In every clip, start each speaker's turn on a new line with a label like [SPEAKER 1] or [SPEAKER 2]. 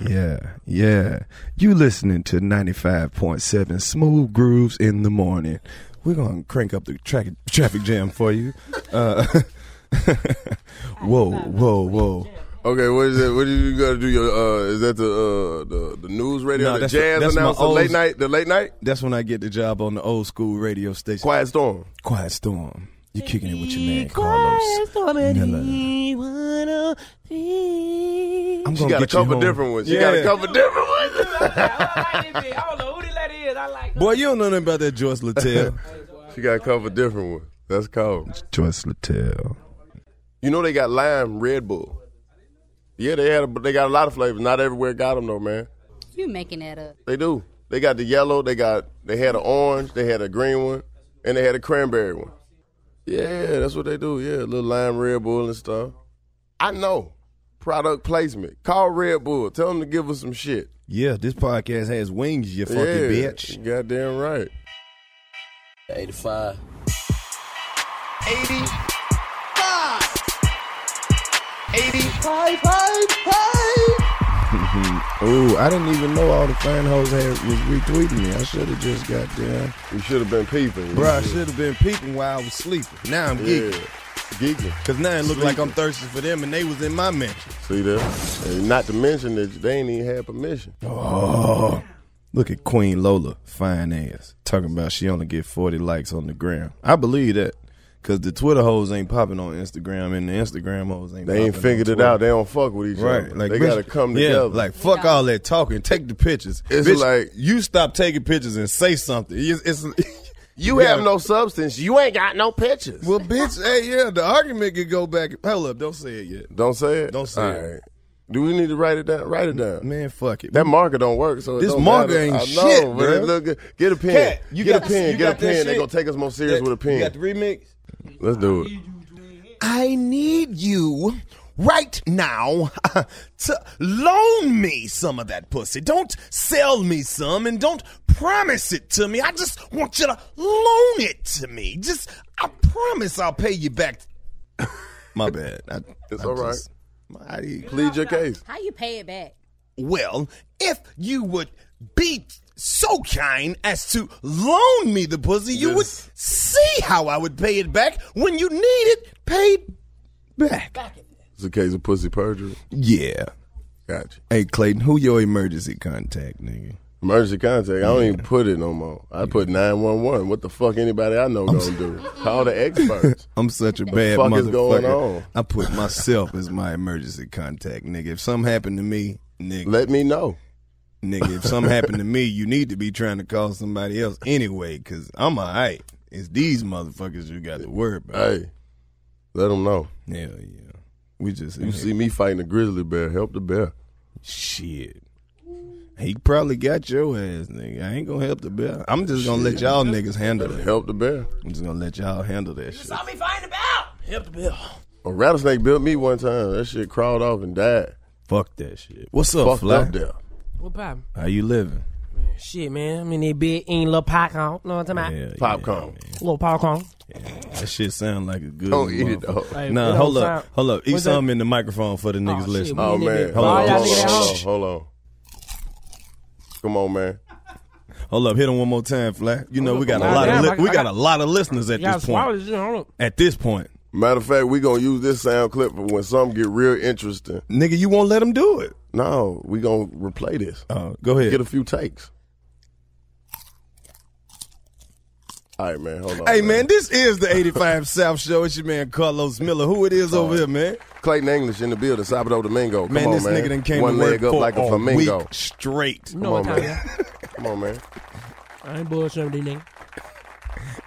[SPEAKER 1] Yeah, yeah. You listening to 95.7 Smooth Grooves in the Morning. We're going to crank up the tra- traffic jam for you. Uh, whoa, whoa, whoa.
[SPEAKER 2] Okay, what is that? What do you got to do? Your uh, is that the uh, the, the news radio,
[SPEAKER 1] No,
[SPEAKER 2] the
[SPEAKER 1] that's-
[SPEAKER 2] jazz
[SPEAKER 1] that's my
[SPEAKER 2] announcer,
[SPEAKER 1] old-
[SPEAKER 2] late night, the late night,
[SPEAKER 1] That's when I get the job on the old school radio station.
[SPEAKER 2] quiet storm.
[SPEAKER 1] Quiet Storm. You're kicking it with your man, Carlos. Miller. I'm
[SPEAKER 2] She
[SPEAKER 1] going to
[SPEAKER 2] got a
[SPEAKER 1] get you
[SPEAKER 2] couple
[SPEAKER 1] home.
[SPEAKER 2] different ones. She got a
[SPEAKER 1] Yeah.
[SPEAKER 2] couple different ones.
[SPEAKER 1] Boy, you don't know nothing about that Joyce Littell.
[SPEAKER 2] She got a couple different ones. That's cold.
[SPEAKER 1] Joyce Littell.
[SPEAKER 2] You know they got lime Red Bull. Yeah, they had. A, they got a lot of flavors. Not everywhere got them though, man.
[SPEAKER 3] You making that up?
[SPEAKER 2] They do. They got the yellow. They got. They had an orange. They had a green one, and they had a cranberry one. Yeah, that's what they do. Yeah, a little lime Red Bull and stuff. I know. Product placement. Call Red Bull. Tell them to give us some shit.
[SPEAKER 1] Yeah, this podcast has wings, you fucking
[SPEAKER 2] yeah,
[SPEAKER 1] bitch.
[SPEAKER 2] you Goddamn right.
[SPEAKER 4] 85. 85. 85.
[SPEAKER 1] Ooh, I didn't even know all the fan hoes had was retweeting me. I should have just got down.
[SPEAKER 2] You should have been peeping.
[SPEAKER 1] Bro, I should have been peeping while I was sleeping. Now I'm
[SPEAKER 2] Yeah.
[SPEAKER 1] geeking.
[SPEAKER 2] Geeking.
[SPEAKER 1] Cause now it look like I'm thirsty for them and they was in my mansion.
[SPEAKER 2] See that? And not to mention that they ain't even had permission.
[SPEAKER 1] Oh. Look at Queen Lola, fine ass. Talking about she only get 40 likes on the gram. I believe that. Cause the Twitter hoes ain't popping on Instagram and the Instagram hoes ain't
[SPEAKER 2] They
[SPEAKER 1] popping
[SPEAKER 2] ain't
[SPEAKER 1] on
[SPEAKER 2] figured it
[SPEAKER 1] Twitter.
[SPEAKER 2] out. They don't fuck with each
[SPEAKER 1] Right,
[SPEAKER 2] other.
[SPEAKER 1] like
[SPEAKER 2] they
[SPEAKER 1] bitch,
[SPEAKER 2] gotta come
[SPEAKER 1] yeah,
[SPEAKER 2] together.
[SPEAKER 1] Like fuck all that talking. Take the pictures.
[SPEAKER 2] It's
[SPEAKER 1] Bitch,
[SPEAKER 2] like-
[SPEAKER 1] you stop taking pictures and say something. It's, it's-
[SPEAKER 2] you have no substance. You ain't got no pictures.
[SPEAKER 1] well, bitch. Hey, yeah, the argument could go back. Hold up, don't say it yet.
[SPEAKER 2] Don't say it.
[SPEAKER 1] Don't say it.
[SPEAKER 2] Alright. Do we need to write it down? Write it down.
[SPEAKER 1] Man, fuck it.
[SPEAKER 2] That marker don't work. So it
[SPEAKER 1] This
[SPEAKER 2] don't
[SPEAKER 1] marker
[SPEAKER 2] matter.
[SPEAKER 1] ain't
[SPEAKER 2] I know,
[SPEAKER 1] shit,
[SPEAKER 2] but it
[SPEAKER 1] bruh.
[SPEAKER 2] look good. Get a pen.
[SPEAKER 1] Cat, you
[SPEAKER 2] get
[SPEAKER 1] got-
[SPEAKER 2] a pen.
[SPEAKER 1] you
[SPEAKER 2] Get a
[SPEAKER 1] got that
[SPEAKER 2] pen. They
[SPEAKER 1] shit?
[SPEAKER 2] gonna take us more serious with a pen.
[SPEAKER 1] You got the remix.
[SPEAKER 2] Let's do it.
[SPEAKER 1] I need you right now to loan me some of that pussy. Don't sell me some and don't promise it to me. I just want you to loan it to me. Just, I promise I'll pay you back. My bad. I,
[SPEAKER 2] It's
[SPEAKER 1] I
[SPEAKER 2] all right.
[SPEAKER 1] just- I-
[SPEAKER 2] Plead your case.
[SPEAKER 3] How you pay it back?
[SPEAKER 1] well, if you would be so kind as to loan me the pussy, you would
[SPEAKER 2] This-
[SPEAKER 1] see how I would pay it back when you need it paid back.
[SPEAKER 2] It's a case of pussy perjury.
[SPEAKER 1] Yeah.
[SPEAKER 2] Gotcha.
[SPEAKER 1] Hey Clayton, who your emergency contact, nigga?
[SPEAKER 2] Emergency contact. I don't even put it no more. I put nine one one. What the fuck? Anybody I know gonna do? Call the experts.
[SPEAKER 1] I'm such a bad
[SPEAKER 2] fuck
[SPEAKER 1] motherfucker.
[SPEAKER 2] is going on?
[SPEAKER 1] I put myself as my emergency contact, nigga. If something happened to me, nigga,
[SPEAKER 2] Let me know.
[SPEAKER 1] nigga. If something happened to me, you need to be trying to call somebody else anyway, cause I'm alright. It's these motherfuckers you got to worry about.
[SPEAKER 2] Hey, let them know.
[SPEAKER 1] Hell yeah, we just
[SPEAKER 2] You see me fighting a grizzly bear. Help the bear.
[SPEAKER 1] shit. He probably got your ass, nigga. I ain't gonna help the bear. I'm just gonna let y'all niggas handle it.
[SPEAKER 2] Help the bear.
[SPEAKER 1] I'm just gonna let y'all handle that shit.
[SPEAKER 4] Saw me find about. Help the bill.
[SPEAKER 2] A rattlesnake bit me one time. That shit crawled off and died.
[SPEAKER 1] Fuck that shit. What's up,
[SPEAKER 2] Fucked
[SPEAKER 1] Fly?
[SPEAKER 2] up there.
[SPEAKER 4] What problem?
[SPEAKER 1] How you living?
[SPEAKER 4] Shit, man. I'm in that bed eating little popcorn. Know what I'm talking about?
[SPEAKER 1] Yeah,
[SPEAKER 2] Popcorn.
[SPEAKER 4] Little popcorn.
[SPEAKER 1] yeah. That shit sound like a good.
[SPEAKER 2] Don't eat it
[SPEAKER 1] motherfucker.
[SPEAKER 2] though.
[SPEAKER 4] Hey,
[SPEAKER 1] Nah,
[SPEAKER 4] it
[SPEAKER 1] hold
[SPEAKER 4] don't
[SPEAKER 1] up,
[SPEAKER 4] sound-
[SPEAKER 1] hold up. Eat
[SPEAKER 4] What's that?
[SPEAKER 1] something in the microphone for the niggas
[SPEAKER 4] shit,
[SPEAKER 1] listening.
[SPEAKER 4] we-
[SPEAKER 2] Oh
[SPEAKER 4] Yeah,
[SPEAKER 2] man,
[SPEAKER 4] nigga.
[SPEAKER 2] hold
[SPEAKER 4] All
[SPEAKER 2] on,
[SPEAKER 4] y'all
[SPEAKER 2] hold on,
[SPEAKER 4] niggas at
[SPEAKER 2] hold on,
[SPEAKER 4] home.
[SPEAKER 2] hold on. Come on, man.
[SPEAKER 1] Hold up, hit him one more time, Fly. You know we got a
[SPEAKER 4] Nah,
[SPEAKER 1] lot
[SPEAKER 4] damn,
[SPEAKER 1] of
[SPEAKER 4] I-
[SPEAKER 1] li- we
[SPEAKER 4] I
[SPEAKER 1] got a
[SPEAKER 4] got-
[SPEAKER 1] lot of listeners at
[SPEAKER 4] Y'all
[SPEAKER 1] this
[SPEAKER 4] swallow
[SPEAKER 1] point.
[SPEAKER 4] this shit. Hold up.
[SPEAKER 1] At this point,
[SPEAKER 2] Matter of fact, we gonna use this sound clip for when something get real interesting.
[SPEAKER 1] nigga, you won't let him do it.
[SPEAKER 2] No, we gonna replay this.
[SPEAKER 1] Uh, go ahead.
[SPEAKER 2] Get a few takes. All right, man. Hold on.
[SPEAKER 1] Hey man, this is the 85 South Show. It's your man Carlos Miller. Who it is over here, man?
[SPEAKER 2] Clayton English in the building. Sabado Domingo. Come
[SPEAKER 1] Man,
[SPEAKER 2] on,
[SPEAKER 1] this
[SPEAKER 2] man.
[SPEAKER 1] nigga done came
[SPEAKER 2] One
[SPEAKER 1] to work
[SPEAKER 2] leg up
[SPEAKER 1] for
[SPEAKER 2] like a
[SPEAKER 1] a
[SPEAKER 2] flamingo.
[SPEAKER 1] week straight,
[SPEAKER 4] No,
[SPEAKER 2] Come on,
[SPEAKER 4] time,
[SPEAKER 2] man. Come on, man.
[SPEAKER 4] I ain't bullshitting these niggas.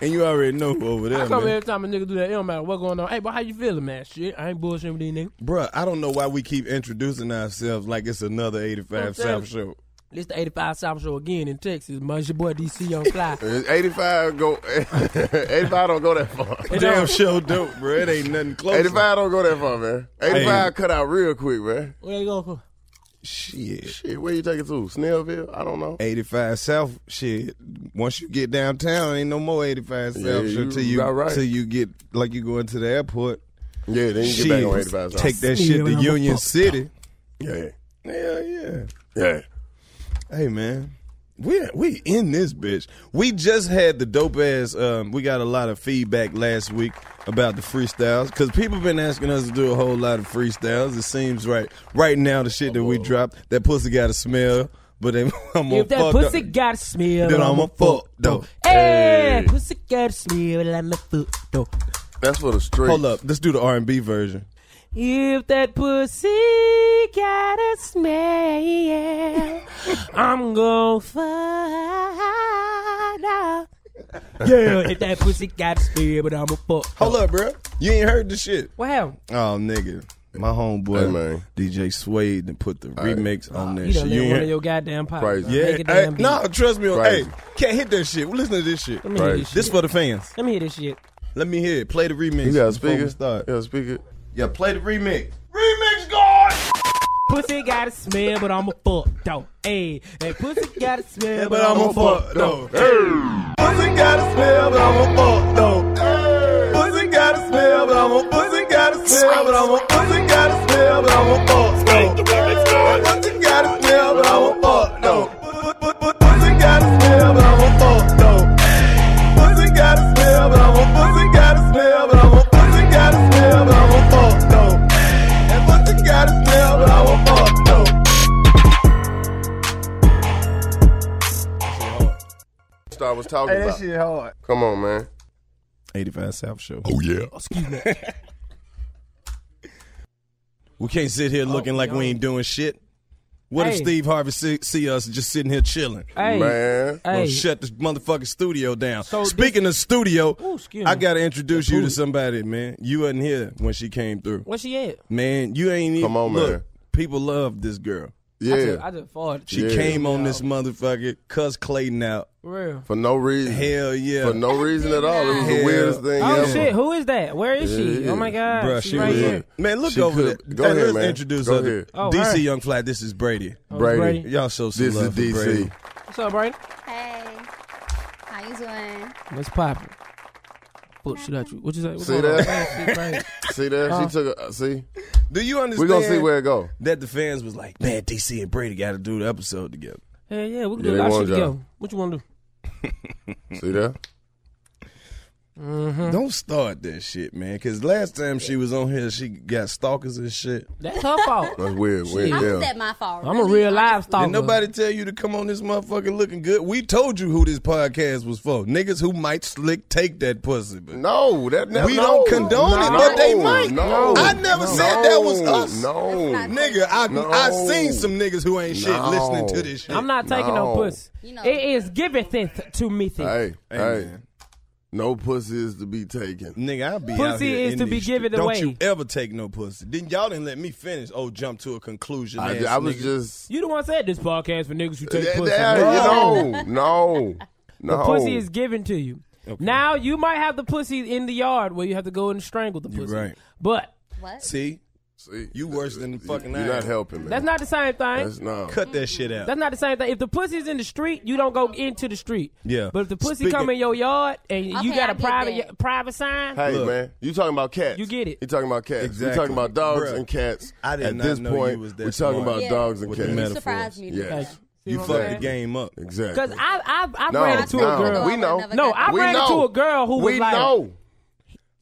[SPEAKER 1] and you already know who over
[SPEAKER 4] I
[SPEAKER 1] there,
[SPEAKER 4] come
[SPEAKER 1] man.
[SPEAKER 4] every time a nigga do that. It don't matter what going on. Hey, boy, how you feeling, man? Shit, I ain't bullshitting with these niggas.
[SPEAKER 1] Bruh, I don't know why we keep introducing ourselves like it's another 85
[SPEAKER 4] saying-
[SPEAKER 1] South Show.
[SPEAKER 4] This the 85 South Show again in Texas. Man, it's your boy DC on fly.
[SPEAKER 2] It's 85 Uh, go 85 don't go that far.
[SPEAKER 1] Damn show dope, bruh. It ain't nothing close.
[SPEAKER 2] 85 don't go that far, man. 85 cut out real quick, man.
[SPEAKER 4] Where they going for?
[SPEAKER 1] Shit.
[SPEAKER 2] Shit, where you take it to? Snellville? I don't know.
[SPEAKER 1] 85 South shit. Once you get downtown, ain't no more 85 South
[SPEAKER 2] Yeah,
[SPEAKER 1] Show
[SPEAKER 2] you
[SPEAKER 1] till you
[SPEAKER 2] about right.
[SPEAKER 1] till you get like you go into the airport.
[SPEAKER 2] Yeah, then you get back on 85
[SPEAKER 1] Shit,
[SPEAKER 2] South.
[SPEAKER 1] take that shit to
[SPEAKER 4] Yeah, I'm
[SPEAKER 1] Union
[SPEAKER 4] fucked
[SPEAKER 1] City.
[SPEAKER 2] Yeah.
[SPEAKER 1] Hell yeah.
[SPEAKER 2] Yeah.
[SPEAKER 1] Hey man, we we in this bitch. We just had the dope ass. Um, we got a lot of feedback last week about the freestyles because people been asking us to do a whole lot of freestyles. It seems right right now the shit that we dropped that pussy got a smell, but they, I'm gonna
[SPEAKER 4] If that
[SPEAKER 1] fuck
[SPEAKER 4] pussy
[SPEAKER 1] up.
[SPEAKER 4] got a smell,
[SPEAKER 1] Then I'm
[SPEAKER 4] I'ma
[SPEAKER 1] a fuck though.
[SPEAKER 4] Hey, pussy got a smell, I'm a fuck though.
[SPEAKER 2] That's for the street.
[SPEAKER 1] Hold up, let's do the R and B version.
[SPEAKER 4] If that pussy got a smell, I'm gonna find out. Yeah, if that pussy got a smell, but I'm a fuck.
[SPEAKER 1] Hold up, bro. You ain't heard the shit.
[SPEAKER 4] What happened?
[SPEAKER 1] Oh nigga, my
[SPEAKER 2] Hey,
[SPEAKER 1] homeboy
[SPEAKER 2] man.
[SPEAKER 1] DJ Suede and put the remix on that
[SPEAKER 4] You
[SPEAKER 1] shit.
[SPEAKER 4] Ah, done let
[SPEAKER 1] ain't
[SPEAKER 4] one
[SPEAKER 1] heard-
[SPEAKER 4] of your goddamn pops.
[SPEAKER 2] Crazy.
[SPEAKER 1] Yeah,
[SPEAKER 4] Make a
[SPEAKER 1] hey,
[SPEAKER 4] damn beat.
[SPEAKER 1] no, trust me. on- Hey,
[SPEAKER 2] Crazy.
[SPEAKER 1] can't hit that shit. Listen to this shit.
[SPEAKER 4] Let me hear
[SPEAKER 2] Crazy.
[SPEAKER 4] this shit.
[SPEAKER 1] This for the fans.
[SPEAKER 4] Let me hear this shit.
[SPEAKER 1] Let me hear it. Play the remix.
[SPEAKER 2] You got a
[SPEAKER 1] before we
[SPEAKER 2] speaker?
[SPEAKER 1] start.
[SPEAKER 2] You got a speaker?
[SPEAKER 1] Yeah, play the remix.
[SPEAKER 4] Pussy got a smell, but I'm a fuck though. Hey, that pussy got a smell,
[SPEAKER 1] But I'm a fuck though.
[SPEAKER 2] Hey.
[SPEAKER 1] Pussy got a smell, but I'm a fuck though. Pussy got a smell, but I'm a pussy got a smell, but I'm a pussy got a smell, but I'm a fuck though. Pussy got a smell, but I'm a fuck though. Pussy got a smell, but I'm a fuck though. Pussy got a smell, but I'm a pussy got a smell, but I'm a pussy got a smell, but I'm a fuck though. And pussy got a smell, but I'm a fuck though.
[SPEAKER 2] I was talking about.
[SPEAKER 1] hard.
[SPEAKER 2] Come on, man.
[SPEAKER 1] 85 South Show.
[SPEAKER 2] Oh yeah.
[SPEAKER 1] We can't sit here looking like we ain't doing shit. What if
[SPEAKER 4] Oh, Hey.
[SPEAKER 1] Steve Harvey see, see us just sitting here chilling?
[SPEAKER 4] Hey,
[SPEAKER 2] Man.
[SPEAKER 1] Gonna
[SPEAKER 4] hey.
[SPEAKER 1] shut this motherfucking studio down.
[SPEAKER 4] So this-
[SPEAKER 1] Speaking of studio,
[SPEAKER 4] Ooh, excuse
[SPEAKER 1] I
[SPEAKER 4] me.
[SPEAKER 1] gotta introduce you to
[SPEAKER 4] booty.
[SPEAKER 1] somebody, man. You wasn't here when she came through,
[SPEAKER 4] Where she at?
[SPEAKER 1] man. You ain't even.
[SPEAKER 2] Come on,
[SPEAKER 1] look,
[SPEAKER 2] man.
[SPEAKER 1] People love this girl.
[SPEAKER 2] Yeah.
[SPEAKER 4] I just, I just farted.
[SPEAKER 1] She
[SPEAKER 2] Yeah.
[SPEAKER 1] came on this motherfucker, cuss Clayton out.
[SPEAKER 4] For real.
[SPEAKER 2] For no reason.
[SPEAKER 1] Hell yeah.
[SPEAKER 2] For no reason at all. It was
[SPEAKER 1] Hell.
[SPEAKER 2] the weirdest thing
[SPEAKER 4] Oh
[SPEAKER 2] ever.
[SPEAKER 4] shit, who is that? Where is she?
[SPEAKER 2] Yeah.
[SPEAKER 4] Oh my god,
[SPEAKER 1] Bruh,
[SPEAKER 4] she's
[SPEAKER 1] she
[SPEAKER 4] right
[SPEAKER 1] was-
[SPEAKER 4] here.
[SPEAKER 1] Man, look
[SPEAKER 2] She
[SPEAKER 1] over
[SPEAKER 2] could-
[SPEAKER 1] there.
[SPEAKER 2] go
[SPEAKER 1] Hey,
[SPEAKER 2] ahead,
[SPEAKER 1] let's
[SPEAKER 2] man.
[SPEAKER 1] introduce
[SPEAKER 2] Go
[SPEAKER 1] her. to-
[SPEAKER 2] ahead.
[SPEAKER 4] Oh,
[SPEAKER 1] DC
[SPEAKER 4] her.
[SPEAKER 1] Young Fly, this is Brady.
[SPEAKER 4] Oh,
[SPEAKER 2] Brady.
[SPEAKER 4] Brady.
[SPEAKER 1] Y'all show some
[SPEAKER 2] This is
[SPEAKER 1] love for Brady.
[SPEAKER 2] DC.
[SPEAKER 4] What's up, Brady?
[SPEAKER 5] Hey, how you doing?
[SPEAKER 4] What's poppin'? Fuck shit out you. What you say? What's
[SPEAKER 2] See
[SPEAKER 4] going on?
[SPEAKER 2] that?
[SPEAKER 4] Hey, shit, Brady.
[SPEAKER 2] See that? She took a. uh, See?
[SPEAKER 1] Do you understand?
[SPEAKER 2] We're going to see where it go.
[SPEAKER 1] that the fans was like, man, DC and Brady got to do the episode together.
[SPEAKER 4] Hell yeah, we can
[SPEAKER 2] Yeah, they
[SPEAKER 4] do a lot of
[SPEAKER 2] want
[SPEAKER 4] shit
[SPEAKER 2] y'all.
[SPEAKER 4] together. What you wanna do?
[SPEAKER 2] See that?
[SPEAKER 4] Hmm.
[SPEAKER 1] Don't start that shit, man. Because last time she was on here, she got stalkers and shit.
[SPEAKER 4] That's her fault.
[SPEAKER 2] That's weird. Weird.
[SPEAKER 5] How
[SPEAKER 2] Yeah.
[SPEAKER 5] is that my fault?
[SPEAKER 4] I'm a real live stalker.
[SPEAKER 1] Did nobody tell you to come on this motherfucker looking good? We told you who this podcast was for. Niggas who might slick take that pussy, but
[SPEAKER 2] No, that
[SPEAKER 1] We
[SPEAKER 2] no.
[SPEAKER 1] don't condone it,
[SPEAKER 2] No,
[SPEAKER 1] but they might.
[SPEAKER 2] No,
[SPEAKER 1] I never
[SPEAKER 2] no,
[SPEAKER 1] said that was us.
[SPEAKER 2] No,
[SPEAKER 1] nigga, I
[SPEAKER 2] No.
[SPEAKER 1] I seen some niggas who ain't shit
[SPEAKER 2] No.
[SPEAKER 1] listening to this shit.
[SPEAKER 4] I'm not taking
[SPEAKER 2] No.
[SPEAKER 4] no, pussy.
[SPEAKER 5] You know.
[SPEAKER 4] It is giveth it to me. thing.
[SPEAKER 2] Hey, hey,
[SPEAKER 1] Hey, man.
[SPEAKER 2] No pussy is to be taken.
[SPEAKER 1] Nigga, I be out
[SPEAKER 4] Pussy
[SPEAKER 1] here
[SPEAKER 4] is
[SPEAKER 1] in
[SPEAKER 4] to
[SPEAKER 1] these
[SPEAKER 4] be
[SPEAKER 1] stre-
[SPEAKER 4] given
[SPEAKER 1] Don't
[SPEAKER 4] away.
[SPEAKER 1] you ever take no pussy. Then y'all didn't let me finish. Oh, jump to a conclusion.
[SPEAKER 2] I,
[SPEAKER 1] ass
[SPEAKER 2] I was
[SPEAKER 1] nigga.
[SPEAKER 2] just
[SPEAKER 4] You the one said this podcast for niggas who take
[SPEAKER 2] Yeah,
[SPEAKER 4] pussy.
[SPEAKER 2] yeah, you know, no, no.
[SPEAKER 4] The pussy is given to you. Now you might have the pussy in the yard where you have to go and strangle the
[SPEAKER 1] You're
[SPEAKER 4] pussy.
[SPEAKER 1] right.
[SPEAKER 4] But
[SPEAKER 1] See?
[SPEAKER 2] See,
[SPEAKER 1] You worse than the fucking
[SPEAKER 2] You're
[SPEAKER 1] I
[SPEAKER 2] not
[SPEAKER 1] am.
[SPEAKER 2] helping, man.
[SPEAKER 4] that's not the same thing.
[SPEAKER 2] That's not.
[SPEAKER 1] Oh. Cut that shit out.
[SPEAKER 4] That's not the same thing. If the pussy's in the street, you don't go into the street.
[SPEAKER 1] Yeah.
[SPEAKER 4] But if the pussy
[SPEAKER 1] Speaking-
[SPEAKER 4] come in your yard and you
[SPEAKER 6] Okay,
[SPEAKER 4] got
[SPEAKER 6] I
[SPEAKER 4] a
[SPEAKER 6] get
[SPEAKER 4] private
[SPEAKER 6] that.
[SPEAKER 4] private sign,
[SPEAKER 2] Hey
[SPEAKER 1] Look.
[SPEAKER 2] man, you talking about cats?
[SPEAKER 4] You get it.
[SPEAKER 2] You talking about cats?
[SPEAKER 1] Exactly.
[SPEAKER 2] You talking about dogs
[SPEAKER 1] Bruh,
[SPEAKER 2] and cats?
[SPEAKER 1] I did
[SPEAKER 2] At
[SPEAKER 1] not
[SPEAKER 2] this
[SPEAKER 1] know
[SPEAKER 2] point,
[SPEAKER 1] you was that
[SPEAKER 2] we're talking
[SPEAKER 1] smart
[SPEAKER 2] about
[SPEAKER 6] Yeah.
[SPEAKER 2] dogs and
[SPEAKER 1] With the
[SPEAKER 2] cats.
[SPEAKER 1] metaphors.
[SPEAKER 6] You surprised me.
[SPEAKER 2] Yes.
[SPEAKER 6] Yes.
[SPEAKER 1] you
[SPEAKER 4] what
[SPEAKER 1] fucked
[SPEAKER 4] I'm
[SPEAKER 1] the
[SPEAKER 4] saying?
[SPEAKER 1] game up.
[SPEAKER 2] Exactly.
[SPEAKER 4] because I I've, I've
[SPEAKER 2] No,
[SPEAKER 4] ran into
[SPEAKER 2] no,
[SPEAKER 4] a girl.
[SPEAKER 2] we know.
[SPEAKER 4] No, I
[SPEAKER 2] we
[SPEAKER 4] ran
[SPEAKER 2] know.
[SPEAKER 4] into a girl who
[SPEAKER 2] we
[SPEAKER 4] was like,
[SPEAKER 2] know.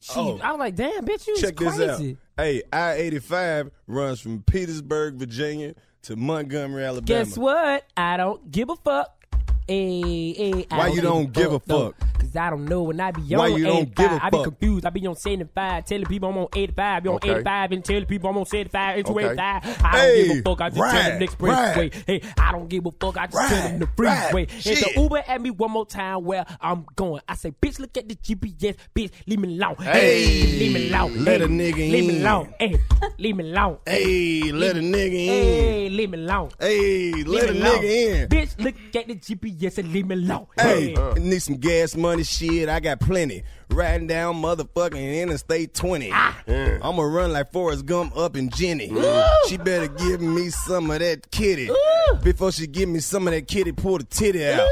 [SPEAKER 4] she,
[SPEAKER 1] Oh.
[SPEAKER 4] I was like, damn, bitch, you is
[SPEAKER 1] Check
[SPEAKER 4] crazy.
[SPEAKER 1] this out. Hey, I 85 runs from Petersburg, Virginia to Montgomery, Alabama.
[SPEAKER 4] Guess what? I don't give a fuck. Ay, ay, I
[SPEAKER 1] Why you don't give a
[SPEAKER 4] though.
[SPEAKER 1] fuck?
[SPEAKER 4] Cause I don't know when I be on
[SPEAKER 1] Why you don't
[SPEAKER 4] 85,
[SPEAKER 1] give a
[SPEAKER 4] I be
[SPEAKER 1] fuck?
[SPEAKER 4] confused. I be on 75, telling people I'm on 85. I be on
[SPEAKER 2] Okay.
[SPEAKER 4] 85 and telling people I'm on 75 into
[SPEAKER 2] Okay.
[SPEAKER 4] 85. I
[SPEAKER 1] Hey,
[SPEAKER 4] don't give a fuck. I just tell them
[SPEAKER 1] ride,
[SPEAKER 4] next freeway.
[SPEAKER 1] ride.
[SPEAKER 4] Hey, I don't give a fuck. I just tell them the
[SPEAKER 1] Ride, ride,
[SPEAKER 4] freeway. If
[SPEAKER 1] shit.
[SPEAKER 4] the Uber at me one more time where I'm going, I say, bitch, look at the GPS. Bitch, leave me alone.
[SPEAKER 1] Hey,
[SPEAKER 4] leave me alone.
[SPEAKER 1] let
[SPEAKER 4] Hey,
[SPEAKER 1] a nigga
[SPEAKER 4] Leave me
[SPEAKER 1] in.
[SPEAKER 4] alone. Hey, leave me alone.
[SPEAKER 1] Hey, let a nigga in.
[SPEAKER 4] Hey, leave me alone.
[SPEAKER 1] Hey, let a
[SPEAKER 4] Leave me alone.
[SPEAKER 1] nigga in.
[SPEAKER 4] Bitch, look at the GPS and leave me alone.
[SPEAKER 1] Hey, need some gas money shit. I got plenty. Riding down motherfucking Interstate 20.
[SPEAKER 2] Ah.
[SPEAKER 1] I'ma run like Forrest Gump up in Jenny. She better give me some of that kitty. Before she give me some of that kitty, pull the titty out.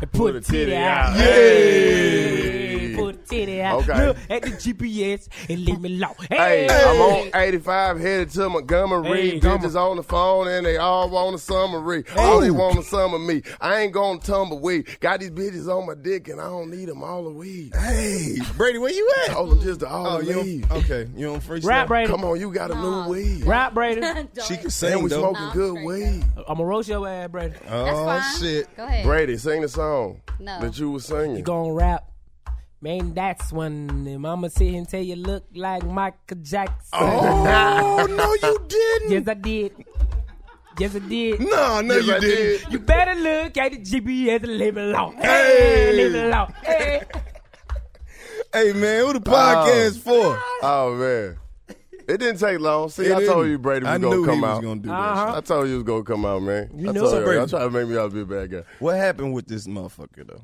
[SPEAKER 4] And put the titty out. Hey, Put the titty out.
[SPEAKER 2] Okay.
[SPEAKER 4] Look at the GPS and leave me alone.
[SPEAKER 2] Hey,
[SPEAKER 4] Hey,
[SPEAKER 2] I'm on 85 headed to Montgomery.
[SPEAKER 4] Hey,
[SPEAKER 2] Bitches on the phone and they all want some of me. All they want is some of me. I ain't gonna tumble weed. Got these bitches on my dick and I don't need them all the weed.
[SPEAKER 1] Hey, Brady, where you at?
[SPEAKER 2] Told them just to all
[SPEAKER 1] Oh,
[SPEAKER 2] the
[SPEAKER 1] you
[SPEAKER 2] weed.
[SPEAKER 1] don't, okay, you don't freestyle.
[SPEAKER 4] rap Brady.
[SPEAKER 2] Come on, you got a
[SPEAKER 6] No.
[SPEAKER 2] new weed.
[SPEAKER 4] Rap Brady.
[SPEAKER 6] Don't.
[SPEAKER 1] She can
[SPEAKER 2] And
[SPEAKER 1] sing
[SPEAKER 2] we
[SPEAKER 1] though.
[SPEAKER 2] smoking
[SPEAKER 6] Nah,
[SPEAKER 2] good
[SPEAKER 6] I'm straight,
[SPEAKER 2] weed.
[SPEAKER 4] I'ma roast your ass, Brady.
[SPEAKER 1] Oh
[SPEAKER 6] That's fine.
[SPEAKER 1] shit.
[SPEAKER 6] Go ahead.
[SPEAKER 2] Brady, sing the song
[SPEAKER 6] No.
[SPEAKER 2] that you was singing.
[SPEAKER 4] You gon' rap. Man, that's when the mama sit here and tell you look like Michael Jackson.
[SPEAKER 1] Oh no, you didn't.
[SPEAKER 4] Yes, I did. Yes, I did.
[SPEAKER 1] No, no,
[SPEAKER 2] Yes,
[SPEAKER 1] you
[SPEAKER 2] I did.
[SPEAKER 1] didn't.
[SPEAKER 4] You better look at the GPS and leave it alone. Hey, leave it alone. Hey.
[SPEAKER 1] Hey man, who the podcast for?
[SPEAKER 2] Oh man. It didn't take long. See,
[SPEAKER 1] It
[SPEAKER 2] I told
[SPEAKER 1] didn't.
[SPEAKER 2] you Brady was
[SPEAKER 1] I
[SPEAKER 2] gonna
[SPEAKER 1] knew
[SPEAKER 2] come
[SPEAKER 1] he
[SPEAKER 2] out.
[SPEAKER 1] Was gonna do that
[SPEAKER 4] Uh-huh.
[SPEAKER 1] shit.
[SPEAKER 2] I told you it was gonna come out, man.
[SPEAKER 4] You
[SPEAKER 2] I
[SPEAKER 4] know
[SPEAKER 2] told
[SPEAKER 4] it.
[SPEAKER 2] you. I tried to make me out to be a bad guy.
[SPEAKER 1] What happened with this motherfucker though?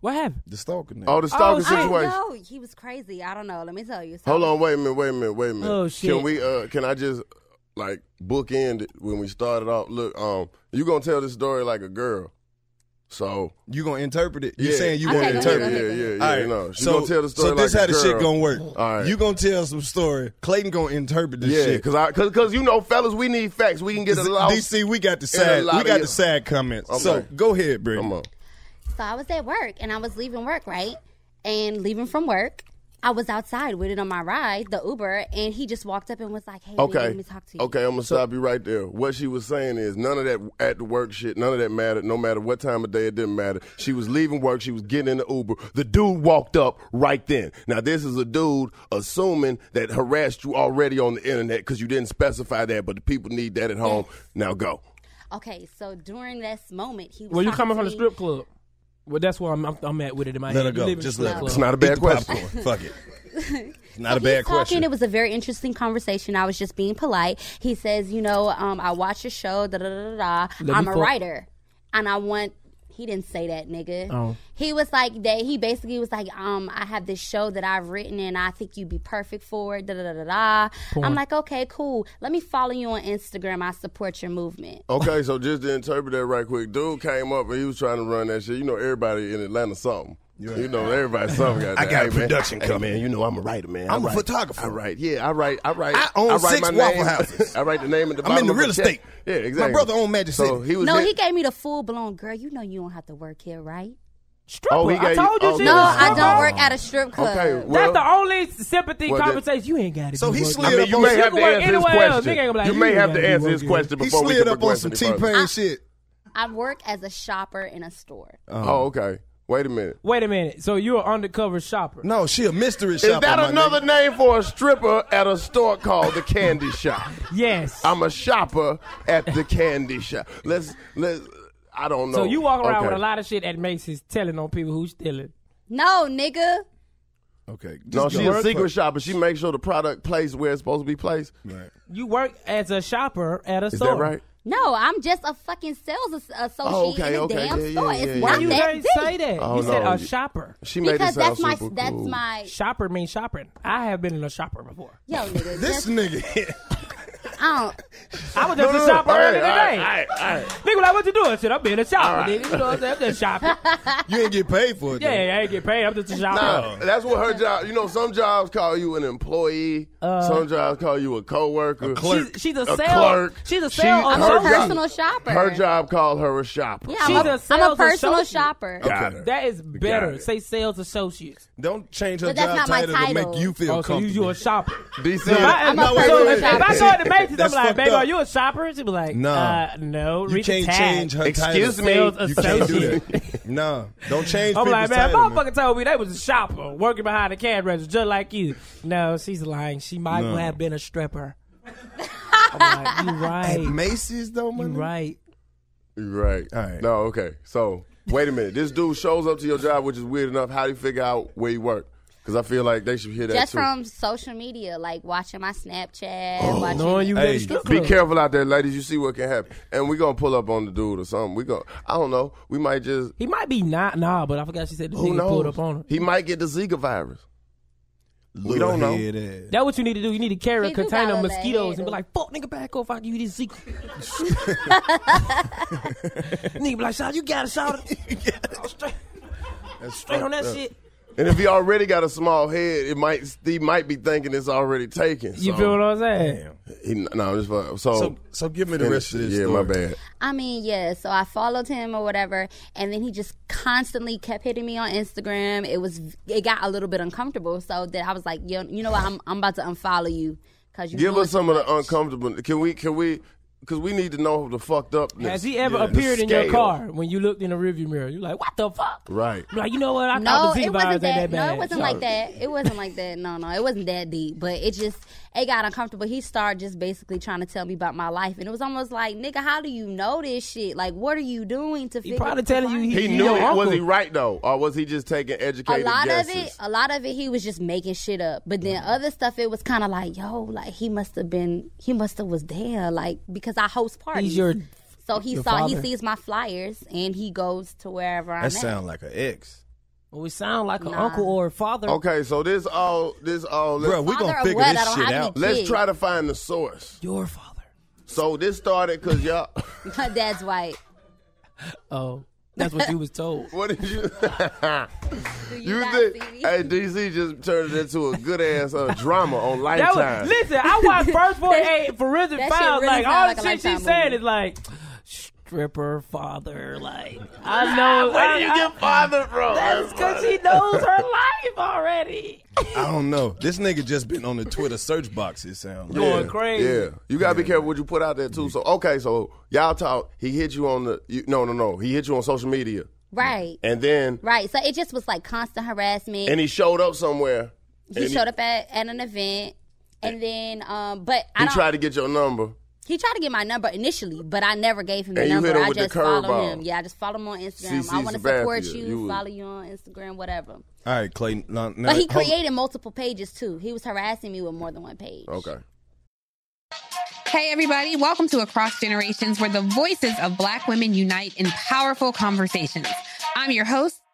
[SPEAKER 4] What happened?
[SPEAKER 1] The stalker nigga.
[SPEAKER 2] Oh, the stalker
[SPEAKER 4] shit.
[SPEAKER 2] situation.
[SPEAKER 6] No, he was crazy. I don't know. Let me tell you. So
[SPEAKER 2] Hold on, wait a minute, wait a minute, wait a minute.
[SPEAKER 4] Oh, shit.
[SPEAKER 2] Can we uh can I just like bookend it when we started off? Look, um, you gonna tell this story like a girl. So
[SPEAKER 1] you gonna interpret it? You
[SPEAKER 2] yeah.
[SPEAKER 1] are saying you
[SPEAKER 6] Okay,
[SPEAKER 1] gonna
[SPEAKER 6] go
[SPEAKER 1] interpret
[SPEAKER 6] ahead,
[SPEAKER 1] it?
[SPEAKER 6] go
[SPEAKER 2] Yeah,
[SPEAKER 6] ahead,
[SPEAKER 2] yeah,
[SPEAKER 6] go
[SPEAKER 2] yeah. No. She gonna tell the story
[SPEAKER 1] so this
[SPEAKER 2] like
[SPEAKER 1] how
[SPEAKER 2] a
[SPEAKER 1] the
[SPEAKER 2] girl.
[SPEAKER 1] shit gonna work.
[SPEAKER 2] All right.
[SPEAKER 1] You gonna tell some story. Clayton gonna interpret this
[SPEAKER 2] yeah,
[SPEAKER 1] shit.
[SPEAKER 2] cause I cause cause you know, fellas, we need facts. We can get a lot.
[SPEAKER 1] DC, we got the
[SPEAKER 2] and a
[SPEAKER 1] sad,
[SPEAKER 2] lot
[SPEAKER 1] we
[SPEAKER 2] of
[SPEAKER 1] got
[SPEAKER 2] you-
[SPEAKER 1] the sad comments.
[SPEAKER 2] Okay.
[SPEAKER 1] So go ahead, Britt.
[SPEAKER 2] Come on.
[SPEAKER 6] So I was at work and I was leaving work, right? And leaving from work, I was outside waiting on my ride, the Uber, and he just walked up and was like, "Hey,
[SPEAKER 2] Okay.
[SPEAKER 6] babe, let me talk to you."
[SPEAKER 2] Okay, I'm gonna stop you right there. What she was saying is none of that at the work shit, none of that mattered, no matter what time of day, it didn't matter. She was leaving work, she was getting in the Uber. The dude walked up right then. Now this is a dude assuming that harassed you already on the internet because you didn't specify that, but the people need that at home. Now go.
[SPEAKER 6] Okay. So during this moment, he was.
[SPEAKER 4] Well, you
[SPEAKER 6] talking
[SPEAKER 4] coming
[SPEAKER 6] to
[SPEAKER 4] from the
[SPEAKER 6] me.
[SPEAKER 4] strip club? Well, that's where I'm, I'm, I'm at with it in my
[SPEAKER 1] Let her
[SPEAKER 4] head. You
[SPEAKER 1] go.
[SPEAKER 4] live in
[SPEAKER 1] Just
[SPEAKER 4] the
[SPEAKER 1] let her go.
[SPEAKER 4] strip
[SPEAKER 2] It's
[SPEAKER 4] club.
[SPEAKER 2] not a bad
[SPEAKER 1] Eat the
[SPEAKER 2] question.
[SPEAKER 1] popcorn. Fuck it. It's not a
[SPEAKER 6] He's
[SPEAKER 1] bad
[SPEAKER 6] talking.
[SPEAKER 1] question.
[SPEAKER 6] It was a very interesting conversation. I was just being polite. He says, "You know, um, I watch your show. Da da da da. da.
[SPEAKER 4] Let
[SPEAKER 6] I'm
[SPEAKER 4] me
[SPEAKER 6] a
[SPEAKER 4] fuck-
[SPEAKER 6] writer, and I want." He didn't say that, nigga.
[SPEAKER 4] Oh.
[SPEAKER 6] He was like that. He basically was like, um, I have this show that I've written, and I think you'd be perfect for it. Da da da da da. I'm like, okay, cool. Let me follow you on Instagram. I support your movement.
[SPEAKER 2] Okay, so just to interpret that right quick, dude came up and he was trying to run that shit. You know, everybody in Atlanta something. You know, everybody something. Got
[SPEAKER 1] I
[SPEAKER 2] that.
[SPEAKER 1] got
[SPEAKER 2] Hey,
[SPEAKER 1] a production
[SPEAKER 2] man,
[SPEAKER 1] coming.
[SPEAKER 2] Hey, man, you know I'm a writer, man.
[SPEAKER 1] I'm
[SPEAKER 2] I
[SPEAKER 1] a
[SPEAKER 2] write-
[SPEAKER 1] photographer.
[SPEAKER 2] I write. Yeah, I write. I write.
[SPEAKER 1] I own
[SPEAKER 2] I write
[SPEAKER 1] six
[SPEAKER 2] my
[SPEAKER 1] Waffle
[SPEAKER 2] name.
[SPEAKER 1] Houses.
[SPEAKER 2] I write the name of the.
[SPEAKER 1] I'm in
[SPEAKER 2] bottom
[SPEAKER 1] the
[SPEAKER 2] of
[SPEAKER 1] real
[SPEAKER 2] a check.
[SPEAKER 1] estate.
[SPEAKER 2] Yeah,
[SPEAKER 1] My
[SPEAKER 2] exactly.
[SPEAKER 1] brother own Magic
[SPEAKER 2] so
[SPEAKER 1] City.
[SPEAKER 2] He was
[SPEAKER 6] No,
[SPEAKER 2] hit-
[SPEAKER 6] he gave me the full blown girl. You know, you don't have to work here, right?
[SPEAKER 4] Stripper.
[SPEAKER 2] Oh, he
[SPEAKER 4] I
[SPEAKER 2] got you-
[SPEAKER 4] told you.
[SPEAKER 2] oh,
[SPEAKER 4] she
[SPEAKER 2] no,
[SPEAKER 6] No,
[SPEAKER 4] was a
[SPEAKER 6] I
[SPEAKER 4] stripper.
[SPEAKER 6] don't work at a strip club.
[SPEAKER 2] Okay, well,
[SPEAKER 4] That's the only sympathy
[SPEAKER 2] Well, then-
[SPEAKER 4] conversation. you ain't got it.
[SPEAKER 1] So he
[SPEAKER 2] I
[SPEAKER 1] slid
[SPEAKER 2] mean,
[SPEAKER 1] up
[SPEAKER 2] you
[SPEAKER 1] on-
[SPEAKER 2] may
[SPEAKER 1] You
[SPEAKER 2] have to
[SPEAKER 4] can work
[SPEAKER 2] answer his
[SPEAKER 4] anywhere else. Nigga
[SPEAKER 2] question.
[SPEAKER 4] ain't gonna be like,
[SPEAKER 2] you may
[SPEAKER 4] you
[SPEAKER 2] have
[SPEAKER 4] gotta
[SPEAKER 2] to
[SPEAKER 4] be
[SPEAKER 2] answer
[SPEAKER 4] working
[SPEAKER 2] his
[SPEAKER 4] here.
[SPEAKER 2] question
[SPEAKER 1] he
[SPEAKER 2] before we
[SPEAKER 1] slid
[SPEAKER 2] can
[SPEAKER 1] up on
[SPEAKER 2] progress
[SPEAKER 1] some
[SPEAKER 2] any
[SPEAKER 1] T
[SPEAKER 2] further.
[SPEAKER 1] Pain shit.
[SPEAKER 6] I work as a shopper in a store.
[SPEAKER 2] Oh, okay. Wait a minute.
[SPEAKER 4] Wait a minute. So you're an undercover shopper.
[SPEAKER 1] No, she a mystery shopper.
[SPEAKER 2] Is that
[SPEAKER 1] my
[SPEAKER 2] another
[SPEAKER 1] nigga.
[SPEAKER 2] name for a stripper at a store called the Candy Shop?
[SPEAKER 4] Yes.
[SPEAKER 2] I'm a shopper at the candy shop. Let's let's. I don't know.
[SPEAKER 4] So you walk around
[SPEAKER 2] Okay.
[SPEAKER 4] with a lot of shit at Macy's telling on people who's stealing.
[SPEAKER 6] No, nigga.
[SPEAKER 2] Okay. no,
[SPEAKER 4] just
[SPEAKER 2] she
[SPEAKER 4] go.
[SPEAKER 2] a secret shopper. She makes sure the product placed where it's supposed to be placed. Right.
[SPEAKER 4] You work as a shopper at a
[SPEAKER 2] Is
[SPEAKER 4] store.
[SPEAKER 2] that right?
[SPEAKER 6] No, I'm just a fucking sales as- associate
[SPEAKER 2] Oh, okay,
[SPEAKER 6] in a
[SPEAKER 2] okay,
[SPEAKER 6] damn
[SPEAKER 2] yeah, yeah,
[SPEAKER 6] store.
[SPEAKER 2] yeah,
[SPEAKER 6] it's
[SPEAKER 2] yeah.
[SPEAKER 6] not
[SPEAKER 2] Why you
[SPEAKER 6] that
[SPEAKER 2] guys
[SPEAKER 6] deep.
[SPEAKER 4] Say that.
[SPEAKER 2] Oh,
[SPEAKER 4] you said
[SPEAKER 2] no.
[SPEAKER 4] a shopper.
[SPEAKER 2] She made it Because that's sound my- super
[SPEAKER 6] that's cool. my-
[SPEAKER 4] shopper means shoppering. I have been in a shopper before.
[SPEAKER 6] Yo, nigga.
[SPEAKER 7] This nigga.
[SPEAKER 6] I
[SPEAKER 4] I was just
[SPEAKER 7] No, no,
[SPEAKER 4] a
[SPEAKER 7] no.
[SPEAKER 4] shopper
[SPEAKER 7] All right,
[SPEAKER 4] earlier
[SPEAKER 7] all right,
[SPEAKER 4] today.
[SPEAKER 7] all right, all right.
[SPEAKER 4] Nigga, like, what you doing? I said, I'm being a shopper,
[SPEAKER 7] All right.
[SPEAKER 4] nigga. You know what I'm saying? I'm just shopping.
[SPEAKER 7] You ain't get paid for it.
[SPEAKER 4] yeah, I ain't get paid. I'm just a shopper.
[SPEAKER 2] Nah, that's what her job. You know, some jobs call you an employee.
[SPEAKER 4] Uh,
[SPEAKER 2] some jobs call you a coworker.
[SPEAKER 4] She's- clerk. she's a sales-
[SPEAKER 2] clerk.
[SPEAKER 4] she's a
[SPEAKER 2] She-
[SPEAKER 4] sales-
[SPEAKER 6] I'm
[SPEAKER 2] Oh, her
[SPEAKER 6] a
[SPEAKER 2] job-
[SPEAKER 6] personal shopper.
[SPEAKER 2] Her job called her a shopper.
[SPEAKER 6] Yeah, I'm a, I'm a personal shopper.
[SPEAKER 2] Got it.
[SPEAKER 4] That is better.
[SPEAKER 2] it.
[SPEAKER 4] Say sales associates.
[SPEAKER 7] Don't change
[SPEAKER 6] her But that's job not my title to title. make you feel
[SPEAKER 4] oh, so you, you a shopper.
[SPEAKER 2] DC.
[SPEAKER 4] If I,
[SPEAKER 7] I'm a
[SPEAKER 4] so
[SPEAKER 7] personal
[SPEAKER 4] if
[SPEAKER 7] shopper.
[SPEAKER 4] I go to Macy's, I'm
[SPEAKER 7] That's
[SPEAKER 4] like,
[SPEAKER 7] fucked
[SPEAKER 4] baby,
[SPEAKER 7] up.
[SPEAKER 4] are you a shopper? She'd be like,
[SPEAKER 7] No.
[SPEAKER 4] uh, no.
[SPEAKER 7] You
[SPEAKER 4] read the
[SPEAKER 7] can't
[SPEAKER 4] tag.
[SPEAKER 7] change her
[SPEAKER 4] Excuse
[SPEAKER 7] title.
[SPEAKER 4] me. Sales
[SPEAKER 7] You can't do
[SPEAKER 4] associate.
[SPEAKER 7] that. no, don't change
[SPEAKER 4] I'm like,
[SPEAKER 7] people's
[SPEAKER 4] man,
[SPEAKER 7] title,
[SPEAKER 4] motherfucker told me they was a shopper working behind the cash register just like you. No, she's lying. She might
[SPEAKER 7] No.
[SPEAKER 4] have been a stripper. I'm like, you
[SPEAKER 7] At
[SPEAKER 4] right.
[SPEAKER 7] Macy's though, man.
[SPEAKER 4] right.
[SPEAKER 2] Right. All right. No, okay. So, wait a minute. This dude shows up to your job, which is weird enough. How do you figure out where you work? Because I feel like they should hear that
[SPEAKER 6] Just
[SPEAKER 2] too.
[SPEAKER 6] from social media, like watching my Snapchat,
[SPEAKER 2] Oh,
[SPEAKER 6] watching
[SPEAKER 2] Hey, be careful out there, ladies. You see what can happen, and we gonna pull up on the dude or something. We gonna, I don't know. We might just
[SPEAKER 4] He might be not nah, but I forgot she said the
[SPEAKER 2] who
[SPEAKER 4] nigga
[SPEAKER 2] knows.
[SPEAKER 4] pulled up on her.
[SPEAKER 2] He might get the Zika virus. we don't know.
[SPEAKER 4] That what you need to do. You need to carry
[SPEAKER 2] He
[SPEAKER 4] a
[SPEAKER 2] do got
[SPEAKER 4] container
[SPEAKER 2] a
[SPEAKER 4] of
[SPEAKER 2] little
[SPEAKER 4] mosquitoes
[SPEAKER 2] head
[SPEAKER 4] and be like, fuck nigga back off, I give you this secret. nigga be like, shout, you gotta shout
[SPEAKER 2] That's
[SPEAKER 4] straight on that
[SPEAKER 2] fucked up.
[SPEAKER 4] shit.
[SPEAKER 2] And if he already got a small head, it might he might be thinking it's already taken.
[SPEAKER 4] You
[SPEAKER 2] so-
[SPEAKER 4] feel what I'm saying?
[SPEAKER 2] He, no, I'm just fuck- so,
[SPEAKER 7] So- so give me the rest of this
[SPEAKER 2] Yeah,
[SPEAKER 7] story.
[SPEAKER 2] my bad.
[SPEAKER 6] I mean, yeah. So I followed him or whatever, and then he just constantly kept hitting me on Instagram. It was it got a little bit uncomfortable. So then I was like, yo, you know what? I'm I'm about to unfollow you because you
[SPEAKER 2] Give
[SPEAKER 6] doing
[SPEAKER 2] us some of the uncomfortable. Can we? Can we? Because we need to know the fucked up.
[SPEAKER 4] Has he ever appeared in your car when you looked in the rearview mirror? You're like, what the fuck?
[SPEAKER 2] Right.
[SPEAKER 4] I'm like, you know what? I
[SPEAKER 6] no,
[SPEAKER 4] thought the
[SPEAKER 6] it
[SPEAKER 4] Zika virus
[SPEAKER 6] wasn't
[SPEAKER 4] ain't
[SPEAKER 6] that.
[SPEAKER 4] that bad.
[SPEAKER 6] no, it wasn't like that. It wasn't like that. No, no, it wasn't that deep. But it just it got uncomfortable. He started just basically trying to tell me about my life, and it was almost like, nigga, how do you know this shit? Like, what are you doing to? figure
[SPEAKER 4] probably telling you
[SPEAKER 2] He, knew it. Was he right though, or was he just taking
[SPEAKER 6] a
[SPEAKER 2] educated
[SPEAKER 6] lot
[SPEAKER 2] guesses?
[SPEAKER 6] of it a lot of it he was just making shit up but then
[SPEAKER 7] Mm-hmm.
[SPEAKER 6] other stuff it was kind of like yo like he must have been he must have was there like because i host parties
[SPEAKER 7] your-
[SPEAKER 6] so he
[SPEAKER 7] your
[SPEAKER 6] saw he
[SPEAKER 7] father?
[SPEAKER 6] sees my flyers and he goes to wherever i'm
[SPEAKER 7] That
[SPEAKER 6] at
[SPEAKER 7] sound like an ex.
[SPEAKER 4] Well, we sound like
[SPEAKER 6] an Nah. uncle
[SPEAKER 4] or a father.
[SPEAKER 2] Okay, so this all, this all.
[SPEAKER 7] Bruh, we gonna Father of figure what? this I don't shit have any out.
[SPEAKER 2] Let's
[SPEAKER 6] kids.
[SPEAKER 2] try to find the source.
[SPEAKER 4] Your father.
[SPEAKER 2] So this started because y'all.
[SPEAKER 6] my dad's white
[SPEAKER 4] Oh, that's what you was told.
[SPEAKER 2] what did you? you
[SPEAKER 6] not
[SPEAKER 2] think? Hey, DC just turned it into a good ass uh, drama on
[SPEAKER 4] That
[SPEAKER 2] Lifetime.
[SPEAKER 4] was, listen, I watched first for
[SPEAKER 8] That-
[SPEAKER 4] a forensic
[SPEAKER 8] that shit
[SPEAKER 4] files.
[SPEAKER 8] really
[SPEAKER 4] like
[SPEAKER 8] sound
[SPEAKER 4] all
[SPEAKER 8] like
[SPEAKER 4] the
[SPEAKER 8] a
[SPEAKER 4] shit she
[SPEAKER 8] Lifetime
[SPEAKER 4] said
[SPEAKER 8] movie.
[SPEAKER 4] is like stripper father. Like I know.
[SPEAKER 8] Where
[SPEAKER 4] I,
[SPEAKER 8] do you
[SPEAKER 4] I-
[SPEAKER 8] get father
[SPEAKER 7] from?
[SPEAKER 4] That's because she knows her life already.
[SPEAKER 7] I don't know. This nigga just been on the Twitter search box. It sounds
[SPEAKER 2] Yeah, Yeah, you gotta be careful what you put out there too. So okay, so y'all talk. He hit you on the you, no, no, no. He hit you on social media,
[SPEAKER 6] right
[SPEAKER 2] and then
[SPEAKER 6] right so it just was like constant harassment
[SPEAKER 2] and he showed up somewhere.
[SPEAKER 6] He
[SPEAKER 2] and
[SPEAKER 6] showed up at, at an event
[SPEAKER 7] Eh.
[SPEAKER 6] and then um but i
[SPEAKER 2] He
[SPEAKER 6] don't
[SPEAKER 2] tried to get your number.
[SPEAKER 6] he tried to get my number initially, but I never gave him the
[SPEAKER 2] And you
[SPEAKER 6] number.
[SPEAKER 2] hit him
[SPEAKER 6] I
[SPEAKER 2] with the
[SPEAKER 6] just followed
[SPEAKER 2] curveball.
[SPEAKER 6] him. Yeah, I just follow him on Instagram.
[SPEAKER 2] CC
[SPEAKER 6] I want to support
[SPEAKER 2] Sabathia,
[SPEAKER 6] you,
[SPEAKER 2] you was-
[SPEAKER 6] follow you on Instagram, whatever.
[SPEAKER 7] All right, Clayton. Now, now-
[SPEAKER 6] but he
[SPEAKER 7] hold-
[SPEAKER 6] created multiple pages too. He was harassing me with more than one page.
[SPEAKER 2] Okay.
[SPEAKER 9] Hey, everybody, welcome to Across Generations, where the voices of Black women unite in powerful conversations. I'm your host,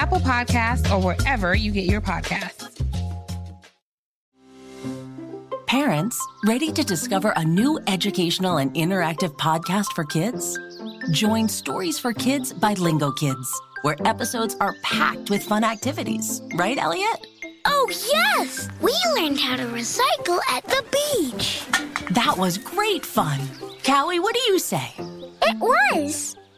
[SPEAKER 9] Apple Podcasts, or wherever you get your podcasts.
[SPEAKER 10] Parents, ready to discover a new educational and interactive podcast for kids? Join Stories for Kids by Lingo Kids, where episodes are packed with fun activities. Right, Elliot?
[SPEAKER 5] Oh, yes! We learned how to recycle at the beach.
[SPEAKER 10] That was great fun. Callie, what do you say?
[SPEAKER 5] It was!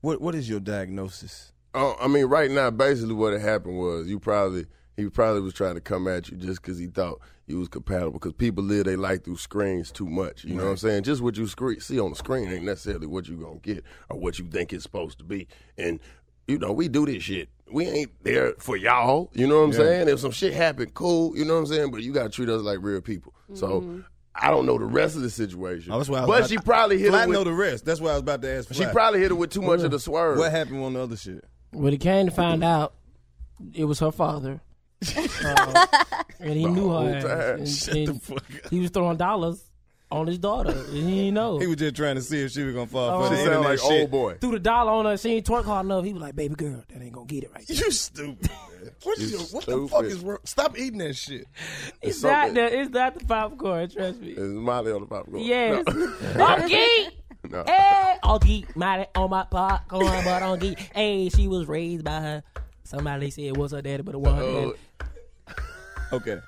[SPEAKER 2] What What is your diagnosis? Oh, I mean, right now, basically, what had happened was you probably he probably was trying to come at you just because he thought you was compatible. Because people live their life through screens too much. You know what I'm saying? Just what you scre- see on the screen ain't necessarily what you gonna get or what you think it's supposed to be. And you know, we do this shit. We ain't there for y'all. You know what I'm
[SPEAKER 1] Yeah.
[SPEAKER 2] saying? If some shit happened, cool. You know what I'm saying? But you gotta treat us like real people. So. I don't know the rest of the situation.
[SPEAKER 1] Mm-hmm. That's why I was
[SPEAKER 2] but
[SPEAKER 1] about-
[SPEAKER 2] she probably hit
[SPEAKER 1] Fly
[SPEAKER 2] him with,
[SPEAKER 1] know the rest. That's why I was about to ask.
[SPEAKER 2] She
[SPEAKER 1] Fly.
[SPEAKER 2] probably hit it with too much of the swerve.
[SPEAKER 1] What happened on the other shit?
[SPEAKER 4] When he came to find out, it was her father. Uh, and he knew
[SPEAKER 1] whole
[SPEAKER 4] her. ass.
[SPEAKER 1] time.
[SPEAKER 4] And-
[SPEAKER 1] Shut
[SPEAKER 4] and
[SPEAKER 1] the fuck
[SPEAKER 4] He was throwing dollars on his daughter. And he didn't know.
[SPEAKER 1] He was just trying to see if she was gonna fall
[SPEAKER 4] Oh.
[SPEAKER 1] for the
[SPEAKER 4] She
[SPEAKER 1] internet
[SPEAKER 4] sound like
[SPEAKER 1] shit.
[SPEAKER 4] old Threw the dollar on her. She ain't twerk hard enough. He was like, "Baby girl, that ain't gonna get it right."
[SPEAKER 1] You stupid. What, is your, what the
[SPEAKER 2] stupid.
[SPEAKER 1] fuck is wrong? Stop eating that shit.
[SPEAKER 4] It's,
[SPEAKER 2] It's
[SPEAKER 4] not
[SPEAKER 2] something-
[SPEAKER 4] the it's not the popcorn. Trust me.
[SPEAKER 2] It's Molly on the popcorn.
[SPEAKER 4] Yes.
[SPEAKER 2] No.
[SPEAKER 4] Unky.
[SPEAKER 2] No.
[SPEAKER 4] Hey, Unky, Molly on my popcorn, but Unky. Hey, she was raised by her. Somebody said it was her daddy, but it wasn't
[SPEAKER 2] Uh,
[SPEAKER 4] her
[SPEAKER 2] Oh.
[SPEAKER 4] daddy.
[SPEAKER 1] Okay.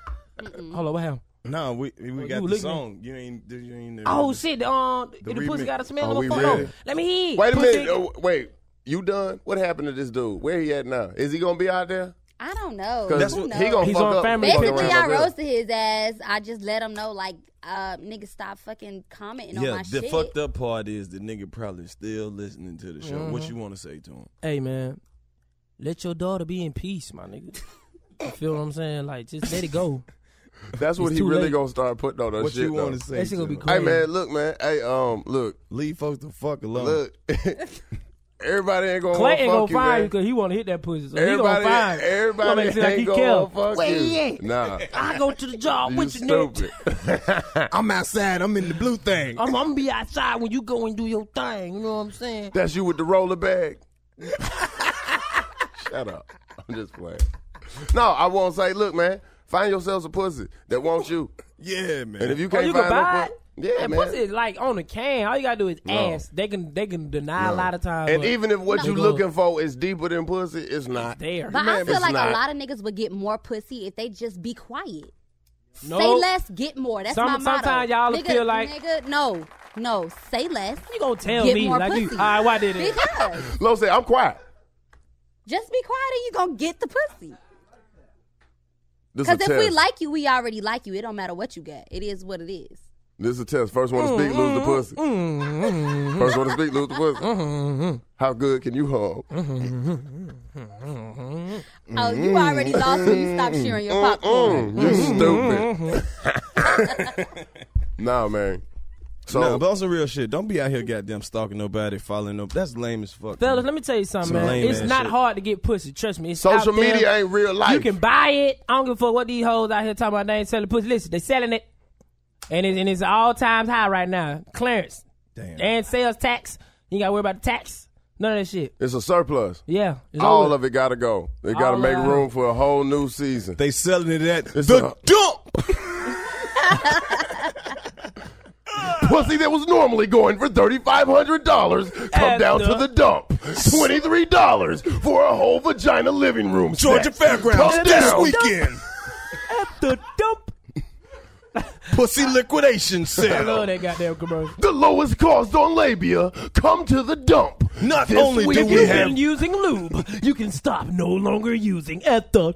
[SPEAKER 4] Hold on, what happened?
[SPEAKER 1] No, we we
[SPEAKER 4] you
[SPEAKER 1] got the
[SPEAKER 4] looking-
[SPEAKER 1] song. You ain't you ain't.
[SPEAKER 4] Oh shit! The, um, the, pussy
[SPEAKER 2] remix.
[SPEAKER 4] got a smell
[SPEAKER 2] Are
[SPEAKER 4] on
[SPEAKER 2] we
[SPEAKER 4] the phone.
[SPEAKER 2] ready?
[SPEAKER 4] Let me hear. it.
[SPEAKER 2] Wait a
[SPEAKER 4] Pussy-
[SPEAKER 2] minute. Oh, wait. You done? What happened to this dude? Where he at now? Is he gonna be out there?
[SPEAKER 6] I don't
[SPEAKER 4] Oh,
[SPEAKER 6] know.
[SPEAKER 2] 'Cause
[SPEAKER 6] Who
[SPEAKER 2] he
[SPEAKER 6] knows?
[SPEAKER 2] gonna fuck up. fuck
[SPEAKER 6] Basically,
[SPEAKER 2] around
[SPEAKER 6] I
[SPEAKER 2] up there.
[SPEAKER 6] roasted his ass. I just let him know, like, uh, nigga, stop fucking commenting on
[SPEAKER 1] yeah,
[SPEAKER 6] my
[SPEAKER 1] the
[SPEAKER 6] shit.
[SPEAKER 1] fucked up part is the nigga probably still listening to the show. What
[SPEAKER 4] Mhm.
[SPEAKER 1] you want to say to him?
[SPEAKER 4] Hey man, let your daughter be in peace, my nigga. You feel what I'm saying? Like, just let it go.
[SPEAKER 2] That's what
[SPEAKER 4] It's
[SPEAKER 2] he
[SPEAKER 4] too
[SPEAKER 2] really
[SPEAKER 4] late.
[SPEAKER 2] gonna start putting on us.
[SPEAKER 1] What
[SPEAKER 2] shit,
[SPEAKER 1] you wanna
[SPEAKER 2] though.
[SPEAKER 1] say That shit gonna to be him?
[SPEAKER 2] Hey
[SPEAKER 1] crazy.
[SPEAKER 2] man, look, man. Hey, um, look.
[SPEAKER 1] Leave folks the fuck alone.
[SPEAKER 2] Look, everybody ain't gonna
[SPEAKER 4] Clay ain't
[SPEAKER 2] wanna
[SPEAKER 4] gonna
[SPEAKER 2] fuck you,
[SPEAKER 4] find you
[SPEAKER 2] man.
[SPEAKER 4] because he want to hit that pussy. So
[SPEAKER 2] Everybody-
[SPEAKER 4] he gonna find. you.
[SPEAKER 2] everybody
[SPEAKER 4] He gonna make it seem
[SPEAKER 2] ain't
[SPEAKER 4] like
[SPEAKER 2] gonna
[SPEAKER 4] he killed.
[SPEAKER 2] fuck
[SPEAKER 4] Where
[SPEAKER 2] you.
[SPEAKER 4] he at?
[SPEAKER 2] Nah.
[SPEAKER 4] I go to the job with you, nigga.
[SPEAKER 2] stupid.
[SPEAKER 1] I'm outside. I'm in the blue thing.
[SPEAKER 4] I'm, I'm gonna be outside when you go and do your thing. You know what I'm saying?
[SPEAKER 2] That's you with the roller bag. Shut up. I'm just playing. No, I won't say. Look, man, find yourselves a pussy that wants you.
[SPEAKER 1] Yeah, man.
[SPEAKER 2] And if you
[SPEAKER 4] Or
[SPEAKER 2] can't
[SPEAKER 4] Oh, you
[SPEAKER 2] find
[SPEAKER 4] can
[SPEAKER 2] no
[SPEAKER 4] buy
[SPEAKER 2] pussy,
[SPEAKER 4] it.
[SPEAKER 2] yeah,
[SPEAKER 4] and
[SPEAKER 2] man.
[SPEAKER 4] pussy is like on the can. All you gotta do is
[SPEAKER 2] No.
[SPEAKER 4] ask. They can they can deny a lot of times.
[SPEAKER 2] And
[SPEAKER 4] but
[SPEAKER 2] even if what
[SPEAKER 4] they
[SPEAKER 2] you
[SPEAKER 4] go-
[SPEAKER 2] looking for is deeper than pussy, it's not
[SPEAKER 4] there.
[SPEAKER 6] But I feel like a lot of niggas would get more pussy if they just be quiet.
[SPEAKER 4] No.
[SPEAKER 6] Say less, get more. That's
[SPEAKER 4] Some-
[SPEAKER 6] my motto.
[SPEAKER 4] sometimes y'all
[SPEAKER 6] nigga,
[SPEAKER 4] feel like-
[SPEAKER 6] nigga, no, no, say less.
[SPEAKER 4] You gonna tell
[SPEAKER 6] get
[SPEAKER 4] me
[SPEAKER 6] more
[SPEAKER 4] like
[SPEAKER 6] pussy.
[SPEAKER 4] you? All right, why did it?
[SPEAKER 6] Because
[SPEAKER 2] Lo said, I'm quiet.
[SPEAKER 6] just be quiet and you gonna get the pussy.
[SPEAKER 2] This
[SPEAKER 6] Because
[SPEAKER 2] a
[SPEAKER 6] if
[SPEAKER 2] test.
[SPEAKER 6] we like you, we already like you. It don't matter what you got. It is what it is.
[SPEAKER 2] this is a test. First one to speak, lose the
[SPEAKER 6] Mm-hmm.
[SPEAKER 2] pussy. First one to speak, lose the
[SPEAKER 6] Mm-hmm.
[SPEAKER 2] pussy. How good can you hug?
[SPEAKER 6] Oh,
[SPEAKER 2] Mm-hmm.
[SPEAKER 6] you already lost when you stopped sharing your popcorn.
[SPEAKER 2] You stupid.
[SPEAKER 6] Mm-hmm.
[SPEAKER 2] nah, man.
[SPEAKER 1] So,
[SPEAKER 2] So
[SPEAKER 1] no, but on some real shit. Don't be out here goddamn stalking nobody, following up. That's lame as fuck.
[SPEAKER 4] Fellas, let me tell you something,
[SPEAKER 1] Some
[SPEAKER 4] man.
[SPEAKER 1] lame
[SPEAKER 4] It's
[SPEAKER 1] ass
[SPEAKER 4] not
[SPEAKER 1] shit.
[SPEAKER 4] hard to get pussy. Trust me. It's
[SPEAKER 1] Social
[SPEAKER 4] out there.
[SPEAKER 1] media ain't real
[SPEAKER 4] You
[SPEAKER 1] life.
[SPEAKER 4] can buy it. I don't give a fuck what these hoes out here talking about. They ain't selling pussy. Listen, they selling it, and it's, and it's all times high right now. Clearance
[SPEAKER 1] Damn.
[SPEAKER 4] and sales tax. You got to worry about the tax. None of that shit.
[SPEAKER 2] It's a surplus.
[SPEAKER 4] Yeah. it's
[SPEAKER 2] All
[SPEAKER 4] over.
[SPEAKER 2] of it got to go. They got to
[SPEAKER 4] All
[SPEAKER 2] make
[SPEAKER 4] of it.
[SPEAKER 2] room for a whole new season.
[SPEAKER 1] They selling it at the dump.
[SPEAKER 2] pussy that was normally going for $3,500 come
[SPEAKER 11] At
[SPEAKER 2] down
[SPEAKER 11] the-
[SPEAKER 2] to the dump. $23 for a whole vagina living room.
[SPEAKER 11] Georgia
[SPEAKER 2] snack.
[SPEAKER 11] Fairgrounds
[SPEAKER 2] Come
[SPEAKER 11] this
[SPEAKER 2] down.
[SPEAKER 11] weekend.
[SPEAKER 2] Pussy liquidation
[SPEAKER 4] I love that goddamn commercial.
[SPEAKER 2] The lowest cost on labia. Come to the dump.
[SPEAKER 4] Not
[SPEAKER 2] This
[SPEAKER 4] only do we
[SPEAKER 2] weekend.
[SPEAKER 4] have been using lube, you can stop no longer using at the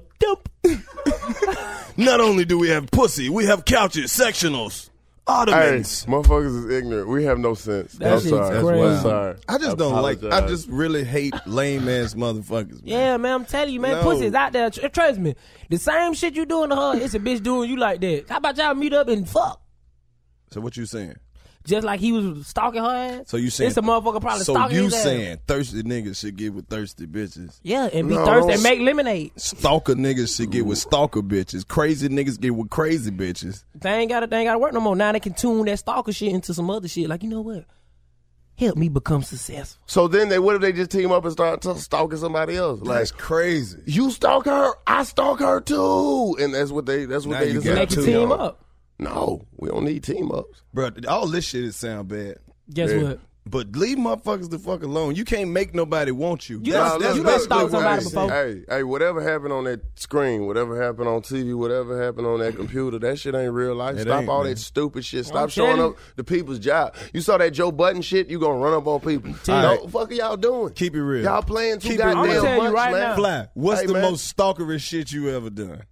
[SPEAKER 7] Not only do we have pussy, we have couches, sectionals, ottomans.
[SPEAKER 2] Hey, motherfuckers is ignorant. We have no sense. I'm sorry. I'm sorry.
[SPEAKER 1] I just don't like. I
[SPEAKER 2] apologize.
[SPEAKER 1] just really hate lame ass motherfuckers.
[SPEAKER 4] Yeah, man, I'm telling you, man,
[SPEAKER 1] No.
[SPEAKER 4] pussy's out there. Tr- Trust me, the same shit you doing to her, it's a bitch doing you like that. How about y'all meet up and fuck?
[SPEAKER 1] So what you saying?
[SPEAKER 4] Just like he was stalking her ass.
[SPEAKER 1] So you saying
[SPEAKER 4] it's a motherfucker probably
[SPEAKER 1] So
[SPEAKER 4] stalking
[SPEAKER 1] you
[SPEAKER 4] his ass.
[SPEAKER 1] saying thirsty niggas should get with thirsty bitches?
[SPEAKER 4] Yeah, and be thirsty and make lemonade.
[SPEAKER 1] Stalker niggas should get with stalker bitches. Crazy niggas get with crazy bitches.
[SPEAKER 4] They ain't gotta, they ain't gotta work no more. Now they can tune that stalker shit into some other shit. Like you know what? Help me become successful.
[SPEAKER 2] So then they what if they just team up and start t- stalking somebody else? Like
[SPEAKER 1] That's crazy.
[SPEAKER 2] You stalk her, I stalk her too, and that's what they that's what
[SPEAKER 1] Now
[SPEAKER 2] they
[SPEAKER 1] you
[SPEAKER 2] decide
[SPEAKER 1] got
[SPEAKER 2] to
[SPEAKER 1] two,
[SPEAKER 2] do.
[SPEAKER 1] y'all.
[SPEAKER 2] No, we don't need team ups.
[SPEAKER 1] Bro, all this shit is sound bad.
[SPEAKER 2] Guess
[SPEAKER 1] Yeah.
[SPEAKER 2] what?
[SPEAKER 1] But leave motherfuckers the fuck alone. You can't make nobody want you.
[SPEAKER 2] Hey, hey, whatever happened on that screen, whatever happened on TV, whatever happened on that computer, that shit ain't real life.
[SPEAKER 1] It
[SPEAKER 2] Stop
[SPEAKER 1] ain't,
[SPEAKER 2] all
[SPEAKER 1] man.
[SPEAKER 2] that stupid shit. Stop
[SPEAKER 1] I'm
[SPEAKER 2] showing
[SPEAKER 1] telling
[SPEAKER 2] up the people's job. You saw that Joe Button shit, you gonna run up on people. No,
[SPEAKER 1] Alright.
[SPEAKER 2] fuck are y'all doing?
[SPEAKER 1] Keep it real.
[SPEAKER 2] Y'all playing too
[SPEAKER 1] Keep it
[SPEAKER 2] goddamn
[SPEAKER 1] real.
[SPEAKER 2] much, man.
[SPEAKER 1] Fly, what's
[SPEAKER 2] Hey,
[SPEAKER 1] the
[SPEAKER 2] man.
[SPEAKER 1] most stalkerish shit you ever done?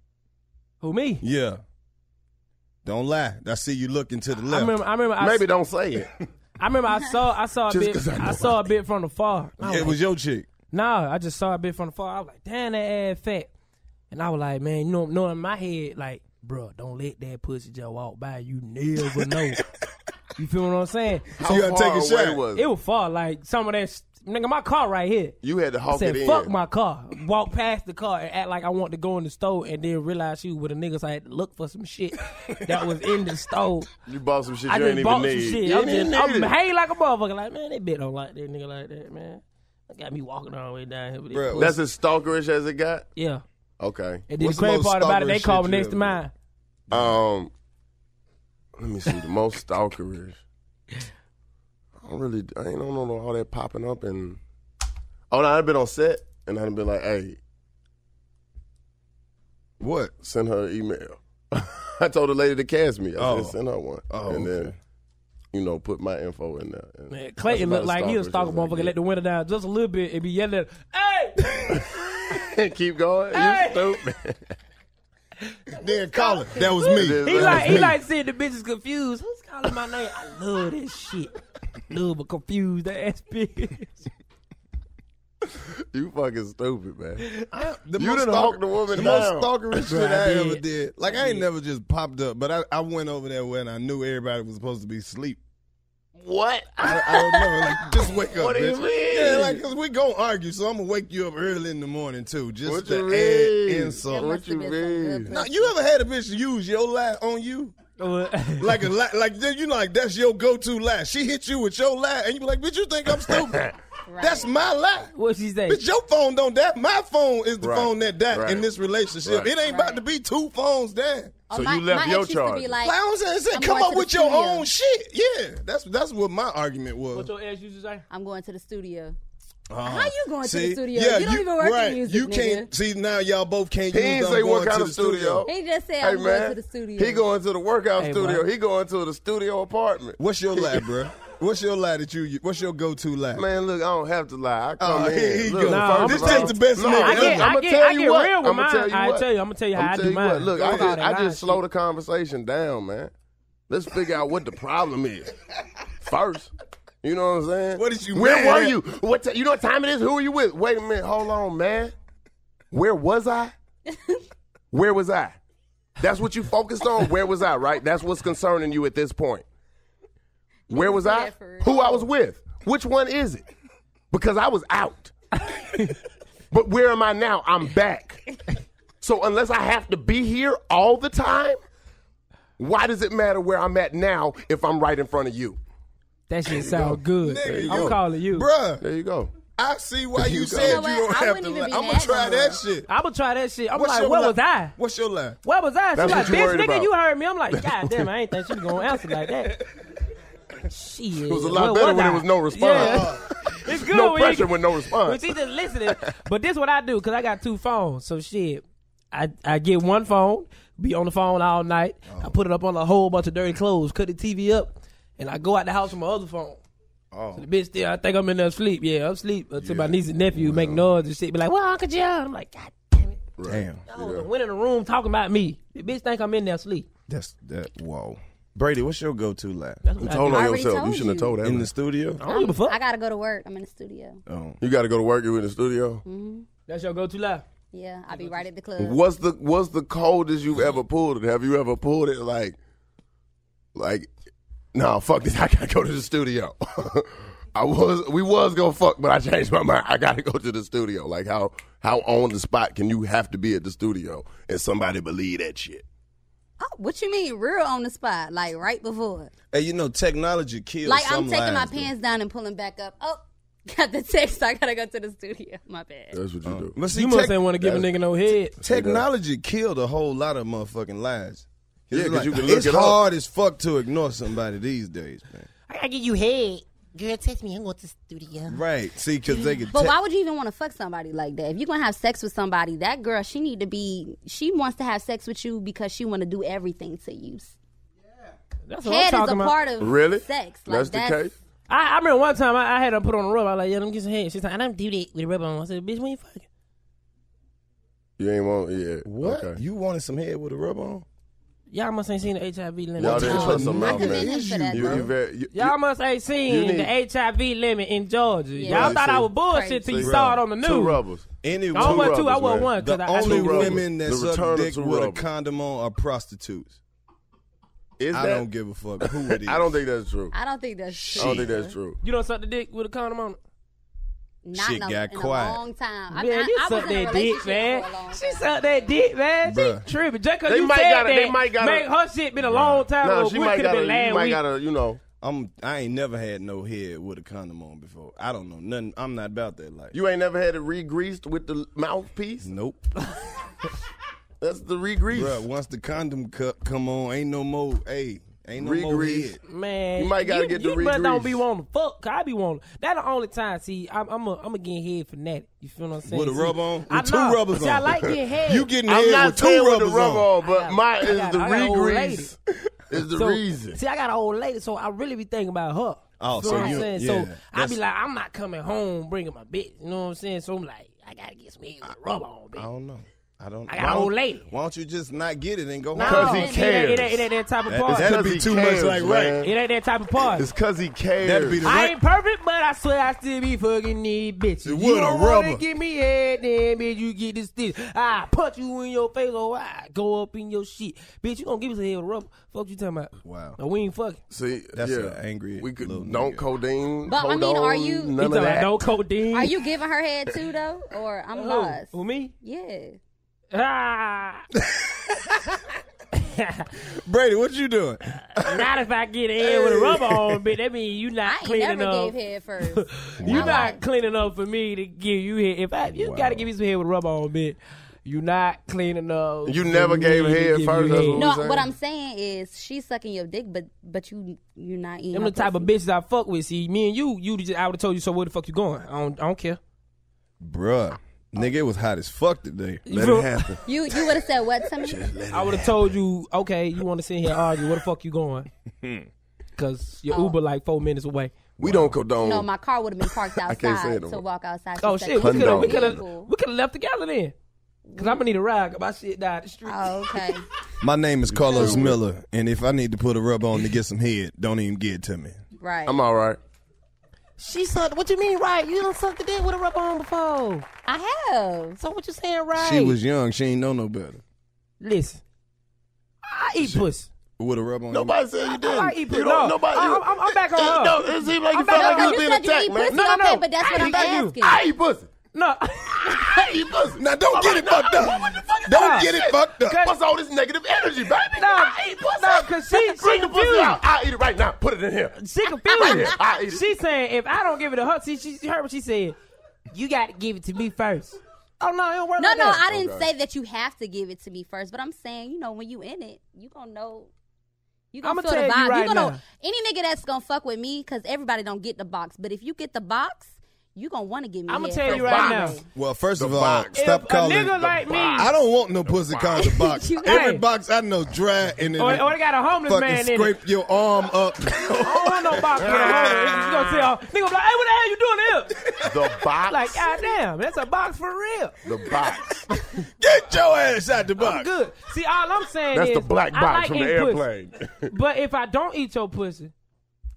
[SPEAKER 4] Who me?
[SPEAKER 1] Yeah. Don't lie. I see you looking to the left.
[SPEAKER 4] remember- I remember I Maybe s- don't say it. I remember I saw, I saw a
[SPEAKER 1] Just
[SPEAKER 4] bit,
[SPEAKER 1] 'cause I know
[SPEAKER 4] I, saw a bit from the far. I
[SPEAKER 1] it
[SPEAKER 4] like,
[SPEAKER 1] was your chick.
[SPEAKER 4] Nah, I just saw a bit from the far. I was like, damn, that ass fat. And I was like, man, you know, knowing my head, like, bro, don't let that pussy just walk by. You never know. you feel what I'm saying?
[SPEAKER 2] How You gotta far take a away shot. was it?
[SPEAKER 4] It was far. Like some of that, s- nigga, my car right here.
[SPEAKER 2] You had to
[SPEAKER 4] I
[SPEAKER 2] hawk
[SPEAKER 4] said,
[SPEAKER 2] it in.
[SPEAKER 4] fuck my car. Walk past the car and act like I want to go in the store and then realize she was with a nigga, so I had to look for some shit that was in the store.
[SPEAKER 2] You bought some shit
[SPEAKER 4] I
[SPEAKER 2] you
[SPEAKER 4] just
[SPEAKER 2] ain't
[SPEAKER 4] bought
[SPEAKER 2] even
[SPEAKER 4] some
[SPEAKER 2] need.
[SPEAKER 4] shit.
[SPEAKER 2] You ain't
[SPEAKER 4] I'm
[SPEAKER 2] even
[SPEAKER 4] just, I'm
[SPEAKER 2] need it.
[SPEAKER 4] hanging like a motherfucker. Like, man, they bit don't like that nigga like that, man. That got me walking all the way down here. with this pussy.
[SPEAKER 2] That's as stalkerish as it got.
[SPEAKER 4] Yeah.
[SPEAKER 2] Okay.
[SPEAKER 4] And then the crazy part about it, they call me next to mine.
[SPEAKER 2] Um, let me see. The most stalkerish. I don't really. I ain't don't know all that popping up and. Oh no, I've been on set and I've been like, hey.
[SPEAKER 1] What?
[SPEAKER 2] Send her an email. I told the lady to cast me. I
[SPEAKER 1] Oh.
[SPEAKER 2] said, send her one.
[SPEAKER 1] Oh,
[SPEAKER 2] and then, you know, put my info in there. And
[SPEAKER 4] Man,
[SPEAKER 2] that's
[SPEAKER 4] Clayton
[SPEAKER 2] about
[SPEAKER 4] looked
[SPEAKER 2] as
[SPEAKER 4] like he was
[SPEAKER 2] stalkerish
[SPEAKER 4] stalking
[SPEAKER 2] as I
[SPEAKER 4] motherfucker.
[SPEAKER 2] get.
[SPEAKER 4] Let the window down just a little bit and be yelling at
[SPEAKER 2] Keep going.
[SPEAKER 4] Hey!
[SPEAKER 2] You stupid.
[SPEAKER 1] then call it. That was me.
[SPEAKER 4] He like he like seeing the bitches confused. Who's calling my name? I love this shit. Love but confused ass bitch.
[SPEAKER 2] You fucking stupid, man.
[SPEAKER 1] I-
[SPEAKER 2] You
[SPEAKER 1] most
[SPEAKER 2] done
[SPEAKER 1] stalk-
[SPEAKER 2] hawked the woman
[SPEAKER 1] The
[SPEAKER 2] down.
[SPEAKER 1] most stalkerish
[SPEAKER 2] Bro,
[SPEAKER 1] shit
[SPEAKER 2] I
[SPEAKER 1] I,
[SPEAKER 2] did.
[SPEAKER 1] ever did. Like I,
[SPEAKER 2] I
[SPEAKER 1] ain't
[SPEAKER 2] did.
[SPEAKER 1] never just popped up, but I, I went over there when I knew everybody was supposed to be asleep.
[SPEAKER 2] What?
[SPEAKER 1] I, I don't know. Like just wake up.
[SPEAKER 11] What do you
[SPEAKER 1] bitch.
[SPEAKER 11] mean?
[SPEAKER 1] Yeah, like 'cause we gonna argue, so I'm gonna wake you up early in the morning too, just
[SPEAKER 2] What
[SPEAKER 1] to
[SPEAKER 2] you
[SPEAKER 1] add
[SPEAKER 2] mean?
[SPEAKER 1] insult.
[SPEAKER 2] That must What have you been some good mean?
[SPEAKER 1] Nah, you ever had a bitch use your lie on you? like a lie, like you know, like that's your go-to lie. She hit you with your lie, and you be like, "Bitch, you think I'm stupid? That's my lie."
[SPEAKER 4] What she say?
[SPEAKER 1] Bitch, your phone don't die. My phone is the
[SPEAKER 2] Right.
[SPEAKER 1] phone that died
[SPEAKER 2] Right.
[SPEAKER 1] in this relationship.
[SPEAKER 2] Right.
[SPEAKER 1] It ain't about to be two phones down.
[SPEAKER 2] So Oh, my- you left my your ex used to be charger. like,
[SPEAKER 1] Like, I'm saying, saying,
[SPEAKER 2] "I'm
[SPEAKER 1] come
[SPEAKER 2] going
[SPEAKER 1] up
[SPEAKER 2] to the
[SPEAKER 1] with your
[SPEAKER 2] studio."
[SPEAKER 1] own shit. Yeah, that's that's what my argument was.
[SPEAKER 4] your ass used to say?
[SPEAKER 6] I'm going to the studio.
[SPEAKER 1] Uh-huh.
[SPEAKER 6] How you going to the
[SPEAKER 1] See?
[SPEAKER 6] studio? You don't even work in music,
[SPEAKER 1] You
[SPEAKER 6] nigga.
[SPEAKER 1] can't see now. Y'all both can't.
[SPEAKER 2] He
[SPEAKER 1] use
[SPEAKER 2] ain't
[SPEAKER 1] I'm
[SPEAKER 2] say what
[SPEAKER 1] going
[SPEAKER 2] kind
[SPEAKER 1] to
[SPEAKER 2] of
[SPEAKER 1] the
[SPEAKER 2] studio.
[SPEAKER 6] He just said,
[SPEAKER 2] Hey, man.
[SPEAKER 6] I'm going to the studio.
[SPEAKER 2] He going to the workout
[SPEAKER 1] Hey,
[SPEAKER 2] studio.
[SPEAKER 1] what?
[SPEAKER 2] He going to the studio apartment.
[SPEAKER 1] What's your lie, bro? What's your lie that you? What's your go-to lie?
[SPEAKER 2] Man, look, I don't have to lie. I come
[SPEAKER 1] Oh,
[SPEAKER 2] in.
[SPEAKER 1] here he
[SPEAKER 2] Look,
[SPEAKER 1] go. Nah,
[SPEAKER 2] first
[SPEAKER 1] this
[SPEAKER 2] of
[SPEAKER 1] is
[SPEAKER 2] all-
[SPEAKER 1] the best
[SPEAKER 2] No,
[SPEAKER 1] nigga
[SPEAKER 2] I
[SPEAKER 1] ever.
[SPEAKER 2] get-
[SPEAKER 1] I
[SPEAKER 2] I'ma
[SPEAKER 1] get-
[SPEAKER 2] tell
[SPEAKER 1] I
[SPEAKER 2] you
[SPEAKER 1] get
[SPEAKER 2] what.
[SPEAKER 1] real with
[SPEAKER 2] I'ma
[SPEAKER 1] mine.
[SPEAKER 2] Tell you
[SPEAKER 1] I
[SPEAKER 2] what.
[SPEAKER 1] tell you, I'ma tell you how
[SPEAKER 2] I'ma
[SPEAKER 1] I do
[SPEAKER 2] tell you what.
[SPEAKER 1] mine.
[SPEAKER 2] Look,
[SPEAKER 1] Fuck all
[SPEAKER 2] I just,
[SPEAKER 1] that
[SPEAKER 2] I
[SPEAKER 1] lying
[SPEAKER 2] just slow the conversation down, man. Let's figure out what the problem is first. You know what I'm saying? What
[SPEAKER 1] did you?
[SPEAKER 2] Where
[SPEAKER 1] mad
[SPEAKER 2] were
[SPEAKER 1] at?
[SPEAKER 2] you? What? ti- you know what time it is? Who are you with? Wait a minute. Hold on, man. Where was I? Where was I? That's what you focused on. Where was I? Right. That's what's concerning you at this point. Where was I? Who I was with? Which one is it? Because I was out. but where am I now? I'm back. So unless I have to be here all the time, why does it matter where I'm at now if I'm right in front of you?
[SPEAKER 4] That shit sound good.
[SPEAKER 2] There you
[SPEAKER 4] I'm
[SPEAKER 2] go.
[SPEAKER 4] calling you.
[SPEAKER 1] Bruh.
[SPEAKER 2] There you go.
[SPEAKER 1] I see why
[SPEAKER 2] There you
[SPEAKER 1] you
[SPEAKER 2] go.
[SPEAKER 1] said
[SPEAKER 2] You
[SPEAKER 1] you,
[SPEAKER 2] know what?
[SPEAKER 1] don't
[SPEAKER 2] I
[SPEAKER 1] have
[SPEAKER 2] wouldn't
[SPEAKER 1] to
[SPEAKER 2] even
[SPEAKER 1] lie.
[SPEAKER 2] be
[SPEAKER 1] I'm gonna
[SPEAKER 2] mad
[SPEAKER 1] try
[SPEAKER 2] no more.
[SPEAKER 1] that shit.
[SPEAKER 4] I'm gonna try that shit. I'm
[SPEAKER 1] What's
[SPEAKER 4] like,
[SPEAKER 1] your
[SPEAKER 4] where
[SPEAKER 1] lie?
[SPEAKER 4] was I?
[SPEAKER 1] What's your lie?
[SPEAKER 4] Where was I? She
[SPEAKER 1] That's
[SPEAKER 4] like,
[SPEAKER 1] what you
[SPEAKER 4] bitch,
[SPEAKER 1] worried
[SPEAKER 4] nigga,
[SPEAKER 1] about.
[SPEAKER 4] you heard me. I'm like, god damn, I ain't think she was gonna answer like that. Shit.
[SPEAKER 2] It was a lot
[SPEAKER 4] Where
[SPEAKER 2] better when
[SPEAKER 4] I?
[SPEAKER 2] it was no
[SPEAKER 4] Yeah.
[SPEAKER 2] response. Uh-huh.
[SPEAKER 4] it's good.
[SPEAKER 2] No
[SPEAKER 4] when you-
[SPEAKER 2] pressure with no response.
[SPEAKER 4] But you just listening. but this what I do because I got two phones. So shit, I I get one phone, be on the phone all night. I put it up on a whole bunch of dirty clothes, cut the TV up, and I go out the house with my other phone.
[SPEAKER 2] Oh.
[SPEAKER 4] So the bitch still, I think I'm in there asleep. Yeah, I'm asleep until my niece and nephew make noise and shit. Be like, well, Uncle John. I'm like, God
[SPEAKER 1] Damn.
[SPEAKER 4] no,
[SPEAKER 2] Uh.
[SPEAKER 4] the went in the room talking about me. The bitch think I'm in there asleep.
[SPEAKER 1] That's that. Whoa. Brady, what's your go-to laugh?
[SPEAKER 4] That's what I Told do. on
[SPEAKER 6] I already yourself. You told shouldn't have you. told that
[SPEAKER 1] In
[SPEAKER 2] one.
[SPEAKER 1] the studio.
[SPEAKER 4] I don't give a fuck.
[SPEAKER 6] I gotta go to work. I'm in the studio.
[SPEAKER 2] You got to go to work. You in the studio.
[SPEAKER 6] hmm
[SPEAKER 4] That's your go-to laugh.
[SPEAKER 6] Yeah, I'll be right at the club.
[SPEAKER 2] What's the What's the coldest you've ever pulled it? Have you ever pulled it like, like, nah, fuck this. I gotta go to the studio. I was we was gonna fuck, but I changed my mind. I gotta go to the studio. Like how how on the spot can you have to be at the studio and somebody believe that shit?
[SPEAKER 6] Oh, what you mean, real on the spot, like right before?
[SPEAKER 1] Hey, you know technology kills.
[SPEAKER 6] like I'm
[SPEAKER 1] some
[SPEAKER 6] taking my
[SPEAKER 1] lives, though.
[SPEAKER 6] pants down and pulling back up. Oh, got the text. I gotta go to the studio. My bad.
[SPEAKER 2] That's what you
[SPEAKER 4] Uh,
[SPEAKER 2] do.
[SPEAKER 1] But see,
[SPEAKER 4] You must
[SPEAKER 1] tech-
[SPEAKER 4] ain't wanna give a nigga no head.
[SPEAKER 1] Technology killed a whole lot of motherfucking lies.
[SPEAKER 2] Yeah, 'cause you can look
[SPEAKER 1] it's
[SPEAKER 2] it up.
[SPEAKER 1] hard as fuck to ignore somebody these days, man.
[SPEAKER 12] I gotta give you head. Girl, text me. I'm going to the studio.
[SPEAKER 1] Right? See, because they can.
[SPEAKER 6] But
[SPEAKER 1] te-
[SPEAKER 6] why would you even want to fuck somebody like that? If you're gonna have sex with somebody, that girl, she need to be. She wants to have sex with you because she want to do everything to you.
[SPEAKER 4] That's what I'm
[SPEAKER 6] Head is a
[SPEAKER 4] talking about.
[SPEAKER 6] part of sex. Like, that's,
[SPEAKER 4] I, I remember one time I, I had her put on a rub. I was like, yeah, let me get some head. She's like, I don't do that with a rub on. I said, bitch, when you fucking?
[SPEAKER 2] You ain't want yeah.
[SPEAKER 1] What?
[SPEAKER 2] Okay.
[SPEAKER 1] You wanted some head with a rub on?
[SPEAKER 4] Y'all must ain't seen the HIV limit.
[SPEAKER 2] Y'all didn't trust them out,
[SPEAKER 4] Y'all
[SPEAKER 2] man. You- you very- you-
[SPEAKER 4] must ain't
[SPEAKER 2] You
[SPEAKER 4] seen
[SPEAKER 2] need-
[SPEAKER 4] the HIV limit in Georgia.
[SPEAKER 2] Yeah.
[SPEAKER 4] Y'all thought I was bullshit till you saw it on the news.
[SPEAKER 2] Two rubbers.
[SPEAKER 1] Any
[SPEAKER 4] I don't want two, I want Oh, one. 'cause
[SPEAKER 1] The
[SPEAKER 4] I, I
[SPEAKER 1] only
[SPEAKER 4] knew-
[SPEAKER 1] women that
[SPEAKER 2] The return
[SPEAKER 1] suck
[SPEAKER 2] of
[SPEAKER 1] dick
[SPEAKER 2] two
[SPEAKER 1] with a
[SPEAKER 2] rubbers.
[SPEAKER 1] condom on are prostitutes.
[SPEAKER 2] Is
[SPEAKER 1] I
[SPEAKER 2] that-
[SPEAKER 1] don't give a fuck who it is.
[SPEAKER 2] I don't think that's true.
[SPEAKER 6] I don't think that's. True.
[SPEAKER 2] I don't think that's true.
[SPEAKER 4] You don't suck the dick with a condom on it.
[SPEAKER 6] Not
[SPEAKER 2] Shit
[SPEAKER 6] in a,
[SPEAKER 2] got
[SPEAKER 6] in
[SPEAKER 2] quiet.
[SPEAKER 6] a long time. I
[SPEAKER 4] Yeah,
[SPEAKER 6] mean, I-
[SPEAKER 4] you
[SPEAKER 6] I,
[SPEAKER 4] suck
[SPEAKER 6] was in a
[SPEAKER 4] that dick,
[SPEAKER 6] relationship.
[SPEAKER 4] man. She sucked that dick, man.
[SPEAKER 2] Bruh.
[SPEAKER 4] She tripping. Just cause
[SPEAKER 2] They
[SPEAKER 4] you
[SPEAKER 2] might
[SPEAKER 4] said
[SPEAKER 2] gotta-
[SPEAKER 4] that,
[SPEAKER 2] they might gotta-
[SPEAKER 4] make her shit been a long time.
[SPEAKER 2] Nah,
[SPEAKER 4] ago.
[SPEAKER 2] she
[SPEAKER 4] We
[SPEAKER 2] might
[SPEAKER 4] coulda
[SPEAKER 2] gotta-
[SPEAKER 4] been last
[SPEAKER 2] you might
[SPEAKER 4] week.
[SPEAKER 2] gotta, you know.
[SPEAKER 1] I'm. I ain't never had no head with a condom on before. I don't know nothing. I'm not about that life.
[SPEAKER 2] You ain't never had it re-greased with the mouthpiece?
[SPEAKER 1] Nope.
[SPEAKER 2] That's the re-grease.
[SPEAKER 1] Bruh, once the condom cu- come on, ain't no more. Hey, ain't no more
[SPEAKER 2] Re-grease.
[SPEAKER 1] head.
[SPEAKER 4] Man,
[SPEAKER 1] You might gotta
[SPEAKER 4] you,
[SPEAKER 1] get the
[SPEAKER 4] you must don't
[SPEAKER 1] re-grease.
[SPEAKER 4] be wanting to fuck. 'cause I be wanting. That the only time. See, I'm I'm a, I'm a getting head fanatic. You feel what I'm saying?
[SPEAKER 1] With a
[SPEAKER 4] See,
[SPEAKER 1] rub on?
[SPEAKER 4] I
[SPEAKER 1] With two
[SPEAKER 4] know.
[SPEAKER 1] rubbers
[SPEAKER 4] See, I
[SPEAKER 1] on.
[SPEAKER 4] like getting head.
[SPEAKER 1] You getting
[SPEAKER 2] I'm
[SPEAKER 1] head
[SPEAKER 2] not
[SPEAKER 1] with two
[SPEAKER 2] saying with the
[SPEAKER 1] rubbers
[SPEAKER 2] rubber
[SPEAKER 1] on.
[SPEAKER 2] on, but mine
[SPEAKER 4] I
[SPEAKER 2] is
[SPEAKER 4] got-
[SPEAKER 2] the
[SPEAKER 4] I got an old
[SPEAKER 2] re-grease. Is the
[SPEAKER 4] So,
[SPEAKER 2] reason.
[SPEAKER 4] See, I got an old lady, so I really be thinking about her.
[SPEAKER 1] Oh,
[SPEAKER 4] Feel
[SPEAKER 1] so
[SPEAKER 4] what I'm
[SPEAKER 1] you-
[SPEAKER 4] saying?
[SPEAKER 1] yeah,
[SPEAKER 4] so I be
[SPEAKER 1] that's-
[SPEAKER 4] like, I'm not coming home bringing my bitch. You know what I'm saying? So I'm like, I gotta get some head with a rub on.
[SPEAKER 1] I don't know. I don't.
[SPEAKER 4] I got
[SPEAKER 1] why
[SPEAKER 4] an old
[SPEAKER 1] don't-
[SPEAKER 4] lady.
[SPEAKER 1] Why don't you just not get it and go
[SPEAKER 4] No,
[SPEAKER 1] home?
[SPEAKER 4] it ain't- It ain't, it ain't that type of
[SPEAKER 1] That-
[SPEAKER 4] party.
[SPEAKER 1] that'd be Because he too much cares, like man. right.
[SPEAKER 4] It ain't that type of party.
[SPEAKER 2] It's cause he cares.
[SPEAKER 1] That'd be the
[SPEAKER 4] I
[SPEAKER 1] right.
[SPEAKER 4] ain't perfect, but I swear I still be fucking these bitches.
[SPEAKER 1] With
[SPEAKER 4] you
[SPEAKER 1] a
[SPEAKER 4] don't wanna
[SPEAKER 1] rubber.
[SPEAKER 4] give me head, then bitch, you get this stitch. I punch you in your face or I go up in your shit. Bitch, you gonna give us a head with a rubber. Fuck you talking about.
[SPEAKER 1] Wow.
[SPEAKER 4] No, we ain't fucking.
[SPEAKER 2] See,
[SPEAKER 1] That's
[SPEAKER 2] yeah.
[SPEAKER 1] an angry
[SPEAKER 2] We could don't codeine.
[SPEAKER 6] But, I mean, are
[SPEAKER 2] codone,
[SPEAKER 6] you-
[SPEAKER 2] none
[SPEAKER 4] He
[SPEAKER 2] of
[SPEAKER 4] talking
[SPEAKER 2] that?
[SPEAKER 4] about no codeine.
[SPEAKER 6] Are you giving her head too though, or I'm lost?
[SPEAKER 4] Oh, Who, me?
[SPEAKER 6] Yeah.
[SPEAKER 4] Ah,
[SPEAKER 1] Brady, what you doing?
[SPEAKER 4] not if I get a head with a rubber on, bitch. That mean you not
[SPEAKER 6] I ain't
[SPEAKER 4] cleaning
[SPEAKER 6] never
[SPEAKER 4] up.
[SPEAKER 6] gave head first.
[SPEAKER 4] You not cleaning up for me to give you head. If I, you gotta give me some head with a rubber on, bitch. You not cleaning up.
[SPEAKER 2] You
[SPEAKER 4] for
[SPEAKER 2] never
[SPEAKER 4] me
[SPEAKER 2] gave
[SPEAKER 4] to
[SPEAKER 2] head
[SPEAKER 4] give
[SPEAKER 2] first,
[SPEAKER 4] you
[SPEAKER 2] that's
[SPEAKER 4] head.
[SPEAKER 2] what
[SPEAKER 6] no, what I'm saying is she's sucking your dick, but but you you're not eating.
[SPEAKER 4] Them
[SPEAKER 6] her
[SPEAKER 4] the type of bitches I fuck with. See, me and you, you just I would have told you. So where the fuck you going? I don't, I don't care.
[SPEAKER 1] Bruh, nigga, it was hot as fuck today.
[SPEAKER 4] You
[SPEAKER 1] Let
[SPEAKER 4] feel-
[SPEAKER 1] it happen.
[SPEAKER 6] pussy. You you would have said what to me?
[SPEAKER 4] I would have told you, okay, you want to sit here and argue? Where the fuck you going? Because your Uber like four minutes away.
[SPEAKER 2] We don't condone.
[SPEAKER 6] No, my car would have been parked
[SPEAKER 2] I can't say
[SPEAKER 6] outside
[SPEAKER 2] it no
[SPEAKER 6] to
[SPEAKER 2] more.
[SPEAKER 6] walk outside. to
[SPEAKER 4] Oh
[SPEAKER 6] suck
[SPEAKER 4] shit,
[SPEAKER 6] your
[SPEAKER 4] we could have, we
[SPEAKER 6] dick.
[SPEAKER 4] could have, we could have left together then. Cause I'm gonna need a ride. 'cause my shit died the street.
[SPEAKER 6] Oh, okay.
[SPEAKER 1] My name is Carlos Miller, and if I need to put a rub on to get some head, don't even get it to me.
[SPEAKER 6] Right.
[SPEAKER 2] I'm all right.
[SPEAKER 4] She sucked. What you mean, right? You done sucked the dick with a rubber on before.
[SPEAKER 6] I have.
[SPEAKER 4] So what you saying, right?
[SPEAKER 1] She was young. She ain't know no better.
[SPEAKER 4] Listen, I eat pussy.
[SPEAKER 1] With a rub on.
[SPEAKER 2] Nobody said you didn't.
[SPEAKER 4] I eat pussy.
[SPEAKER 2] You don't-
[SPEAKER 4] No,
[SPEAKER 2] nobody.
[SPEAKER 4] I,
[SPEAKER 2] you-
[SPEAKER 4] I'm, I'm back on
[SPEAKER 2] it,
[SPEAKER 4] her.
[SPEAKER 2] No, it seemed like you
[SPEAKER 4] I'm back
[SPEAKER 2] felt like
[SPEAKER 4] on
[SPEAKER 2] you
[SPEAKER 4] her.
[SPEAKER 2] was being
[SPEAKER 6] said you
[SPEAKER 2] attacked,
[SPEAKER 6] eat
[SPEAKER 2] man.
[SPEAKER 6] pussy, No, no, okay, no. but that's
[SPEAKER 2] I
[SPEAKER 6] what I'm
[SPEAKER 2] eat pussy.
[SPEAKER 6] asking.
[SPEAKER 2] I eat pussy.
[SPEAKER 4] No,
[SPEAKER 2] I eat pussy.
[SPEAKER 1] Now don't get it fucked up. Don't get it fucked up.
[SPEAKER 2] What's all this negative energy, baby? I eat pussy.
[SPEAKER 4] no, 'cause she- she
[SPEAKER 2] Bring the pussy
[SPEAKER 4] confused.
[SPEAKER 2] out. I eat it right now. Put it in here.
[SPEAKER 4] She
[SPEAKER 2] Yeah,
[SPEAKER 4] confused.
[SPEAKER 2] I eat it.
[SPEAKER 4] she saying if I don't give it to her, see, she she heard what she said. You got to give it to me first. Oh no, it don't work
[SPEAKER 6] No,
[SPEAKER 4] like
[SPEAKER 6] no,
[SPEAKER 4] that.
[SPEAKER 6] I didn't say that you have to give it to me first, but I'm saying, you know, when you in it, you gonna know You gonna
[SPEAKER 4] I'ma
[SPEAKER 6] feel the
[SPEAKER 4] tell you
[SPEAKER 6] vibe. You
[SPEAKER 4] right
[SPEAKER 6] gonna
[SPEAKER 4] now.
[SPEAKER 6] any nigga that's gonna fuck with me because everybody don't get the box. But if you get the box, you gonna want to give me.
[SPEAKER 4] I'ma
[SPEAKER 6] head
[SPEAKER 4] tell
[SPEAKER 6] for
[SPEAKER 4] you
[SPEAKER 6] the
[SPEAKER 4] right
[SPEAKER 6] box.
[SPEAKER 4] now.
[SPEAKER 1] Well, first of all, stop
[SPEAKER 4] If a
[SPEAKER 1] calling.
[SPEAKER 4] nigga like me-
[SPEAKER 1] I don't want no pussy kind of box.
[SPEAKER 4] You-
[SPEAKER 1] Every
[SPEAKER 4] Hey.
[SPEAKER 1] box I know dry and it
[SPEAKER 4] Or, or they got a homeless
[SPEAKER 1] fucking
[SPEAKER 4] man in it.
[SPEAKER 1] scrape your arm up.
[SPEAKER 4] I don't want no box with a homeless. It's gonna tell nigga be like, hey, what the hell you doing here?
[SPEAKER 2] The box.
[SPEAKER 4] Like, goddamn, that's a box for real.
[SPEAKER 2] The box.
[SPEAKER 1] Get your ass out the box.
[SPEAKER 4] I'm good. See, all I'm saying
[SPEAKER 2] That's
[SPEAKER 4] is
[SPEAKER 2] the black
[SPEAKER 4] I
[SPEAKER 2] box
[SPEAKER 4] like
[SPEAKER 2] from the
[SPEAKER 4] eating pussy.
[SPEAKER 2] airplane.
[SPEAKER 4] But if I don't eat your pussy,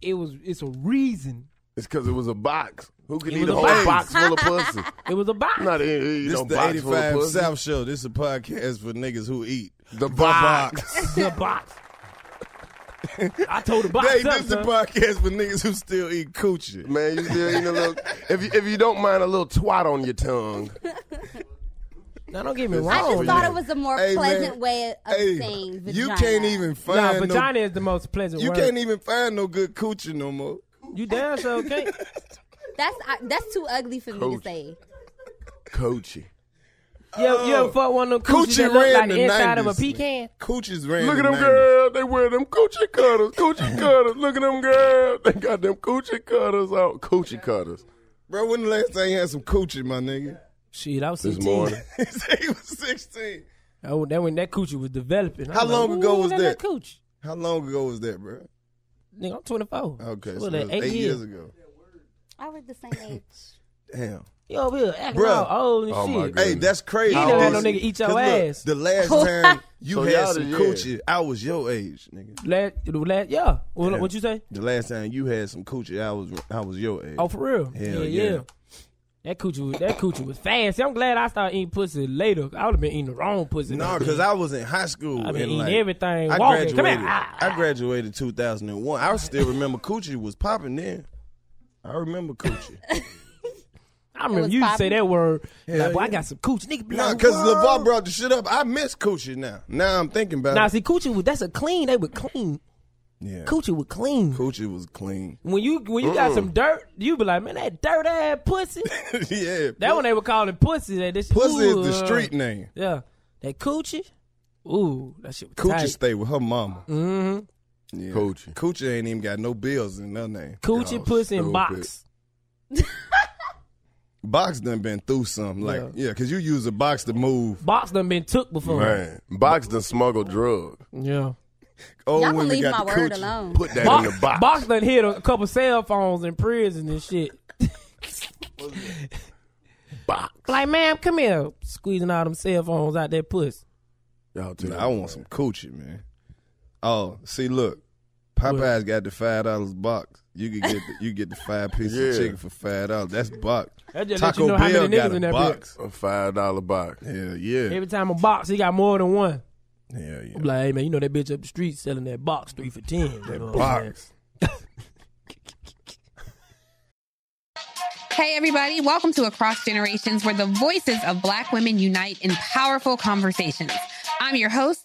[SPEAKER 4] it was it's a reason.
[SPEAKER 2] It's because it was a box. Who can
[SPEAKER 4] It
[SPEAKER 2] eat
[SPEAKER 4] was
[SPEAKER 2] a
[SPEAKER 4] a
[SPEAKER 2] whole box
[SPEAKER 4] box.
[SPEAKER 2] full of pussy?
[SPEAKER 4] It was a box.
[SPEAKER 2] Not eating
[SPEAKER 1] This
[SPEAKER 2] no
[SPEAKER 1] is the
[SPEAKER 2] box full of
[SPEAKER 1] 85
[SPEAKER 2] pussy.
[SPEAKER 1] South Show. This is a podcast for niggas who eat.
[SPEAKER 2] The,
[SPEAKER 4] the box. I told the box.
[SPEAKER 1] Hey,
[SPEAKER 4] up,
[SPEAKER 1] this is the
[SPEAKER 4] son.
[SPEAKER 1] podcast for niggas who still eat coochie.
[SPEAKER 2] Man, you still eating a little. If you, if you don't mind a little twat on your tongue.
[SPEAKER 4] Now don't get me
[SPEAKER 2] This is
[SPEAKER 4] wrong.
[SPEAKER 6] I just
[SPEAKER 2] Oh,
[SPEAKER 6] thought
[SPEAKER 2] yeah.
[SPEAKER 6] it was a more
[SPEAKER 1] Hey, man.
[SPEAKER 6] pleasant way of
[SPEAKER 1] Hey,
[SPEAKER 6] saying vagina.
[SPEAKER 1] you can't even
[SPEAKER 4] Nah,
[SPEAKER 1] find
[SPEAKER 4] vagina
[SPEAKER 1] no,
[SPEAKER 4] is the most pleasant
[SPEAKER 1] You
[SPEAKER 4] word.
[SPEAKER 1] can't even find no good coochie no more.
[SPEAKER 4] You damn sure okay?
[SPEAKER 6] That's I, that's too ugly for me
[SPEAKER 1] Coach.
[SPEAKER 6] to say.
[SPEAKER 2] Coochie.
[SPEAKER 4] You, ever- you ever fuck one of them coochies
[SPEAKER 1] Oh. Coochie
[SPEAKER 4] that look
[SPEAKER 1] ran
[SPEAKER 4] like
[SPEAKER 1] the
[SPEAKER 4] the inside of a
[SPEAKER 1] 90s.
[SPEAKER 4] pecan?
[SPEAKER 1] Coochies ran.
[SPEAKER 2] Look at
[SPEAKER 1] the
[SPEAKER 2] them
[SPEAKER 1] 90s.
[SPEAKER 2] girls. They wear them coochie cutters. Coochie cutters. Look at them girls. They got them coochie cutters out. Coochie cutters.
[SPEAKER 1] Bro, when the last time you had some coochie, my nigga?
[SPEAKER 4] Shit, I was
[SPEAKER 2] This
[SPEAKER 4] 16.
[SPEAKER 2] morning.
[SPEAKER 1] he was 16.
[SPEAKER 4] Oh, that when that coochie was developing.
[SPEAKER 1] How
[SPEAKER 4] I'm like,
[SPEAKER 1] long ago
[SPEAKER 4] "Ooh,
[SPEAKER 1] was
[SPEAKER 4] that
[SPEAKER 1] that?
[SPEAKER 4] little Coochie.
[SPEAKER 1] How long ago was that, bro?
[SPEAKER 4] Nigga, I'm 24.
[SPEAKER 1] Okay,
[SPEAKER 4] What
[SPEAKER 1] so
[SPEAKER 4] that,
[SPEAKER 1] that was eight,
[SPEAKER 4] eight
[SPEAKER 1] years.
[SPEAKER 4] years?
[SPEAKER 1] ago.
[SPEAKER 6] I was the same age.
[SPEAKER 1] Damn.
[SPEAKER 4] You over here acting
[SPEAKER 1] Bruh.
[SPEAKER 4] all old and
[SPEAKER 1] Oh,
[SPEAKER 4] shit.
[SPEAKER 1] my goodness. Hey, that's crazy.
[SPEAKER 4] You don't want no
[SPEAKER 1] That's-
[SPEAKER 4] nigga eat your
[SPEAKER 1] 'cause look,
[SPEAKER 4] ass.
[SPEAKER 1] the last time you
[SPEAKER 2] So
[SPEAKER 1] had
[SPEAKER 2] y'all
[SPEAKER 1] some
[SPEAKER 2] did- yeah.
[SPEAKER 1] coochie, I was your age, nigga.
[SPEAKER 4] Last, the last, yeah. What,
[SPEAKER 1] Yeah.
[SPEAKER 4] what you say?
[SPEAKER 1] The last time you had some coochie, I was I was your age.
[SPEAKER 4] Oh, for real?
[SPEAKER 1] Hell
[SPEAKER 4] yeah, yeah. That coochie, was, that coochie was fast. See, I'm glad I started eating pussy later. I would have been eating the wrong pussy.
[SPEAKER 1] No, because Oh, I was in high school.
[SPEAKER 4] I been
[SPEAKER 1] and
[SPEAKER 4] eating
[SPEAKER 1] like,
[SPEAKER 4] everything,
[SPEAKER 1] I
[SPEAKER 4] walking.
[SPEAKER 1] graduated.
[SPEAKER 4] Come here. Ah,
[SPEAKER 1] I graduated 2001. I still remember coochie was popping then. I remember coochie.
[SPEAKER 4] I remember
[SPEAKER 1] was
[SPEAKER 4] you used to say
[SPEAKER 1] popping.
[SPEAKER 4] that word.
[SPEAKER 1] Hell
[SPEAKER 4] like, boy, I
[SPEAKER 1] yeah.
[SPEAKER 4] got some coochie. Nigga, be
[SPEAKER 1] Nah,
[SPEAKER 4] like,
[SPEAKER 1] because
[SPEAKER 4] "Whoa."
[SPEAKER 1] LeVar brought the shit up. I miss coochie now. Now I'm thinking about
[SPEAKER 4] Now,
[SPEAKER 1] it.
[SPEAKER 4] see, coochie, was- that's a clean. They were clean.
[SPEAKER 1] Yeah.
[SPEAKER 4] Coochie was clean.
[SPEAKER 1] Coochie was clean.
[SPEAKER 4] When you when you got
[SPEAKER 1] Mm.
[SPEAKER 4] some dirt, you be like, man, that dirt ass pussy.
[SPEAKER 1] yeah.
[SPEAKER 4] That one they were calling pussy. That this
[SPEAKER 1] Pussy is
[SPEAKER 4] ooh,
[SPEAKER 1] the
[SPEAKER 4] uh,
[SPEAKER 1] street name.
[SPEAKER 4] Yeah, that coochie. Ooh, that shit was
[SPEAKER 1] Coochie
[SPEAKER 4] tight.
[SPEAKER 1] stay with her mama.
[SPEAKER 4] Mm-hmm.
[SPEAKER 1] Yeah. Coochie. Coochie ain't even got no bills in her name.
[SPEAKER 4] Coochie,
[SPEAKER 1] Y'all
[SPEAKER 4] pussy, and
[SPEAKER 1] stupid.
[SPEAKER 4] box.
[SPEAKER 1] Box done been through something. Like, yeah, because you use a box to move.
[SPEAKER 4] Box done been took before.
[SPEAKER 2] Man, box done smuggle drug.
[SPEAKER 4] Yeah.
[SPEAKER 1] Oh,
[SPEAKER 6] Y'all
[SPEAKER 1] when
[SPEAKER 6] can
[SPEAKER 1] we
[SPEAKER 6] leave my
[SPEAKER 1] got the
[SPEAKER 6] word
[SPEAKER 1] coochie.
[SPEAKER 6] alone.
[SPEAKER 2] Put that
[SPEAKER 4] box,
[SPEAKER 2] in the box.
[SPEAKER 4] Box done hit a couple cell phones in prison and shit.
[SPEAKER 2] box.
[SPEAKER 4] Like, ma'am, come here. Squeezing all them cell phones out that puss.
[SPEAKER 2] Y'all
[SPEAKER 1] Nah, I want some coochie, man. Oh, see, look, Popeyes got the five dollars box. You can get the, you get the five pieces of
[SPEAKER 2] Yeah.
[SPEAKER 1] chicken for five dollars. That's box.
[SPEAKER 4] That just let
[SPEAKER 1] Taco
[SPEAKER 4] you know how
[SPEAKER 1] Bell
[SPEAKER 4] many
[SPEAKER 1] got
[SPEAKER 4] niggas
[SPEAKER 1] a
[SPEAKER 4] in that
[SPEAKER 1] box.
[SPEAKER 2] A five dollar box.
[SPEAKER 1] Hell yeah,
[SPEAKER 4] Every time a box, he got more than one.
[SPEAKER 1] hell yeah.
[SPEAKER 4] I'm like, hey man, you know that bitch up the street selling that box three for ten. That
[SPEAKER 1] box.
[SPEAKER 9] Hey, everybody, welcome to Across Generations, where the voices of Black women unite in powerful conversations. I'm your host,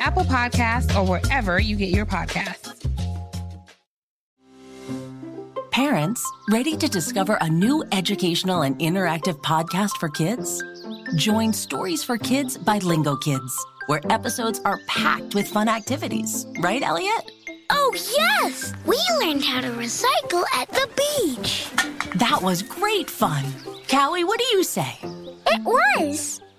[SPEAKER 9] Apple Podcasts, or wherever you get your podcasts.
[SPEAKER 10] Parents, ready to discover a new educational and interactive podcast for kids? Join Stories for Kids by Lingo Kids, where episodes are packed with fun activities. Right, Elliot?
[SPEAKER 5] Oh, yes! We learned how to recycle at the beach.
[SPEAKER 10] That was great fun. Callie, what do you say?
[SPEAKER 5] It was!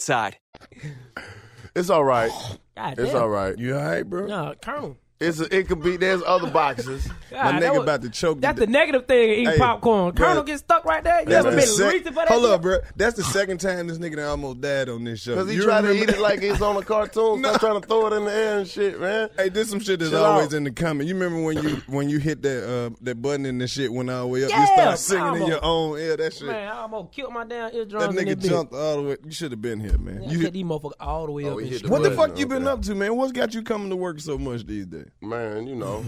[SPEAKER 13] side.
[SPEAKER 2] It's all right.
[SPEAKER 4] God
[SPEAKER 2] it's
[SPEAKER 4] damn.
[SPEAKER 2] all right. You all right, bro?
[SPEAKER 4] No, Colonel.
[SPEAKER 2] It's a, it could be. There's other boxes.
[SPEAKER 4] God, that was-
[SPEAKER 2] to choke.
[SPEAKER 4] That's the negative thing of eating
[SPEAKER 1] Hey,
[SPEAKER 4] popcorn.
[SPEAKER 1] bro.
[SPEAKER 4] Colonel gets stuck right there. You
[SPEAKER 1] That's
[SPEAKER 4] ever
[SPEAKER 1] the
[SPEAKER 4] been
[SPEAKER 1] sec-
[SPEAKER 4] reaching for that?
[SPEAKER 1] Hold
[SPEAKER 4] shit?
[SPEAKER 1] up, bro. That's the second time this nigga done almost died on this show.
[SPEAKER 2] Cause he
[SPEAKER 1] You
[SPEAKER 2] tried to eat
[SPEAKER 1] remember-
[SPEAKER 2] it like it's on a cartoon. Stop trying to throw it in the air and shit, man.
[SPEAKER 1] Hey, this some shit that's
[SPEAKER 2] Chill
[SPEAKER 1] always
[SPEAKER 2] out.
[SPEAKER 1] in the comment. You remember when you when you hit that uh, that button and the shit went all the way up?
[SPEAKER 4] Yeah,
[SPEAKER 1] you started singing in
[SPEAKER 4] bravo.
[SPEAKER 1] your own ear. That shit.
[SPEAKER 4] Man, I almost killed my damn eardrums.
[SPEAKER 1] that
[SPEAKER 4] in
[SPEAKER 1] nigga
[SPEAKER 4] bitch.
[SPEAKER 1] jumped all the way. You should have been here, man.
[SPEAKER 4] Yeah, I
[SPEAKER 1] You
[SPEAKER 4] hit these motherfuckers all the way up. and shit.
[SPEAKER 1] what the fuck you been up to, man? What's got you coming to work so much these days?
[SPEAKER 2] Man, you know,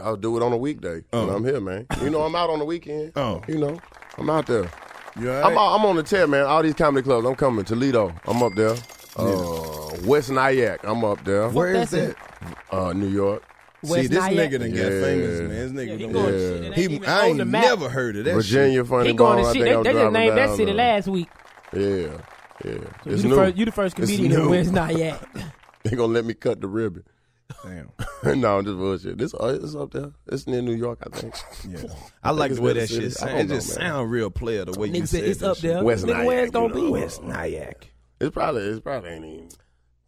[SPEAKER 2] I'll do it on a weekday. And I'm here, man. You know, I'm out on the weekend.
[SPEAKER 1] Oh.
[SPEAKER 2] You know, I'm out there.
[SPEAKER 1] You
[SPEAKER 2] I'm, out- I'm on the tear, man. All these comedy clubs. I'm coming. Toledo. I'm up there. Uh, West Nyack. I'm up there.
[SPEAKER 1] Where is that?
[SPEAKER 2] Uh, New York.
[SPEAKER 1] See, this nigga done got famous, man. This nigga done
[SPEAKER 2] going
[SPEAKER 1] went-
[SPEAKER 2] shit that
[SPEAKER 1] he,
[SPEAKER 2] ain't even
[SPEAKER 1] I
[SPEAKER 2] on
[SPEAKER 1] ain't
[SPEAKER 2] the map.
[SPEAKER 1] never heard of that
[SPEAKER 2] Virginia
[SPEAKER 1] shit.
[SPEAKER 2] Funny
[SPEAKER 4] He going
[SPEAKER 2] Bone,
[SPEAKER 4] to
[SPEAKER 2] I
[SPEAKER 4] shit.
[SPEAKER 2] think I
[SPEAKER 4] They,
[SPEAKER 2] was
[SPEAKER 4] they just
[SPEAKER 2] driving
[SPEAKER 4] named that
[SPEAKER 2] down
[SPEAKER 4] city
[SPEAKER 2] there.
[SPEAKER 4] last week.
[SPEAKER 2] Yeah, yeah.
[SPEAKER 4] So
[SPEAKER 2] it's
[SPEAKER 4] you, the
[SPEAKER 2] new.
[SPEAKER 4] first, you the first
[SPEAKER 2] It's
[SPEAKER 4] comedian in
[SPEAKER 2] new.
[SPEAKER 4] West Not Yet.
[SPEAKER 2] They gonna let me cut the ribbon.
[SPEAKER 1] Damn.
[SPEAKER 2] no, I'm just bullshit. This uh, it's up there. It's near New York, I think. yeah,
[SPEAKER 1] I like the way that shit sound. It just sound real player the way you
[SPEAKER 4] Nigga
[SPEAKER 1] said
[SPEAKER 4] said it's
[SPEAKER 1] that
[SPEAKER 4] up
[SPEAKER 1] shit.
[SPEAKER 4] there.
[SPEAKER 2] West
[SPEAKER 4] Nigga, where it's
[SPEAKER 2] Nyack.
[SPEAKER 4] gonna
[SPEAKER 2] you know.
[SPEAKER 4] be?
[SPEAKER 2] West Nyack. It's probably. It's probably ain't even.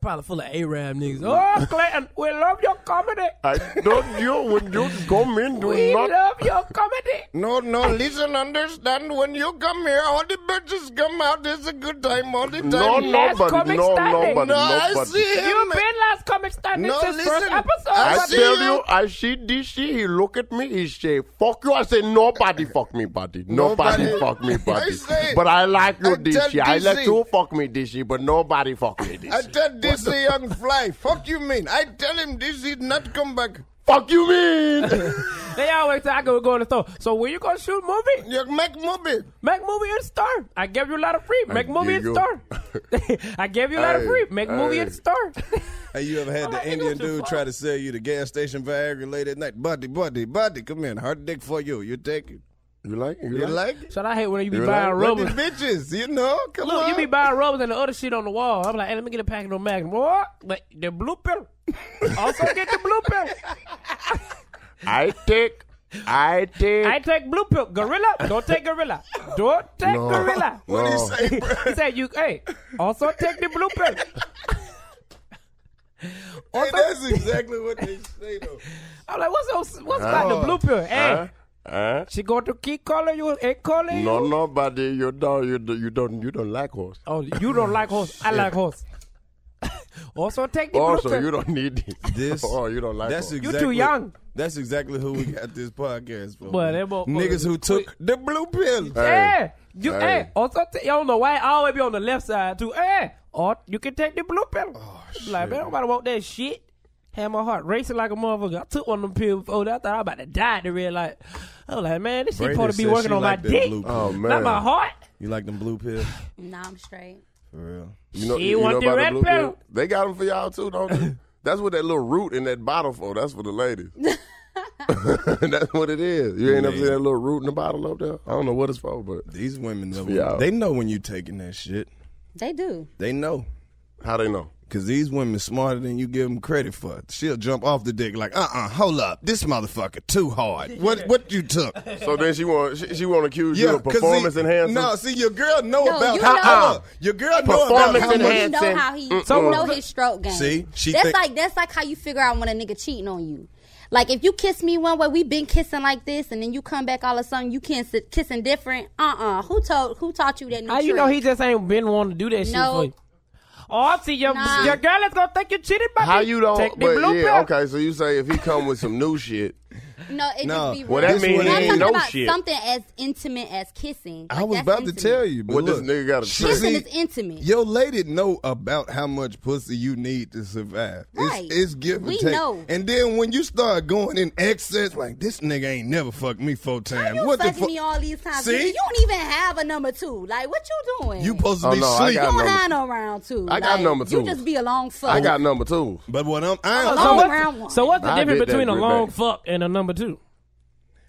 [SPEAKER 4] Probably full of Arab niggas. Oh, Clinton, we love your comedy.
[SPEAKER 2] I don't you when you come in do
[SPEAKER 4] We
[SPEAKER 2] not
[SPEAKER 4] love your comedy.
[SPEAKER 2] No no listen understand when you come here all the bitches come out there's a good time all the time. No
[SPEAKER 4] last
[SPEAKER 2] nobody
[SPEAKER 4] comic
[SPEAKER 2] no
[SPEAKER 4] standing.
[SPEAKER 2] nobody nobody.
[SPEAKER 4] You've been last comic standing
[SPEAKER 2] No,
[SPEAKER 4] since first
[SPEAKER 2] listen.
[SPEAKER 4] episode.
[SPEAKER 2] I
[SPEAKER 4] buddy.
[SPEAKER 2] tell you, I see this shit. He look at me. He say, "Fuck you." I say, "Nobody fuck me, buddy. Nobody,
[SPEAKER 1] Nobody-
[SPEAKER 2] fuck me, buddy."
[SPEAKER 1] say-
[SPEAKER 2] but I like you,
[SPEAKER 1] I tell
[SPEAKER 2] this shit. I like
[SPEAKER 1] DC.
[SPEAKER 2] you fuck me, this shit. But nobody fuck me, this
[SPEAKER 1] I
[SPEAKER 2] shit.
[SPEAKER 1] tell this a young fly, fuck you mean. I tell him this is not come back.
[SPEAKER 2] Fuck you mean?
[SPEAKER 4] They always say I go go to the store. So when you gonna shoot movie?
[SPEAKER 1] You make movie.
[SPEAKER 4] Make movie in store. I gave you a lot of free. Make movie in
[SPEAKER 2] giggle.
[SPEAKER 4] store. I gave you a lot of
[SPEAKER 2] Hey,
[SPEAKER 4] free. Make movie in
[SPEAKER 2] hey.
[SPEAKER 4] store.
[SPEAKER 1] Hey, you ever had
[SPEAKER 4] I
[SPEAKER 1] the
[SPEAKER 4] think
[SPEAKER 1] Indian
[SPEAKER 4] it's your
[SPEAKER 1] dude try to sell you the gas station Viagra late at night? Buddy, buddy, buddy, come in. Hard dick for you. You take it.
[SPEAKER 2] You like it?
[SPEAKER 1] You like it?
[SPEAKER 4] So I hate when you be
[SPEAKER 2] You
[SPEAKER 4] buying
[SPEAKER 2] like-
[SPEAKER 1] With
[SPEAKER 4] rubbers.
[SPEAKER 1] these bitches, you know? Come
[SPEAKER 4] Look,
[SPEAKER 1] on.
[SPEAKER 4] you be buying rubbers and the other shit on the wall. I'm like, hey, let me get a packet of Magnum. What? But the blue pill. also get the blue pill.
[SPEAKER 2] I take, I take.
[SPEAKER 4] I take blue pill. Gorilla. Don't take gorilla. Don't take
[SPEAKER 2] No.
[SPEAKER 4] gorilla.
[SPEAKER 2] What do you No.
[SPEAKER 1] say, bro?
[SPEAKER 4] he said you hey, also take the blue pill.
[SPEAKER 1] Hey, that's exactly what they say, though.
[SPEAKER 4] I'm like, what's so, what's about the blue pill? Hey.
[SPEAKER 2] Huh? Huh?
[SPEAKER 4] She going to keep calling you and calling
[SPEAKER 2] No,
[SPEAKER 4] you.
[SPEAKER 2] nobody. You don't. You don't. You don't, you don't like horse.
[SPEAKER 4] Oh, you don't like horse. I like horse. also take the
[SPEAKER 2] Also,
[SPEAKER 4] blue
[SPEAKER 2] Oh, you
[SPEAKER 4] pill.
[SPEAKER 2] don't need it.
[SPEAKER 1] This-
[SPEAKER 2] Oh, you don't like
[SPEAKER 1] That's
[SPEAKER 2] horse.
[SPEAKER 4] too
[SPEAKER 1] exactly,
[SPEAKER 4] young.
[SPEAKER 1] That's exactly who we got this podcast for.
[SPEAKER 4] Boy, that motherfucker
[SPEAKER 1] Niggas who took the blue pill.
[SPEAKER 4] Hey, you hey.
[SPEAKER 2] Hey.
[SPEAKER 4] also t- you don't know why I always be on the left side too. Hey, or you can take the blue pill. like man, nobody want that shit. Had my heart racing like a motherfucker. I took one of them pills before that. I thought I was about to die. The red light. I was like, man, this shit
[SPEAKER 1] Brady
[SPEAKER 4] supposed to be
[SPEAKER 1] said
[SPEAKER 4] working
[SPEAKER 1] she
[SPEAKER 4] on
[SPEAKER 1] like
[SPEAKER 4] my
[SPEAKER 1] that
[SPEAKER 4] dick,
[SPEAKER 1] blue pill.
[SPEAKER 2] Oh man.
[SPEAKER 4] not my heart.
[SPEAKER 1] You like them blue pill?
[SPEAKER 6] Nah, I'm straight.
[SPEAKER 1] For real.
[SPEAKER 2] You know,
[SPEAKER 4] She
[SPEAKER 2] you, you
[SPEAKER 4] want
[SPEAKER 2] know
[SPEAKER 4] the
[SPEAKER 2] about
[SPEAKER 4] red
[SPEAKER 2] the blue pill?
[SPEAKER 4] pill.
[SPEAKER 2] They got them for y'all too, don't they? That's what that little root in that bottle for. That's for the ladies. That's what it is. You ain't never seen that little root in the bottle up there? I don't know what it's for, but
[SPEAKER 1] These women, though,
[SPEAKER 2] Yeah.
[SPEAKER 1] they know when you taking that shit.
[SPEAKER 6] They do.
[SPEAKER 1] They know.
[SPEAKER 2] how they know?
[SPEAKER 1] Cause these women smarter than you give them credit for. She'll jump off the dick like, uh, uh hold up, this motherfucker too hard. What, what you took?
[SPEAKER 2] So then she want she, she want to accuse you of
[SPEAKER 1] 'cause
[SPEAKER 2] performance
[SPEAKER 1] see,
[SPEAKER 2] enhancement.
[SPEAKER 1] No, see, your girl know
[SPEAKER 6] No,
[SPEAKER 1] about
[SPEAKER 6] you
[SPEAKER 1] how.
[SPEAKER 6] know-
[SPEAKER 1] Hold up. Your girl know about
[SPEAKER 2] Performance
[SPEAKER 1] how
[SPEAKER 6] You
[SPEAKER 1] much.
[SPEAKER 2] enhancement.
[SPEAKER 6] know how he you
[SPEAKER 2] Mm-mm.
[SPEAKER 6] know his stroke game.
[SPEAKER 1] See, she
[SPEAKER 6] that's
[SPEAKER 1] think-
[SPEAKER 6] like that's like how you figure out when a nigga cheating on you. Like if you kiss me one way, we been kissing like this, and then you come back all of a sudden you kiss kissing different. Uh uh Who told who taught you that? New
[SPEAKER 4] How you
[SPEAKER 6] trick?
[SPEAKER 4] know he just ain't been wanting to do that shit
[SPEAKER 6] No.
[SPEAKER 4] for you? Oh, I see your,
[SPEAKER 6] Nah.
[SPEAKER 4] your girl is gonna think you cheated by
[SPEAKER 2] How
[SPEAKER 4] me.
[SPEAKER 2] you don't?
[SPEAKER 4] take the
[SPEAKER 2] but
[SPEAKER 4] blue
[SPEAKER 2] yeah,
[SPEAKER 4] pill.
[SPEAKER 2] okay. So you say if he come with some new shit,
[SPEAKER 6] No, it
[SPEAKER 1] No,
[SPEAKER 6] just be
[SPEAKER 1] well,
[SPEAKER 6] real.
[SPEAKER 1] that mean
[SPEAKER 6] When I'm
[SPEAKER 1] ain't
[SPEAKER 6] talking
[SPEAKER 1] no
[SPEAKER 6] about
[SPEAKER 1] shit.
[SPEAKER 6] Something as intimate as kissing.
[SPEAKER 1] I
[SPEAKER 6] Like,
[SPEAKER 1] was
[SPEAKER 6] that's
[SPEAKER 1] about
[SPEAKER 6] intimate.
[SPEAKER 1] to tell you, but
[SPEAKER 2] What this
[SPEAKER 1] look,
[SPEAKER 2] nigga got to
[SPEAKER 1] she-
[SPEAKER 6] Kissing
[SPEAKER 1] see,
[SPEAKER 6] is intimate.
[SPEAKER 1] Your lady know about how much pussy you need to survive.
[SPEAKER 6] Right.
[SPEAKER 1] It's, it's give and
[SPEAKER 6] We
[SPEAKER 1] take.
[SPEAKER 6] know.
[SPEAKER 1] And then when you start going in excess, like this nigga ain't never fucked me four times.
[SPEAKER 6] You
[SPEAKER 1] what the
[SPEAKER 6] fucking
[SPEAKER 1] fuck?
[SPEAKER 6] me all these times.
[SPEAKER 1] See?
[SPEAKER 6] You don't even have a number two. Like, what you doing?
[SPEAKER 1] You supposed to
[SPEAKER 2] Oh,
[SPEAKER 1] be
[SPEAKER 2] no, I
[SPEAKER 1] sleep.
[SPEAKER 6] You
[SPEAKER 2] got
[SPEAKER 6] don't
[SPEAKER 2] number-
[SPEAKER 6] have no round two.
[SPEAKER 2] I got
[SPEAKER 6] Like,
[SPEAKER 2] number
[SPEAKER 6] You
[SPEAKER 2] two.
[SPEAKER 6] just be a long fuck.
[SPEAKER 2] I got number two.
[SPEAKER 1] But what I'm,
[SPEAKER 4] so,
[SPEAKER 6] A long round one.
[SPEAKER 4] what's, so what's the
[SPEAKER 2] I
[SPEAKER 4] difference
[SPEAKER 2] did that
[SPEAKER 4] between a
[SPEAKER 2] good
[SPEAKER 4] long
[SPEAKER 2] back.
[SPEAKER 4] fuck and a number two?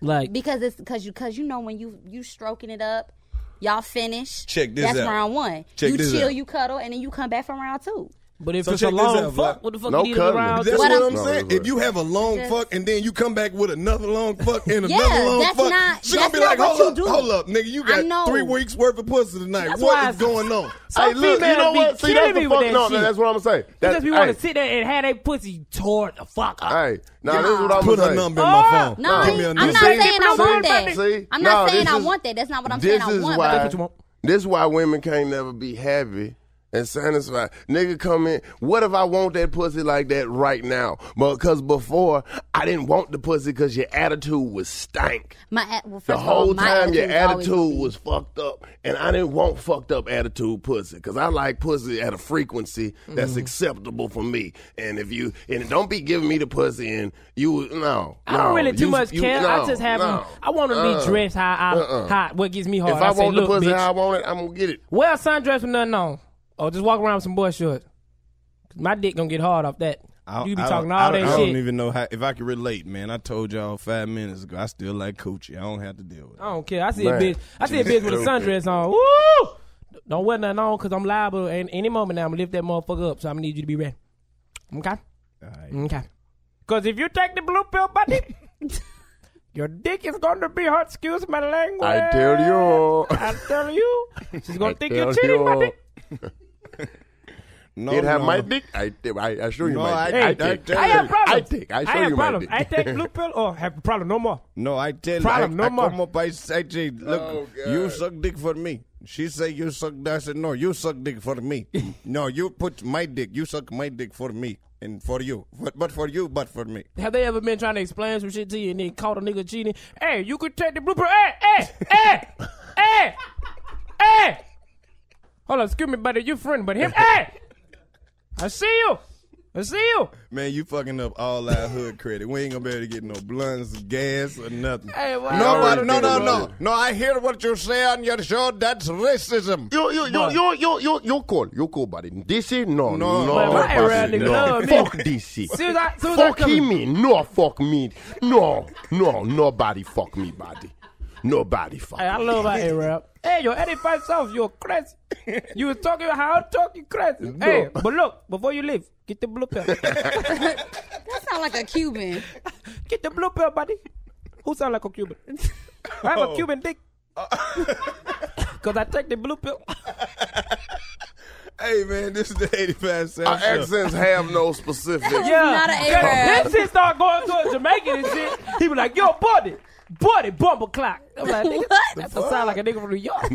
[SPEAKER 4] Like
[SPEAKER 6] because it's because you because you know when you you stroking it up, y'all finish.
[SPEAKER 4] Check this
[SPEAKER 6] That's
[SPEAKER 4] out.
[SPEAKER 6] round one.
[SPEAKER 4] Check
[SPEAKER 6] you
[SPEAKER 4] this
[SPEAKER 6] chill,
[SPEAKER 4] out.
[SPEAKER 6] you cuddle, and then you come back from round two.
[SPEAKER 4] But if
[SPEAKER 1] So
[SPEAKER 4] it's a
[SPEAKER 1] check this
[SPEAKER 4] long
[SPEAKER 1] out,
[SPEAKER 4] fuck,
[SPEAKER 1] Vlad.
[SPEAKER 4] what the fuck
[SPEAKER 1] No
[SPEAKER 4] you need a
[SPEAKER 1] cuddling.
[SPEAKER 4] round
[SPEAKER 1] That's
[SPEAKER 4] two?
[SPEAKER 1] what I'm saying.
[SPEAKER 2] that's
[SPEAKER 1] If you have a long
[SPEAKER 6] Just-
[SPEAKER 1] fuck and then you come back with another long fuck and
[SPEAKER 6] Yeah,
[SPEAKER 1] another long
[SPEAKER 6] that's
[SPEAKER 1] fuck,
[SPEAKER 6] not-
[SPEAKER 1] she gonna
[SPEAKER 6] that's
[SPEAKER 1] be
[SPEAKER 6] not
[SPEAKER 1] like,
[SPEAKER 6] what
[SPEAKER 1] "Hold
[SPEAKER 6] you
[SPEAKER 1] up,
[SPEAKER 6] do.
[SPEAKER 1] hold up, nigga, you
[SPEAKER 6] I
[SPEAKER 1] got
[SPEAKER 6] know.
[SPEAKER 1] three weeks worth of pussy tonight.
[SPEAKER 4] That's why
[SPEAKER 1] what is
[SPEAKER 4] I-
[SPEAKER 1] going on?"
[SPEAKER 4] Some
[SPEAKER 2] hey, look, you
[SPEAKER 4] females
[SPEAKER 2] know
[SPEAKER 4] be
[SPEAKER 2] what? See,
[SPEAKER 4] killing
[SPEAKER 2] that's
[SPEAKER 4] me
[SPEAKER 2] the
[SPEAKER 4] with
[SPEAKER 2] fuck.
[SPEAKER 4] that
[SPEAKER 2] no,
[SPEAKER 4] shit.
[SPEAKER 2] no, that's what I'm saying.
[SPEAKER 4] Because
[SPEAKER 2] That's,
[SPEAKER 4] we want
[SPEAKER 2] hey,
[SPEAKER 4] to sit there and have that pussy tore the fuck up.
[SPEAKER 2] Hey, now this is what I'm
[SPEAKER 1] Put her
[SPEAKER 2] saying.
[SPEAKER 1] number in my Oh, phone.
[SPEAKER 6] No,
[SPEAKER 2] Give me
[SPEAKER 6] I'm
[SPEAKER 2] a
[SPEAKER 6] not
[SPEAKER 2] number.
[SPEAKER 6] saying
[SPEAKER 2] See?
[SPEAKER 6] Ah, I want
[SPEAKER 2] See?
[SPEAKER 6] that.
[SPEAKER 2] See?
[SPEAKER 6] I'm not
[SPEAKER 2] No,
[SPEAKER 6] saying
[SPEAKER 2] this
[SPEAKER 6] I
[SPEAKER 2] is-
[SPEAKER 6] want that. That's not what I'm saying
[SPEAKER 2] this
[SPEAKER 6] I
[SPEAKER 2] is
[SPEAKER 6] want.
[SPEAKER 2] why.
[SPEAKER 6] but
[SPEAKER 2] This is why women can't never be happy and satisfied. Nigga, come in. What if I want that pussy like that right now? Because before I didn't want the pussy because your attitude was stank.
[SPEAKER 6] my at- well, first
[SPEAKER 2] The
[SPEAKER 6] of all,
[SPEAKER 2] whole
[SPEAKER 6] my
[SPEAKER 2] time your
[SPEAKER 6] attitude's always
[SPEAKER 2] attitude was fucked up, and I didn't want fucked up attitude pussy because I like pussy at a frequency that's
[SPEAKER 4] Mm-hmm.
[SPEAKER 2] acceptable for me. And if you and don't be giving me the pussy, and you no,
[SPEAKER 4] I don't
[SPEAKER 2] no,
[SPEAKER 4] really too
[SPEAKER 2] you-
[SPEAKER 4] much
[SPEAKER 2] you-
[SPEAKER 4] care.
[SPEAKER 2] no,
[SPEAKER 4] I just have.
[SPEAKER 2] no,
[SPEAKER 4] I want to
[SPEAKER 2] uh,
[SPEAKER 4] be dressed how I
[SPEAKER 2] uh-uh.
[SPEAKER 4] how what gets me hard.
[SPEAKER 2] If I,
[SPEAKER 4] say,
[SPEAKER 2] want the
[SPEAKER 4] "Look,
[SPEAKER 2] pussy
[SPEAKER 4] bitch,
[SPEAKER 2] how I want it, I'm gonna get it.
[SPEAKER 4] Wear a sundress with nothing on, or just walk around with some boy shorts. My dick gonna get hard off that.
[SPEAKER 1] I-
[SPEAKER 4] you be
[SPEAKER 1] I don't-
[SPEAKER 4] talking
[SPEAKER 1] I
[SPEAKER 4] all
[SPEAKER 1] don't-
[SPEAKER 4] that
[SPEAKER 1] I
[SPEAKER 4] shit.
[SPEAKER 1] don't even know how, if I can relate, man. I told y'all five minutes ago. I still like coochie. I don't have to deal
[SPEAKER 6] Oh.
[SPEAKER 1] with it.
[SPEAKER 4] I don't care. I see
[SPEAKER 1] Man.
[SPEAKER 4] a bitch. I see a bitch with a sundress on. Woo! Don't wear nothing on because I'm liable. And any moment now, I'm gonna lift that motherfucker up. So I'm gonna need you to be ready. Okay. Okay. Because if you take the blue pill, buddy, your dick is going to be hot. Excuse my language.
[SPEAKER 2] I tell you.
[SPEAKER 4] I tell you. She's going
[SPEAKER 2] I
[SPEAKER 4] to think you're
[SPEAKER 2] tell
[SPEAKER 4] cheating, my
[SPEAKER 2] you.
[SPEAKER 4] dick.
[SPEAKER 1] No,
[SPEAKER 2] it have
[SPEAKER 1] no.
[SPEAKER 2] my dick. I, th- I, I show you
[SPEAKER 1] No,
[SPEAKER 2] my
[SPEAKER 1] I- I-
[SPEAKER 2] dick. Oh, I,
[SPEAKER 1] I
[SPEAKER 2] dick.
[SPEAKER 1] tell
[SPEAKER 4] I
[SPEAKER 1] you.
[SPEAKER 4] have
[SPEAKER 2] I
[SPEAKER 4] problems.
[SPEAKER 2] dick. I show
[SPEAKER 4] have
[SPEAKER 2] you my
[SPEAKER 4] problems.
[SPEAKER 2] dick.
[SPEAKER 4] I take blue pill or have a problem no more.
[SPEAKER 1] No, I tell
[SPEAKER 4] Problem,
[SPEAKER 1] I,
[SPEAKER 4] no
[SPEAKER 1] I
[SPEAKER 4] more.
[SPEAKER 1] come up, I say, "Jay, look, you suck dick for me. She say, you suck. dick." I said, no, you suck dick for me. no, you put my dick. You suck my dick for me and for you. But, but for you, but for me.
[SPEAKER 4] Have they ever been trying to explain some shit to you and then caught a nigga cheating? Hey, you could take the blue pill. Hey, hey, hey, hey, hey. Hold on, excuse me, buddy. You friend, but him. Hey, I see you. I see you.
[SPEAKER 1] Man, you fucking up all our hood credit. We ain't gonna be able to get no blunts, gas, or nothing.
[SPEAKER 4] Hey, why-
[SPEAKER 1] no, but, no, no,
[SPEAKER 2] Everything
[SPEAKER 1] no,
[SPEAKER 2] about
[SPEAKER 1] no. I hear what you say on your show. That's racism.
[SPEAKER 2] You, you, you, you, you, you, you cool. You cool, buddy. This is no, no, no,
[SPEAKER 4] But my
[SPEAKER 2] buddy,
[SPEAKER 4] nigga
[SPEAKER 2] no.
[SPEAKER 4] love me.
[SPEAKER 2] Fuck this shit.
[SPEAKER 4] Soon as I- soon as I
[SPEAKER 2] fuck
[SPEAKER 4] come-
[SPEAKER 2] him in. No, fuck me. No, no, nobody fuck me, buddy. Nobody fuck.
[SPEAKER 4] Hey, I love that A-Rap. Hey, your 85 South, you're crazy. You was talking how I talk, you crazy. Hey, but look, before you leave, get the blue pill.
[SPEAKER 6] That sound like a Cuban.
[SPEAKER 4] get the blue pill, buddy. Who sound like a Cuban? I have a Cuban dick. Because I take the blue pill.
[SPEAKER 1] Hey, man, this is the 85 South
[SPEAKER 2] Our
[SPEAKER 1] Show.
[SPEAKER 2] accents have no specific.
[SPEAKER 6] not an
[SPEAKER 4] Cause
[SPEAKER 6] A-Rap.
[SPEAKER 4] This shit start going to Jamaican and shit. He was like, yo, buddy, buddy, bumble clock. I'm like, nigga,
[SPEAKER 6] What?
[SPEAKER 4] that don't sound like a nigga from New York.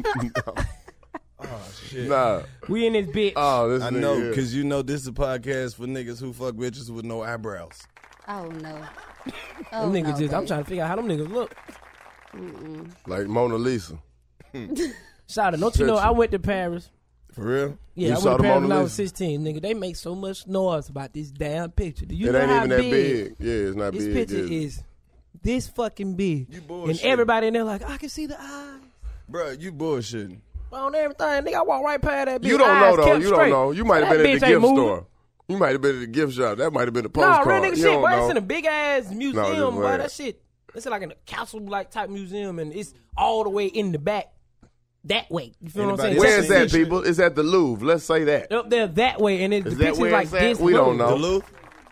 [SPEAKER 2] Nah.
[SPEAKER 4] We in this bitch.
[SPEAKER 2] Oh, this
[SPEAKER 1] Oh, I
[SPEAKER 2] nigga
[SPEAKER 1] know,
[SPEAKER 2] here.
[SPEAKER 1] because you know this is a podcast for niggas who fuck bitches with no eyebrows.
[SPEAKER 6] Oh no.
[SPEAKER 4] Them
[SPEAKER 6] Oh,
[SPEAKER 4] niggas
[SPEAKER 6] no,
[SPEAKER 4] just, I'm
[SPEAKER 6] babe.
[SPEAKER 4] trying to figure out how them niggas look.
[SPEAKER 6] Mm-mm.
[SPEAKER 2] Like Mona Lisa.
[SPEAKER 4] Shout out, don't you know,
[SPEAKER 2] Touch it.
[SPEAKER 4] I went to Paris.
[SPEAKER 1] For real?
[SPEAKER 4] Yeah,
[SPEAKER 2] You
[SPEAKER 4] I
[SPEAKER 2] saw
[SPEAKER 4] went
[SPEAKER 2] the
[SPEAKER 4] to Paris
[SPEAKER 2] Mona
[SPEAKER 4] when I was
[SPEAKER 2] Lisa?
[SPEAKER 4] 16, nigga. They make so much noise about this damn picture. Do you
[SPEAKER 2] it
[SPEAKER 4] know
[SPEAKER 2] ain't
[SPEAKER 4] how
[SPEAKER 2] even that big. Yeah, it's not
[SPEAKER 4] This
[SPEAKER 2] big.
[SPEAKER 4] picture
[SPEAKER 2] yeah.
[SPEAKER 4] is this fucking big. and
[SPEAKER 1] bullshit.
[SPEAKER 4] everybody in there like, I can see the eyes
[SPEAKER 1] Bro, you bullshitting.
[SPEAKER 4] on everything. Nigga, I walk right past that bitch.
[SPEAKER 2] You don't know
[SPEAKER 4] Eyes
[SPEAKER 2] though.
[SPEAKER 4] kept
[SPEAKER 2] You
[SPEAKER 4] straight.
[SPEAKER 2] don't know. You might
[SPEAKER 4] So
[SPEAKER 2] have
[SPEAKER 4] that
[SPEAKER 2] been at the
[SPEAKER 4] bitch ain't
[SPEAKER 2] gift
[SPEAKER 4] moving.
[SPEAKER 2] store. You might have been at the gift shop. That might have been a
[SPEAKER 4] No,
[SPEAKER 2] postcard.
[SPEAKER 4] real nigga
[SPEAKER 2] you
[SPEAKER 4] shit,
[SPEAKER 2] don't
[SPEAKER 4] bro.
[SPEAKER 2] know.
[SPEAKER 4] It's in a big ass
[SPEAKER 2] just
[SPEAKER 4] museum, bro.
[SPEAKER 2] weird.
[SPEAKER 4] That shit. It's like in a castle like type museum, and it's all the way in the back. That way. You feel what I'm saying?
[SPEAKER 2] Where is
[SPEAKER 4] Just
[SPEAKER 2] that,
[SPEAKER 4] see-
[SPEAKER 2] people? It's at the Louvre. Let's say that.
[SPEAKER 4] Up there that way, and it, the
[SPEAKER 2] Is that
[SPEAKER 4] picture's
[SPEAKER 2] where
[SPEAKER 4] like
[SPEAKER 2] it's at?
[SPEAKER 4] this.
[SPEAKER 2] we
[SPEAKER 4] low.
[SPEAKER 2] don't know.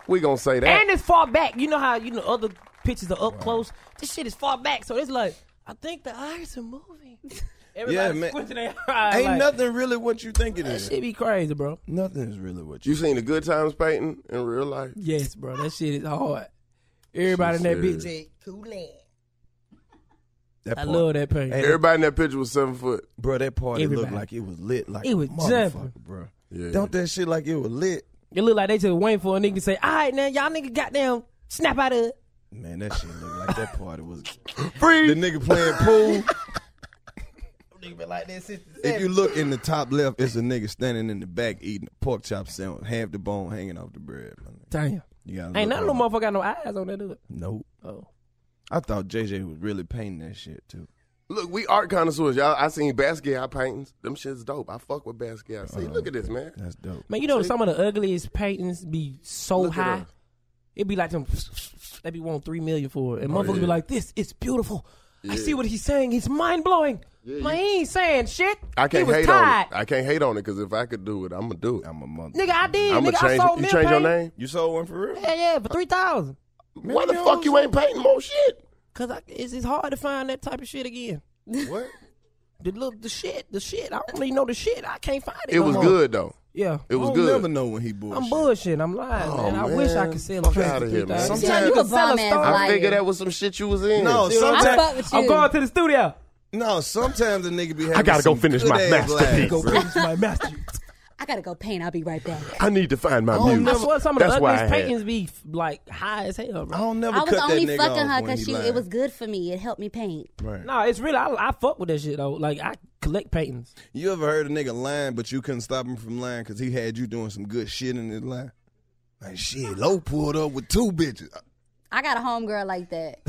[SPEAKER 2] We gonna say that.
[SPEAKER 4] And it's far back. You know how you know other pictures are up close. This shit is far back, so it's like I think the eyes are moving. Everybody's
[SPEAKER 1] man.
[SPEAKER 4] squinting their eyes.
[SPEAKER 1] Ain't
[SPEAKER 4] like,
[SPEAKER 1] nothing really what you think it
[SPEAKER 4] That
[SPEAKER 1] is.
[SPEAKER 4] shit be crazy, bro.
[SPEAKER 1] Nothing is really what
[SPEAKER 2] you seen the Good Times painting in real life?
[SPEAKER 4] Yes, bro. That shit is hard. Everybody in that
[SPEAKER 2] Jesus.
[SPEAKER 4] bitch.
[SPEAKER 1] That
[SPEAKER 4] I love that painting.
[SPEAKER 1] Hey,
[SPEAKER 2] Everybody in that picture was seven foot.
[SPEAKER 1] Bro, that party looked
[SPEAKER 4] Everybody.
[SPEAKER 1] like it was lit. Like
[SPEAKER 4] It was
[SPEAKER 1] a motherfucker,
[SPEAKER 4] jumping.
[SPEAKER 1] bro.
[SPEAKER 2] Yeah.
[SPEAKER 1] Don't that shit like it was lit.
[SPEAKER 4] It look like they just waiting for a nigga to say, "All right, now y'all nigga goddamn snap out of." it."
[SPEAKER 1] Man, that shit looked like that party was free. The nigga playing pool.
[SPEAKER 8] Nigga been like that since
[SPEAKER 1] If you look in the top left, it's a nigga standing in the back eating a pork chop sandwich, half the bone hanging off the bread. my nigga.
[SPEAKER 4] Damn.
[SPEAKER 1] You gotta look
[SPEAKER 4] Ain't none of
[SPEAKER 1] up.
[SPEAKER 4] them motherfucker got no eyes on that. Do it.
[SPEAKER 1] Nope.
[SPEAKER 4] Oh.
[SPEAKER 1] I thought JJ was really painting that shit too.
[SPEAKER 2] Look, we art connoisseurs, y'all. I seen Basquiat paintings. Them shit's dope. I fuck with Basquiat. See, look at this, man.
[SPEAKER 1] That's dope.
[SPEAKER 4] Man, you know
[SPEAKER 2] See?
[SPEAKER 4] some of the ugliest paintings be so
[SPEAKER 2] Look at
[SPEAKER 4] high.
[SPEAKER 2] her.
[SPEAKER 4] It be like them. They be wanting three million for it, and
[SPEAKER 2] Oh,
[SPEAKER 4] motherfuckers be
[SPEAKER 2] yeah.
[SPEAKER 4] like, "This is beautiful. I
[SPEAKER 2] Yeah.
[SPEAKER 4] see what he's saying. He's mind blowing. Man, he ain't saying shit.
[SPEAKER 2] I can't
[SPEAKER 4] he was
[SPEAKER 2] hate
[SPEAKER 4] tired.
[SPEAKER 2] on it. I can't hate on it because if I could do it, I'm gonna do it. I'm
[SPEAKER 1] a mother.
[SPEAKER 4] Nigga, I did.
[SPEAKER 2] I'm
[SPEAKER 4] Nigga, I
[SPEAKER 2] change.
[SPEAKER 4] sold
[SPEAKER 2] you
[SPEAKER 4] Mill
[SPEAKER 2] change your
[SPEAKER 4] Payne.
[SPEAKER 2] name.
[SPEAKER 1] You sold one for real?
[SPEAKER 4] Yeah, yeah, for three thousand.
[SPEAKER 2] Why the fuck you ain't painting more shit?
[SPEAKER 4] Cause I, it's, it's hard to find that type of shit again.
[SPEAKER 2] What?
[SPEAKER 4] the little the shit, the shit. I don't really know the shit. I can't find it.
[SPEAKER 2] It
[SPEAKER 4] no
[SPEAKER 2] was
[SPEAKER 4] more.
[SPEAKER 2] good though.
[SPEAKER 4] Yeah.
[SPEAKER 2] it was
[SPEAKER 4] I don't
[SPEAKER 2] good.
[SPEAKER 4] never
[SPEAKER 1] know when he
[SPEAKER 4] I'm bullshitting. I'm lying, man. I wish I could sell a
[SPEAKER 2] Oh, Fuck outta here, man.
[SPEAKER 4] Sometimes
[SPEAKER 2] Sometimes-
[SPEAKER 4] you
[SPEAKER 2] You a
[SPEAKER 4] can sell a
[SPEAKER 2] bum-ass
[SPEAKER 4] story.
[SPEAKER 2] I figured that was some shit you was in.
[SPEAKER 1] No, sometimes
[SPEAKER 4] I'm going to the studio.
[SPEAKER 1] No, sometimes a nigga be. Having
[SPEAKER 2] I gotta go
[SPEAKER 1] some
[SPEAKER 2] finish my
[SPEAKER 1] good-ass laughs,
[SPEAKER 2] masterpiece.
[SPEAKER 1] bro.
[SPEAKER 4] my master.
[SPEAKER 6] I gotta go paint. I'll be right back.
[SPEAKER 2] I need to find my
[SPEAKER 4] I don't
[SPEAKER 2] muse.
[SPEAKER 4] never- I swear Oh, some of
[SPEAKER 2] That's
[SPEAKER 4] the
[SPEAKER 2] why I Oh.
[SPEAKER 4] ugliest
[SPEAKER 2] had.
[SPEAKER 4] paintings be like high as hell. Bro. I
[SPEAKER 1] don't never
[SPEAKER 6] I was only fucking her because she it was good for me. It helped me paint.
[SPEAKER 1] Right.
[SPEAKER 4] Nah, it's really. I, I fuck with that shit though. Like I collect paintings.
[SPEAKER 1] You ever heard a nigga lying, but you couldn't stop him from lying because he had you doing some good shit in his line? Like shit, Low pulled up with two bitches.
[SPEAKER 6] I got a homegirl like that.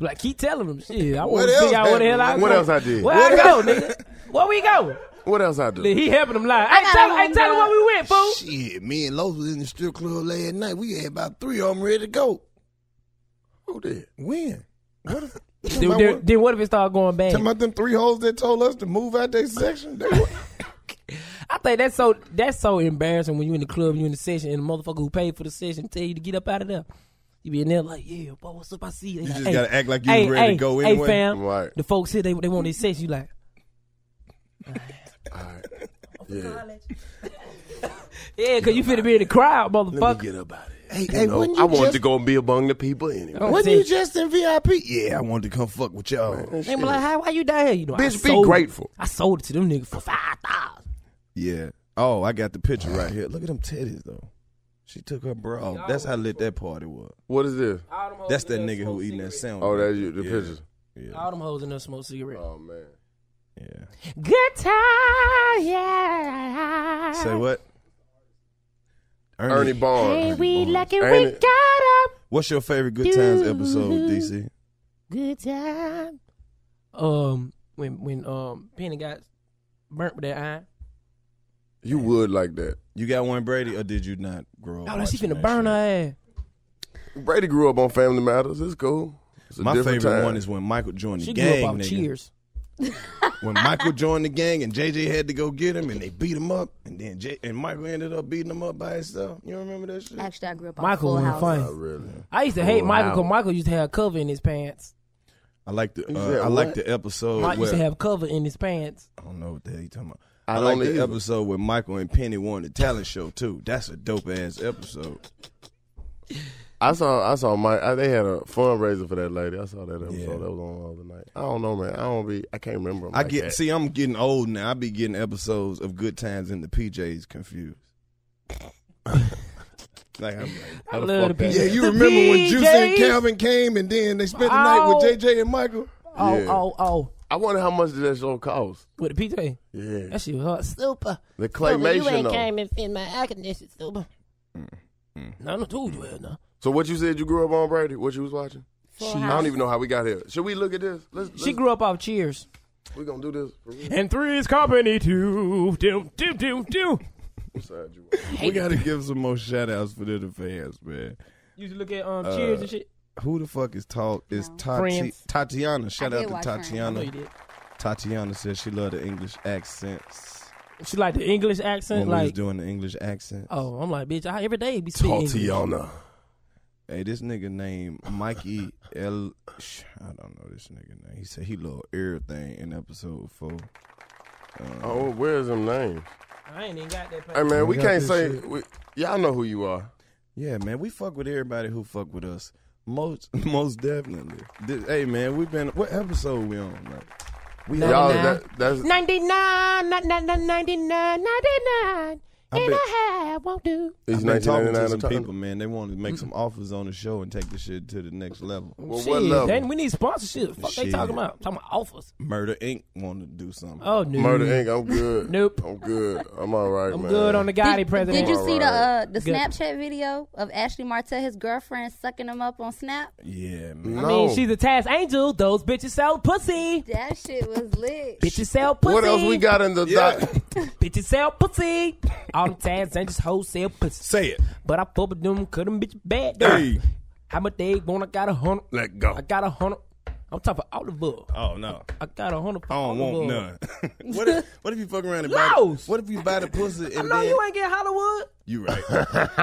[SPEAKER 4] Like keep telling them shit. I
[SPEAKER 1] What
[SPEAKER 4] want to figure out what the hell I.
[SPEAKER 2] What
[SPEAKER 4] go.
[SPEAKER 2] else I did?
[SPEAKER 4] Where
[SPEAKER 2] What
[SPEAKER 4] I go, nigga? Where we go?
[SPEAKER 2] What else I do?
[SPEAKER 4] He helping them lie.
[SPEAKER 1] I
[SPEAKER 4] Hey,
[SPEAKER 1] got
[SPEAKER 4] tell,
[SPEAKER 1] a
[SPEAKER 4] hey, tell him
[SPEAKER 1] homegirl.
[SPEAKER 4] where we went, fool.
[SPEAKER 1] Shit, me and Low was in the strip club last night. We had about three of them ready to go. Who did? When? What if?
[SPEAKER 4] Then, then, then what if it start going bad?
[SPEAKER 1] Talking about them three hoes that told us to move out their section. They
[SPEAKER 4] I think that's so that's so embarrassing when you in the club, you in the session, and the motherfucker who paid for the session tell you to get up out of there. You be in there like, yeah, boy, what's up? I see you.
[SPEAKER 1] You just
[SPEAKER 4] Hey,
[SPEAKER 1] gotta act like you
[SPEAKER 4] hey,
[SPEAKER 1] ready
[SPEAKER 4] hey,
[SPEAKER 1] to go
[SPEAKER 4] hey,
[SPEAKER 1] anyway.
[SPEAKER 4] fam, the folks here they they want their session. You like,
[SPEAKER 2] Yeah.
[SPEAKER 4] yeah, because you finna be in the crowd, motherfucker.
[SPEAKER 2] get up out of
[SPEAKER 1] Hey,
[SPEAKER 2] You know, I wanted to go and be among the people anyway.
[SPEAKER 4] Oh.
[SPEAKER 2] Oh,
[SPEAKER 1] Wasn't you just in VIP? Yeah, I wanted to come fuck with y'all.
[SPEAKER 4] They be like, how why you down here? You know, I
[SPEAKER 1] Bitch, be
[SPEAKER 4] sold it.
[SPEAKER 1] grateful.
[SPEAKER 4] I sold it to them niggas for five thousand.
[SPEAKER 1] Yeah. Oh, I got the picture right here. Look at them titties though. She took her bra off. That's how lit that party was.
[SPEAKER 2] What is this?
[SPEAKER 1] That's that nigga who eating that sandwich.
[SPEAKER 2] Oh, that's you, the
[SPEAKER 1] Yeah.
[SPEAKER 2] pictures.
[SPEAKER 4] All them hoes in there smoke cigarettes.
[SPEAKER 2] Oh man.
[SPEAKER 4] Good time, yeah.
[SPEAKER 1] Say what?
[SPEAKER 2] Ernie Barnes.
[SPEAKER 1] Ernie Barnes.
[SPEAKER 4] got up.
[SPEAKER 1] What's your favorite Good Times episode, DC?
[SPEAKER 4] Good time. Um, when when um Penny got burnt with that iron.
[SPEAKER 2] You would like that.
[SPEAKER 1] You got one Brady, or did you not grow up?
[SPEAKER 4] Oh, that's she
[SPEAKER 1] watching
[SPEAKER 4] finna
[SPEAKER 1] that
[SPEAKER 4] burn
[SPEAKER 1] shit?
[SPEAKER 4] her ass.
[SPEAKER 2] Brady grew up on Family Matters. It's cool. It's a
[SPEAKER 1] My
[SPEAKER 2] different
[SPEAKER 1] favorite
[SPEAKER 2] time.
[SPEAKER 1] one is when Michael joined the
[SPEAKER 4] She grew
[SPEAKER 1] gang.
[SPEAKER 4] up on
[SPEAKER 1] nigga.
[SPEAKER 4] Cheers.
[SPEAKER 1] when Michael joined the gang and JJ had to go get him and they beat him up and then J- and Michael ended up beating him up by himself. You remember that shit?
[SPEAKER 6] Actually, I grew up on
[SPEAKER 4] Michael
[SPEAKER 6] Full
[SPEAKER 4] was
[SPEAKER 6] House.
[SPEAKER 2] Oh,
[SPEAKER 4] funny. I used to hate
[SPEAKER 1] Oh,
[SPEAKER 4] Michael
[SPEAKER 1] wow.
[SPEAKER 4] because Michael used to have cover in his pants.
[SPEAKER 1] I like the
[SPEAKER 4] You
[SPEAKER 1] uh,
[SPEAKER 4] said
[SPEAKER 1] I like
[SPEAKER 4] what?
[SPEAKER 1] the episode
[SPEAKER 4] Mike
[SPEAKER 1] where
[SPEAKER 4] used to have cover in his pants.
[SPEAKER 1] I don't know what the hell you talking about.
[SPEAKER 2] I
[SPEAKER 1] I, like
[SPEAKER 2] don't
[SPEAKER 1] the
[SPEAKER 2] either.
[SPEAKER 1] episode where Michael and Penny won the talent show too. That's a dope ass episode.
[SPEAKER 2] I saw I saw my I, they had a fundraiser for that lady. I saw that episode. That was on all the night. I don't know, man. I don't be I can't remember. 'em
[SPEAKER 1] I
[SPEAKER 2] like
[SPEAKER 1] get
[SPEAKER 2] that.
[SPEAKER 1] see I'm getting old now. I be getting episodes of Good Times and the PJs confused. like I'm like,
[SPEAKER 4] I love the PJs.
[SPEAKER 1] Yeah, you
[SPEAKER 4] The
[SPEAKER 1] remember when Juicy and
[SPEAKER 4] PJs?
[SPEAKER 1] Calvin came and then they spent the night
[SPEAKER 4] Oh.
[SPEAKER 1] with JJ and Michael?
[SPEAKER 4] Oh,
[SPEAKER 2] Yeah.
[SPEAKER 4] oh, oh.
[SPEAKER 2] I wonder how much did that show cost.
[SPEAKER 4] With the PJ.
[SPEAKER 2] Yeah.
[SPEAKER 4] That shit was hard.
[SPEAKER 14] Super.
[SPEAKER 2] The
[SPEAKER 14] Super, you
[SPEAKER 2] claymation
[SPEAKER 14] ain't
[SPEAKER 2] though.
[SPEAKER 14] came and fit my air conditioning, super.
[SPEAKER 4] No, no, dude, well, no.
[SPEAKER 2] So what you said you grew up on, Brady? What you was watching?
[SPEAKER 4] Full
[SPEAKER 2] I
[SPEAKER 4] House.
[SPEAKER 2] don't even know how we got here. Should we look at this? Let's,
[SPEAKER 4] She grew up off Cheers.
[SPEAKER 2] We're gonna do this for real.
[SPEAKER 4] And three's company too. Do, do, do, do.
[SPEAKER 2] What side you
[SPEAKER 1] We gotta give some more shout outs for the fans, man.
[SPEAKER 4] You used to look at um, Cheers
[SPEAKER 1] Uh,
[SPEAKER 4] and shit.
[SPEAKER 1] Who the fuck is talk is Tati-
[SPEAKER 4] Friends.
[SPEAKER 1] Tatiana? Shout
[SPEAKER 4] I
[SPEAKER 1] out
[SPEAKER 4] did
[SPEAKER 1] to
[SPEAKER 4] watch Friends. I know you
[SPEAKER 1] Tatiana.
[SPEAKER 4] did.
[SPEAKER 1] Tatiana said she loved the English accents.
[SPEAKER 4] She like the English accent.
[SPEAKER 1] when we was
[SPEAKER 4] like,
[SPEAKER 1] doing the English accent.
[SPEAKER 4] oh, I'm like, bitch, I every day be speaking. English.
[SPEAKER 1] Tatiana. Hey, this nigga named Mikey L. sh- I don't know this nigga name. He said he loved everything in episode four. Um,
[SPEAKER 2] Oh, where's them names?
[SPEAKER 4] I ain't even
[SPEAKER 1] Er.
[SPEAKER 4] got that.
[SPEAKER 2] Hey man, we
[SPEAKER 1] got
[SPEAKER 2] can't
[SPEAKER 1] this
[SPEAKER 2] say
[SPEAKER 1] shit.
[SPEAKER 2] we, y'all know who you are.
[SPEAKER 1] Yeah, man, we fuck with everybody who fuck with us. Most, most definitely. This- hey, man, we've been. What episode we on? Like, we
[SPEAKER 2] Y'all, that, that's
[SPEAKER 4] 99, 99, 99, 99.
[SPEAKER 1] I
[SPEAKER 8] and
[SPEAKER 1] bet-
[SPEAKER 8] I, I won't do.
[SPEAKER 2] These
[SPEAKER 1] I've been talking
[SPEAKER 2] 1999
[SPEAKER 1] to some
[SPEAKER 2] and
[SPEAKER 1] people, man. They want to make some offers on the show and take the shit to the next level.
[SPEAKER 2] Well,
[SPEAKER 4] Shit, they- we need sponsorship. Fuck they
[SPEAKER 1] Shit.
[SPEAKER 4] talking about? talking about offers.
[SPEAKER 1] Murder Inc. wanted to do something.
[SPEAKER 4] Oh, no.
[SPEAKER 2] Murder Inc. I'm good.
[SPEAKER 4] nope.
[SPEAKER 2] I'm good. I'm all right,
[SPEAKER 1] Oh,
[SPEAKER 4] I'm
[SPEAKER 2] man.
[SPEAKER 4] good on the Gotti president.
[SPEAKER 6] Did you see the uh, the
[SPEAKER 4] Good.
[SPEAKER 6] Snapchat video of Ashley Martell, his girlfriend, sucking him up on Snap?
[SPEAKER 1] Yeah,
[SPEAKER 4] I
[SPEAKER 1] man.
[SPEAKER 4] mean, she's a task angel. Those bitches sell pussy.
[SPEAKER 6] That shit was lit.
[SPEAKER 4] Bitches sell pussy.
[SPEAKER 2] What else we got in the doc?
[SPEAKER 4] bitches sell pussy. All them tags and just wholesale pussy.
[SPEAKER 1] Say it.
[SPEAKER 4] But I fuck with them, cut them bitch bad.
[SPEAKER 1] Hey.
[SPEAKER 4] How much they want? I got a hundred.
[SPEAKER 1] Ah, Let go.
[SPEAKER 4] I got a hundred. I'm talking about all the book.
[SPEAKER 1] Oh no.
[SPEAKER 4] I got a hundred.
[SPEAKER 1] I don't
[SPEAKER 4] all the
[SPEAKER 1] want
[SPEAKER 4] book.
[SPEAKER 1] none. what, if, what if you fuck around and buy the, What if you buy the pussy and
[SPEAKER 4] I know
[SPEAKER 1] then
[SPEAKER 4] you ain't get Hollywood.
[SPEAKER 1] you right?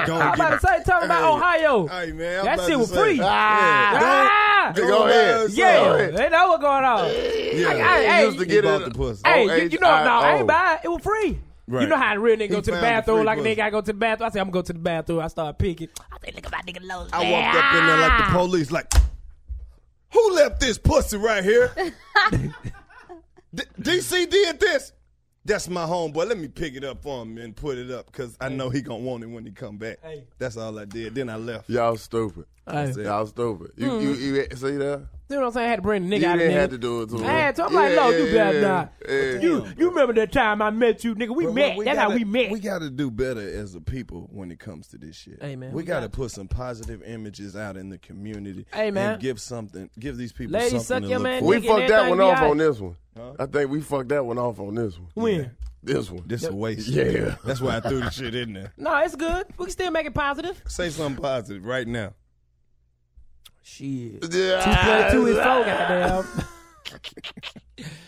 [SPEAKER 1] Don't get-
[SPEAKER 4] I'm about to say, talking about Ohio.
[SPEAKER 1] Hey man, I'm
[SPEAKER 4] that
[SPEAKER 1] about
[SPEAKER 4] shit
[SPEAKER 1] to
[SPEAKER 4] was
[SPEAKER 1] say.
[SPEAKER 4] free.
[SPEAKER 1] Yeah.
[SPEAKER 4] Ah,
[SPEAKER 1] Don't-
[SPEAKER 2] Go
[SPEAKER 1] don't
[SPEAKER 2] ahead.
[SPEAKER 1] buy
[SPEAKER 4] yeah,
[SPEAKER 2] Go
[SPEAKER 4] they know what's going on.
[SPEAKER 2] Yeah,
[SPEAKER 4] Like, I-
[SPEAKER 2] you
[SPEAKER 4] hey,
[SPEAKER 2] used to get
[SPEAKER 1] He
[SPEAKER 2] it.
[SPEAKER 1] bought the pussy.
[SPEAKER 4] Hey, you, you know, no, I
[SPEAKER 2] O-H-I-O.
[SPEAKER 4] ain't buy it. It was free. You
[SPEAKER 1] oh. Right.
[SPEAKER 4] know how a real nigga
[SPEAKER 1] He
[SPEAKER 4] go to the
[SPEAKER 1] found the
[SPEAKER 4] bathroom
[SPEAKER 1] free
[SPEAKER 4] like a
[SPEAKER 1] pussy.
[SPEAKER 4] nigga I go to the bathroom. I say I'm gonna go to the bathroom. I start picking. I say, look at my nigga low.
[SPEAKER 1] I walked up in there like the police, like, who left this pussy right here? D- DC did this. That's my homeboy. Let me pick it up for him and put it up because I know he gonna want it when he come back. That's all I did. Then I left.
[SPEAKER 2] Y'all stupid.
[SPEAKER 4] Hey. Hmm.
[SPEAKER 2] Y'all stupid. You, you, you, see that?
[SPEAKER 4] You know what I'm saying? I had to bring the nigga
[SPEAKER 2] You
[SPEAKER 4] out of
[SPEAKER 2] didn't
[SPEAKER 4] there.
[SPEAKER 2] have to do it to
[SPEAKER 4] I
[SPEAKER 2] him.
[SPEAKER 4] had to. I'm like,
[SPEAKER 2] Yeah,
[SPEAKER 4] no, you
[SPEAKER 2] yeah,
[SPEAKER 4] better
[SPEAKER 2] yeah,
[SPEAKER 4] not.
[SPEAKER 2] yeah.
[SPEAKER 4] You, you remember that time I met you, nigga? We
[SPEAKER 1] But
[SPEAKER 4] met. That's
[SPEAKER 1] gotta,
[SPEAKER 4] how we met.
[SPEAKER 1] We gotta do better as a people when it comes to this shit.
[SPEAKER 4] Hey, man,
[SPEAKER 1] we,
[SPEAKER 4] we
[SPEAKER 1] gotta put some positive images out in the community.
[SPEAKER 4] Hey, man.
[SPEAKER 1] and give something. Give these people
[SPEAKER 4] Ladies,
[SPEAKER 1] something
[SPEAKER 4] suck
[SPEAKER 1] to
[SPEAKER 4] your
[SPEAKER 1] look
[SPEAKER 4] man
[SPEAKER 1] forward
[SPEAKER 2] We
[SPEAKER 4] Nigga,
[SPEAKER 2] fucked that
[SPEAKER 4] everything
[SPEAKER 2] one
[SPEAKER 4] be
[SPEAKER 2] off
[SPEAKER 4] all
[SPEAKER 2] on
[SPEAKER 4] right.
[SPEAKER 2] this one. I think we fucked that one off on this one.
[SPEAKER 4] When?
[SPEAKER 2] This one.
[SPEAKER 1] This a waste.
[SPEAKER 2] Yeah.
[SPEAKER 1] That's why I threw the shit in there.
[SPEAKER 4] No, it's good. We can still make it positive.
[SPEAKER 1] Say something positive right now.
[SPEAKER 4] Shit. Two plus two is four, goddamn.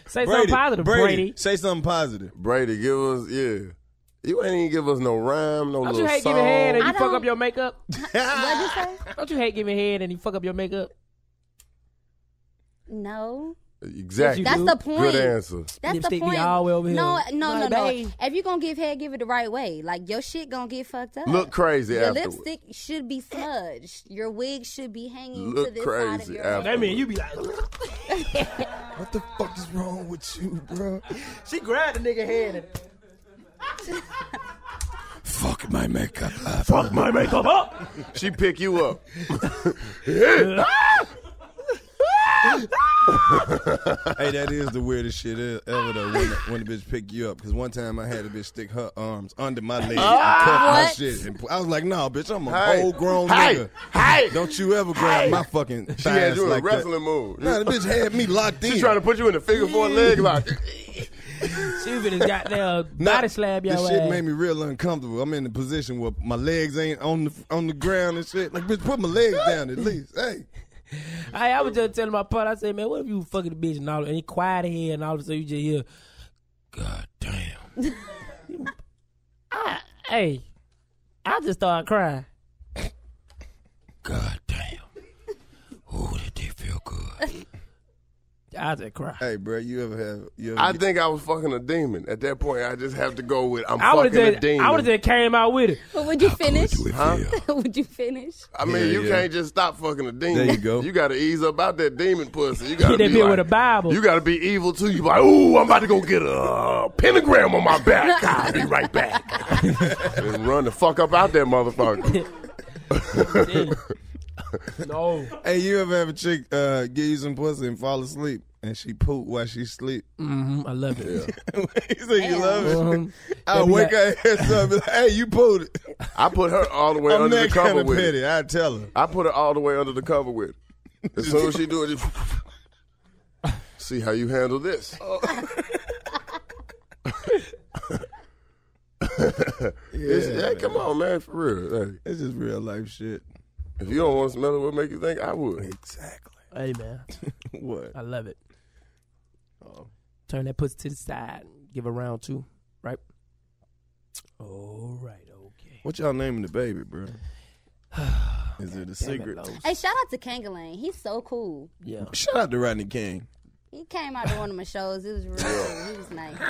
[SPEAKER 4] Say something positive, Brady.
[SPEAKER 1] Say something positive.
[SPEAKER 2] Brady, give us, yeah. You ain't even give us no rhyme, no
[SPEAKER 4] Don't
[SPEAKER 2] little
[SPEAKER 4] you hate
[SPEAKER 2] song.
[SPEAKER 4] giving head and
[SPEAKER 6] I
[SPEAKER 4] you fuck
[SPEAKER 6] don't-
[SPEAKER 4] up your makeup?
[SPEAKER 6] What'd you say?
[SPEAKER 4] Don't you hate giving head and you fuck up your makeup?
[SPEAKER 6] No.
[SPEAKER 2] Exactly.
[SPEAKER 6] That's the point.
[SPEAKER 2] Good answer.
[SPEAKER 6] That's the
[SPEAKER 4] Lipstick be
[SPEAKER 6] point.
[SPEAKER 4] all the way over here.
[SPEAKER 6] no, no, no,
[SPEAKER 4] Like,
[SPEAKER 6] no.
[SPEAKER 4] babe.
[SPEAKER 6] If you gonna give head, give it the right way. Like your shit gonna get fucked up.
[SPEAKER 2] Look crazy
[SPEAKER 6] Your
[SPEAKER 2] afterwards.
[SPEAKER 6] lipstick should be smudged. Your wig should be hanging to
[SPEAKER 2] Look
[SPEAKER 6] this side of
[SPEAKER 2] crazy
[SPEAKER 6] your
[SPEAKER 2] afterwards.
[SPEAKER 4] That mean you be like,
[SPEAKER 1] What the fuck is wrong with you, bro?
[SPEAKER 4] she grabbed the nigga head and
[SPEAKER 1] Fuck my makeup.
[SPEAKER 4] fuck my makeup up.
[SPEAKER 2] She pick you up.
[SPEAKER 1] hey, that is the weirdest shit e- ever though. When, when the bitch pick you up, because one time I had a bitch stick her arms under my leg, and cut my
[SPEAKER 6] What?
[SPEAKER 1] shit, and pu- I was like, "Nah, bitch, I'm a
[SPEAKER 2] Hey.
[SPEAKER 1] whole grown
[SPEAKER 2] Hey.
[SPEAKER 1] nigga.
[SPEAKER 2] Hey.
[SPEAKER 1] Don't you ever grab my fucking thighs
[SPEAKER 2] She had you in
[SPEAKER 1] like
[SPEAKER 2] a wrestling move.
[SPEAKER 1] that." Nah, the bitch had me locked in.
[SPEAKER 2] She trying to put you in the figure four leg lock.
[SPEAKER 4] She even got goddamn
[SPEAKER 1] Nah,
[SPEAKER 4] body slab your
[SPEAKER 1] This
[SPEAKER 4] ass.
[SPEAKER 1] shit made me real uncomfortable. I'm in a position where my legs ain't on the on the ground and shit. Like, bitch, put my legs down at least. Hey,
[SPEAKER 4] I, I was just telling my partner, I said, man, what if you fucking the bitch and all, and you quiet in here, and all of a sudden you just hear, God damn. I, hey, I just started crying. God damn. Ooh, that did feel good. I just cry.
[SPEAKER 1] hey, bro, you ever have? You ever
[SPEAKER 2] I
[SPEAKER 1] get-
[SPEAKER 2] think I was fucking a demon. At that point, I just have to go with I'm
[SPEAKER 4] I would
[SPEAKER 2] fucking a
[SPEAKER 4] have just,
[SPEAKER 2] demon.
[SPEAKER 4] I would have just came out with it.
[SPEAKER 6] But would you finish?
[SPEAKER 2] Huh?
[SPEAKER 6] would you finish?
[SPEAKER 2] I mean,
[SPEAKER 1] Yeah,
[SPEAKER 2] you
[SPEAKER 1] yeah.
[SPEAKER 2] can't just stop fucking a demon.
[SPEAKER 1] There you go.
[SPEAKER 2] You got to ease up out that demon pussy. You got
[SPEAKER 4] Hit
[SPEAKER 2] to
[SPEAKER 4] that
[SPEAKER 2] be
[SPEAKER 4] bitch
[SPEAKER 2] like,
[SPEAKER 4] with a Bible.
[SPEAKER 2] You got to be evil too. You be like, ooh, I'm about to go get a pentagram on my back. I'll be right back. and run the fuck up out that motherfucker.
[SPEAKER 4] no.
[SPEAKER 1] Hey, you ever have a chick uh, give you some pussy and fall asleep, and she poop while she sleep?
[SPEAKER 4] hmm I love it.
[SPEAKER 1] you say you love it.
[SPEAKER 4] Um,
[SPEAKER 1] I
[SPEAKER 4] that'd be
[SPEAKER 1] wake
[SPEAKER 4] like-
[SPEAKER 1] her ass up. And be like, hey, you pooped. it."
[SPEAKER 2] I put her all the way
[SPEAKER 1] I'm
[SPEAKER 2] under the
[SPEAKER 1] that kind
[SPEAKER 2] cover
[SPEAKER 1] of
[SPEAKER 2] with
[SPEAKER 1] petty.
[SPEAKER 2] it.
[SPEAKER 1] I tell her.
[SPEAKER 2] I put her all the way under the cover with it. As soon as she do it, just see how you handle this. It's- hey, come on, man, for real. Hey,
[SPEAKER 1] It's just real life shit.
[SPEAKER 2] if you don't want to smell it, what make you think I would?
[SPEAKER 1] Exactly.
[SPEAKER 4] hey, man.
[SPEAKER 1] What? Oh.
[SPEAKER 4] I love it. Turn that pussy to the side. Give a round two, right? All right, okay.
[SPEAKER 1] What y'all naming the baby, bro? Is it a
[SPEAKER 4] Damn it,
[SPEAKER 1] secret?
[SPEAKER 4] Lowe's.
[SPEAKER 6] Hey, shout out to Kangalang. He's so cool.
[SPEAKER 4] Yeah.
[SPEAKER 1] Shout out to Rodney King.
[SPEAKER 6] He came out to one of my shows. It was real. cool. He was nice.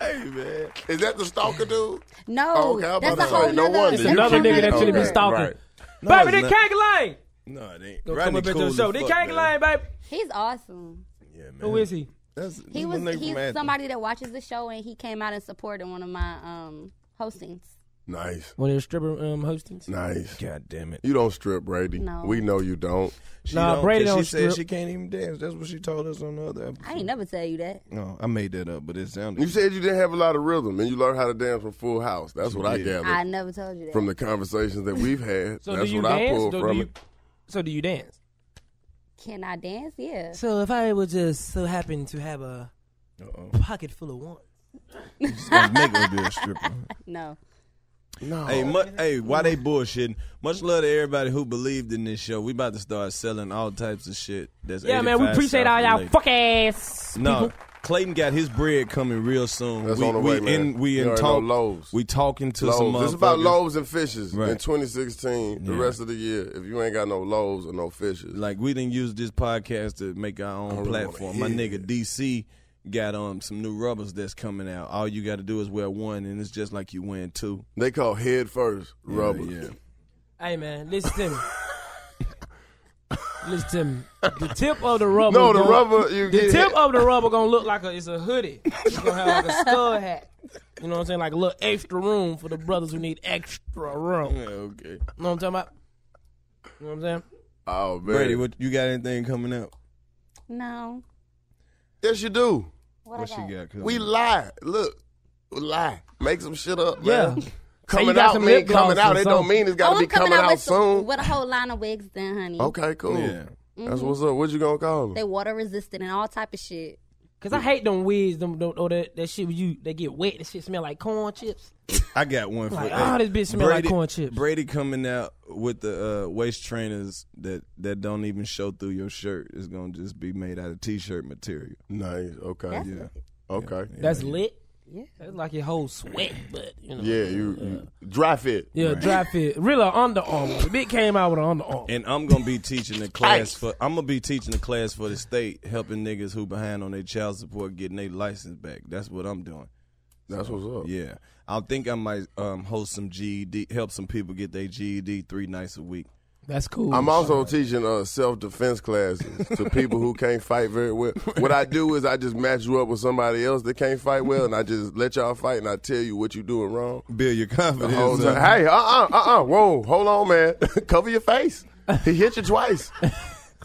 [SPEAKER 1] Hey man,
[SPEAKER 2] Is that the stalker dude?
[SPEAKER 1] Oh,
[SPEAKER 6] No,
[SPEAKER 2] Okay, I'm
[SPEAKER 6] that's a
[SPEAKER 2] about to
[SPEAKER 6] whole
[SPEAKER 2] say, no
[SPEAKER 6] nother-
[SPEAKER 2] wonder.
[SPEAKER 6] that's
[SPEAKER 4] It's another
[SPEAKER 6] a whole
[SPEAKER 4] nigga that
[SPEAKER 6] nother
[SPEAKER 4] should have been
[SPEAKER 6] group.
[SPEAKER 4] stalking.
[SPEAKER 2] Right.
[SPEAKER 1] No,
[SPEAKER 4] Baby,
[SPEAKER 1] it's
[SPEAKER 4] this
[SPEAKER 1] not.
[SPEAKER 4] Kangalane!
[SPEAKER 1] no, it ain't.
[SPEAKER 4] Gonna come
[SPEAKER 1] Rodney
[SPEAKER 4] up into
[SPEAKER 1] cool
[SPEAKER 4] the
[SPEAKER 1] as
[SPEAKER 4] show. This
[SPEAKER 1] fuck, man.
[SPEAKER 4] Kangalane, baby.
[SPEAKER 6] He's awesome.
[SPEAKER 1] Yeah, man.
[SPEAKER 4] Who is he?
[SPEAKER 2] That's
[SPEAKER 6] He was he's somebody that watches the show and he came out and supported one of my um hostings.
[SPEAKER 2] Nice.
[SPEAKER 4] One of the stripper um, hostings.
[SPEAKER 2] Nice.
[SPEAKER 4] God damn it.
[SPEAKER 2] You don't strip, Brady.
[SPEAKER 6] No.
[SPEAKER 2] We know you don't.
[SPEAKER 4] She Nah, don't, Brady
[SPEAKER 1] 'cause
[SPEAKER 4] don't
[SPEAKER 1] she said
[SPEAKER 4] strip.
[SPEAKER 1] she can't even dance. That's what she told us on the other episode.
[SPEAKER 6] I ain't never tell you that.
[SPEAKER 1] No, I made that up, but it sounded.
[SPEAKER 2] You said you didn't have a lot of rhythm, and you learned how to dance from Full House. That's what I
[SPEAKER 1] Yeah.
[SPEAKER 2] gathered
[SPEAKER 6] I never told you that.
[SPEAKER 2] from the conversations that we've had.
[SPEAKER 4] So
[SPEAKER 2] That's
[SPEAKER 4] do you
[SPEAKER 2] what I
[SPEAKER 4] dance?
[SPEAKER 2] pulled
[SPEAKER 4] So do
[SPEAKER 2] from
[SPEAKER 4] you-
[SPEAKER 2] it.
[SPEAKER 4] So do you dance?
[SPEAKER 6] Can I dance? Yeah.
[SPEAKER 4] So if I would just so happen to have a pocket full of one.
[SPEAKER 1] gonna make her be a stripper.
[SPEAKER 6] No.
[SPEAKER 2] No.
[SPEAKER 1] Hey, mu- hey, why they bullshitting? Much love to everybody who believed in this show. We about to start selling all types of shit. That's
[SPEAKER 4] Yeah, man, we
[SPEAKER 1] 85
[SPEAKER 4] appreciate
[SPEAKER 1] South
[SPEAKER 4] all y'all
[SPEAKER 1] related.
[SPEAKER 4] fuck ass.
[SPEAKER 1] No,
[SPEAKER 4] people.
[SPEAKER 1] Clayton got his bread coming real soon.
[SPEAKER 2] That's
[SPEAKER 1] we,
[SPEAKER 2] on the
[SPEAKER 1] we
[SPEAKER 2] way, man.
[SPEAKER 1] In, we
[SPEAKER 2] You
[SPEAKER 1] in
[SPEAKER 2] already
[SPEAKER 1] talk.
[SPEAKER 2] know Lowe's.
[SPEAKER 1] We talking to
[SPEAKER 2] Loaves.
[SPEAKER 1] some.
[SPEAKER 2] It's about
[SPEAKER 1] motherfuckers.
[SPEAKER 2] loaves and fishes in
[SPEAKER 1] Right.
[SPEAKER 2] 2016. The
[SPEAKER 1] Yeah.
[SPEAKER 2] rest of the year, if you ain't got no loaves or no fishes,
[SPEAKER 1] Like we didn't use this podcast to make our
[SPEAKER 2] I
[SPEAKER 1] own
[SPEAKER 2] really wanna
[SPEAKER 1] platform. My
[SPEAKER 2] hear
[SPEAKER 1] nigga DC got um some new rubbers that's coming out. All you got to do is wear one, and it's just like you win two.
[SPEAKER 2] They call head first rubbers.
[SPEAKER 1] Yeah,
[SPEAKER 4] Hey man, listen to me. listen to me. The tip of the rubber.
[SPEAKER 2] No, the
[SPEAKER 4] gonna-
[SPEAKER 2] rubber, you
[SPEAKER 4] the
[SPEAKER 2] get-
[SPEAKER 4] tip of the rubber gonna look like a it's a hoodie. It's gonna have like a stud hat. You know what I'm saying? Like a little extra room for the brothers who need extra room.
[SPEAKER 1] okay. You
[SPEAKER 4] know what I'm talking about? You know what I'm saying?
[SPEAKER 2] Oh man,
[SPEAKER 1] Brady, what you got? Anything coming up?
[SPEAKER 6] No.
[SPEAKER 2] Yes, you do.
[SPEAKER 6] What,
[SPEAKER 1] she got? Coming?
[SPEAKER 2] We lie. Look, we lie. Make some shit up,
[SPEAKER 1] Yeah.
[SPEAKER 2] man.
[SPEAKER 1] Say
[SPEAKER 6] you
[SPEAKER 2] Coming
[SPEAKER 6] got
[SPEAKER 2] out
[SPEAKER 6] some
[SPEAKER 2] mean
[SPEAKER 6] lip gloss
[SPEAKER 2] coming out.
[SPEAKER 6] or
[SPEAKER 2] It don't
[SPEAKER 6] something.
[SPEAKER 2] mean it's got to
[SPEAKER 6] Oh,
[SPEAKER 2] be
[SPEAKER 6] I'm
[SPEAKER 2] coming, out
[SPEAKER 6] with,
[SPEAKER 2] soon.
[SPEAKER 6] With a whole line of wigs then, honey.
[SPEAKER 1] Oh.
[SPEAKER 2] Okay, cool. That's
[SPEAKER 6] Mhm.
[SPEAKER 2] what's up. What you gonna call them?
[SPEAKER 6] They water resistant and all type of shit.
[SPEAKER 4] Cause I hate them wigs, them, them or that, that shit where you they get wet. That shit smell like corn chips.
[SPEAKER 1] I got one for
[SPEAKER 4] Like,
[SPEAKER 1] hey,
[SPEAKER 4] oh, this bitch smell like corn chips.
[SPEAKER 1] Brady coming out with the uh, waist trainers that that don't even show through your shirt. It's gonna just be made out of t-shirt material.
[SPEAKER 2] Nice. Okay.
[SPEAKER 1] Yeah.
[SPEAKER 2] That's- Okay.
[SPEAKER 4] That's lit. Yeah, that's like your whole sweat, but you know.
[SPEAKER 2] Yeah, you, you dry fit.
[SPEAKER 4] Yeah, dry fit. Really, an underarm. The bit came out with an underarm.
[SPEAKER 1] And I'm gonna be teaching a class for I'm gonna be teaching a class for the state, helping niggas who behind on their child support getting their license back. That's what I'm doing.
[SPEAKER 2] That's what's up.
[SPEAKER 1] Yeah, I think I might um, host some GED, help some people get their E GED three nights a week.
[SPEAKER 4] That's cool.
[SPEAKER 2] I'm also teaching uh, self defense classes to people who can't fight very well. What I do is I just match you up with somebody else that can't fight well, and I just let y'all fight, and I tell you what you doing wrong.
[SPEAKER 1] Build your
[SPEAKER 2] The
[SPEAKER 1] confidence.
[SPEAKER 2] whole
[SPEAKER 1] up.
[SPEAKER 2] time, hey, uh, uh, uh, uh, whoa, hold on, man, cover your face. He hit you twice.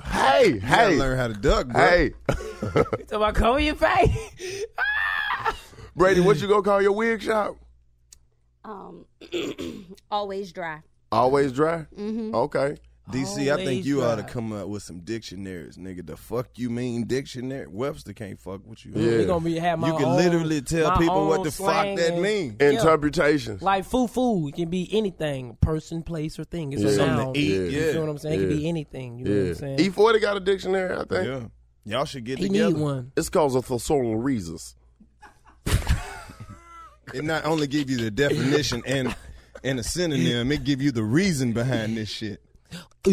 [SPEAKER 2] hey, hey,
[SPEAKER 1] learn how to duck. Bro.
[SPEAKER 2] Hey,
[SPEAKER 4] So I cover your face.
[SPEAKER 2] Brady, what you gonna call your wig shop?
[SPEAKER 6] Um, always dry.
[SPEAKER 2] Always dry.
[SPEAKER 6] Mhm.
[SPEAKER 2] Okay.
[SPEAKER 1] DC, I think
[SPEAKER 6] Always
[SPEAKER 1] you ought to
[SPEAKER 6] right.
[SPEAKER 1] come up with some dictionaries, nigga. The fuck you mean dictionary? Webster can't fuck with you.
[SPEAKER 2] Yeah. We gonna
[SPEAKER 4] be- have my
[SPEAKER 1] You can
[SPEAKER 4] own-
[SPEAKER 1] literally tell
[SPEAKER 4] my
[SPEAKER 1] people what
[SPEAKER 4] own
[SPEAKER 1] the
[SPEAKER 4] slang
[SPEAKER 1] fuck that
[SPEAKER 4] and-
[SPEAKER 1] mean.
[SPEAKER 4] Yeah.
[SPEAKER 2] Interpretations.
[SPEAKER 4] Like foo foo, it can be anything. Person, place, or thing. It's a
[SPEAKER 2] Yeah.
[SPEAKER 4] noun.
[SPEAKER 2] Something to eat,
[SPEAKER 4] You
[SPEAKER 2] yeah.
[SPEAKER 4] feel what I'm saying? It can be
[SPEAKER 2] Yeah.
[SPEAKER 4] anything. You know what I'm saying?
[SPEAKER 2] E40 got a dictionary, I think.
[SPEAKER 1] Yeah. Y'all should get
[SPEAKER 4] He need
[SPEAKER 1] together.
[SPEAKER 4] one.
[SPEAKER 2] It's called a thesaurus reasons.
[SPEAKER 1] It not only give you the definition and and a synonym, it give you the reason behind this shit.
[SPEAKER 4] I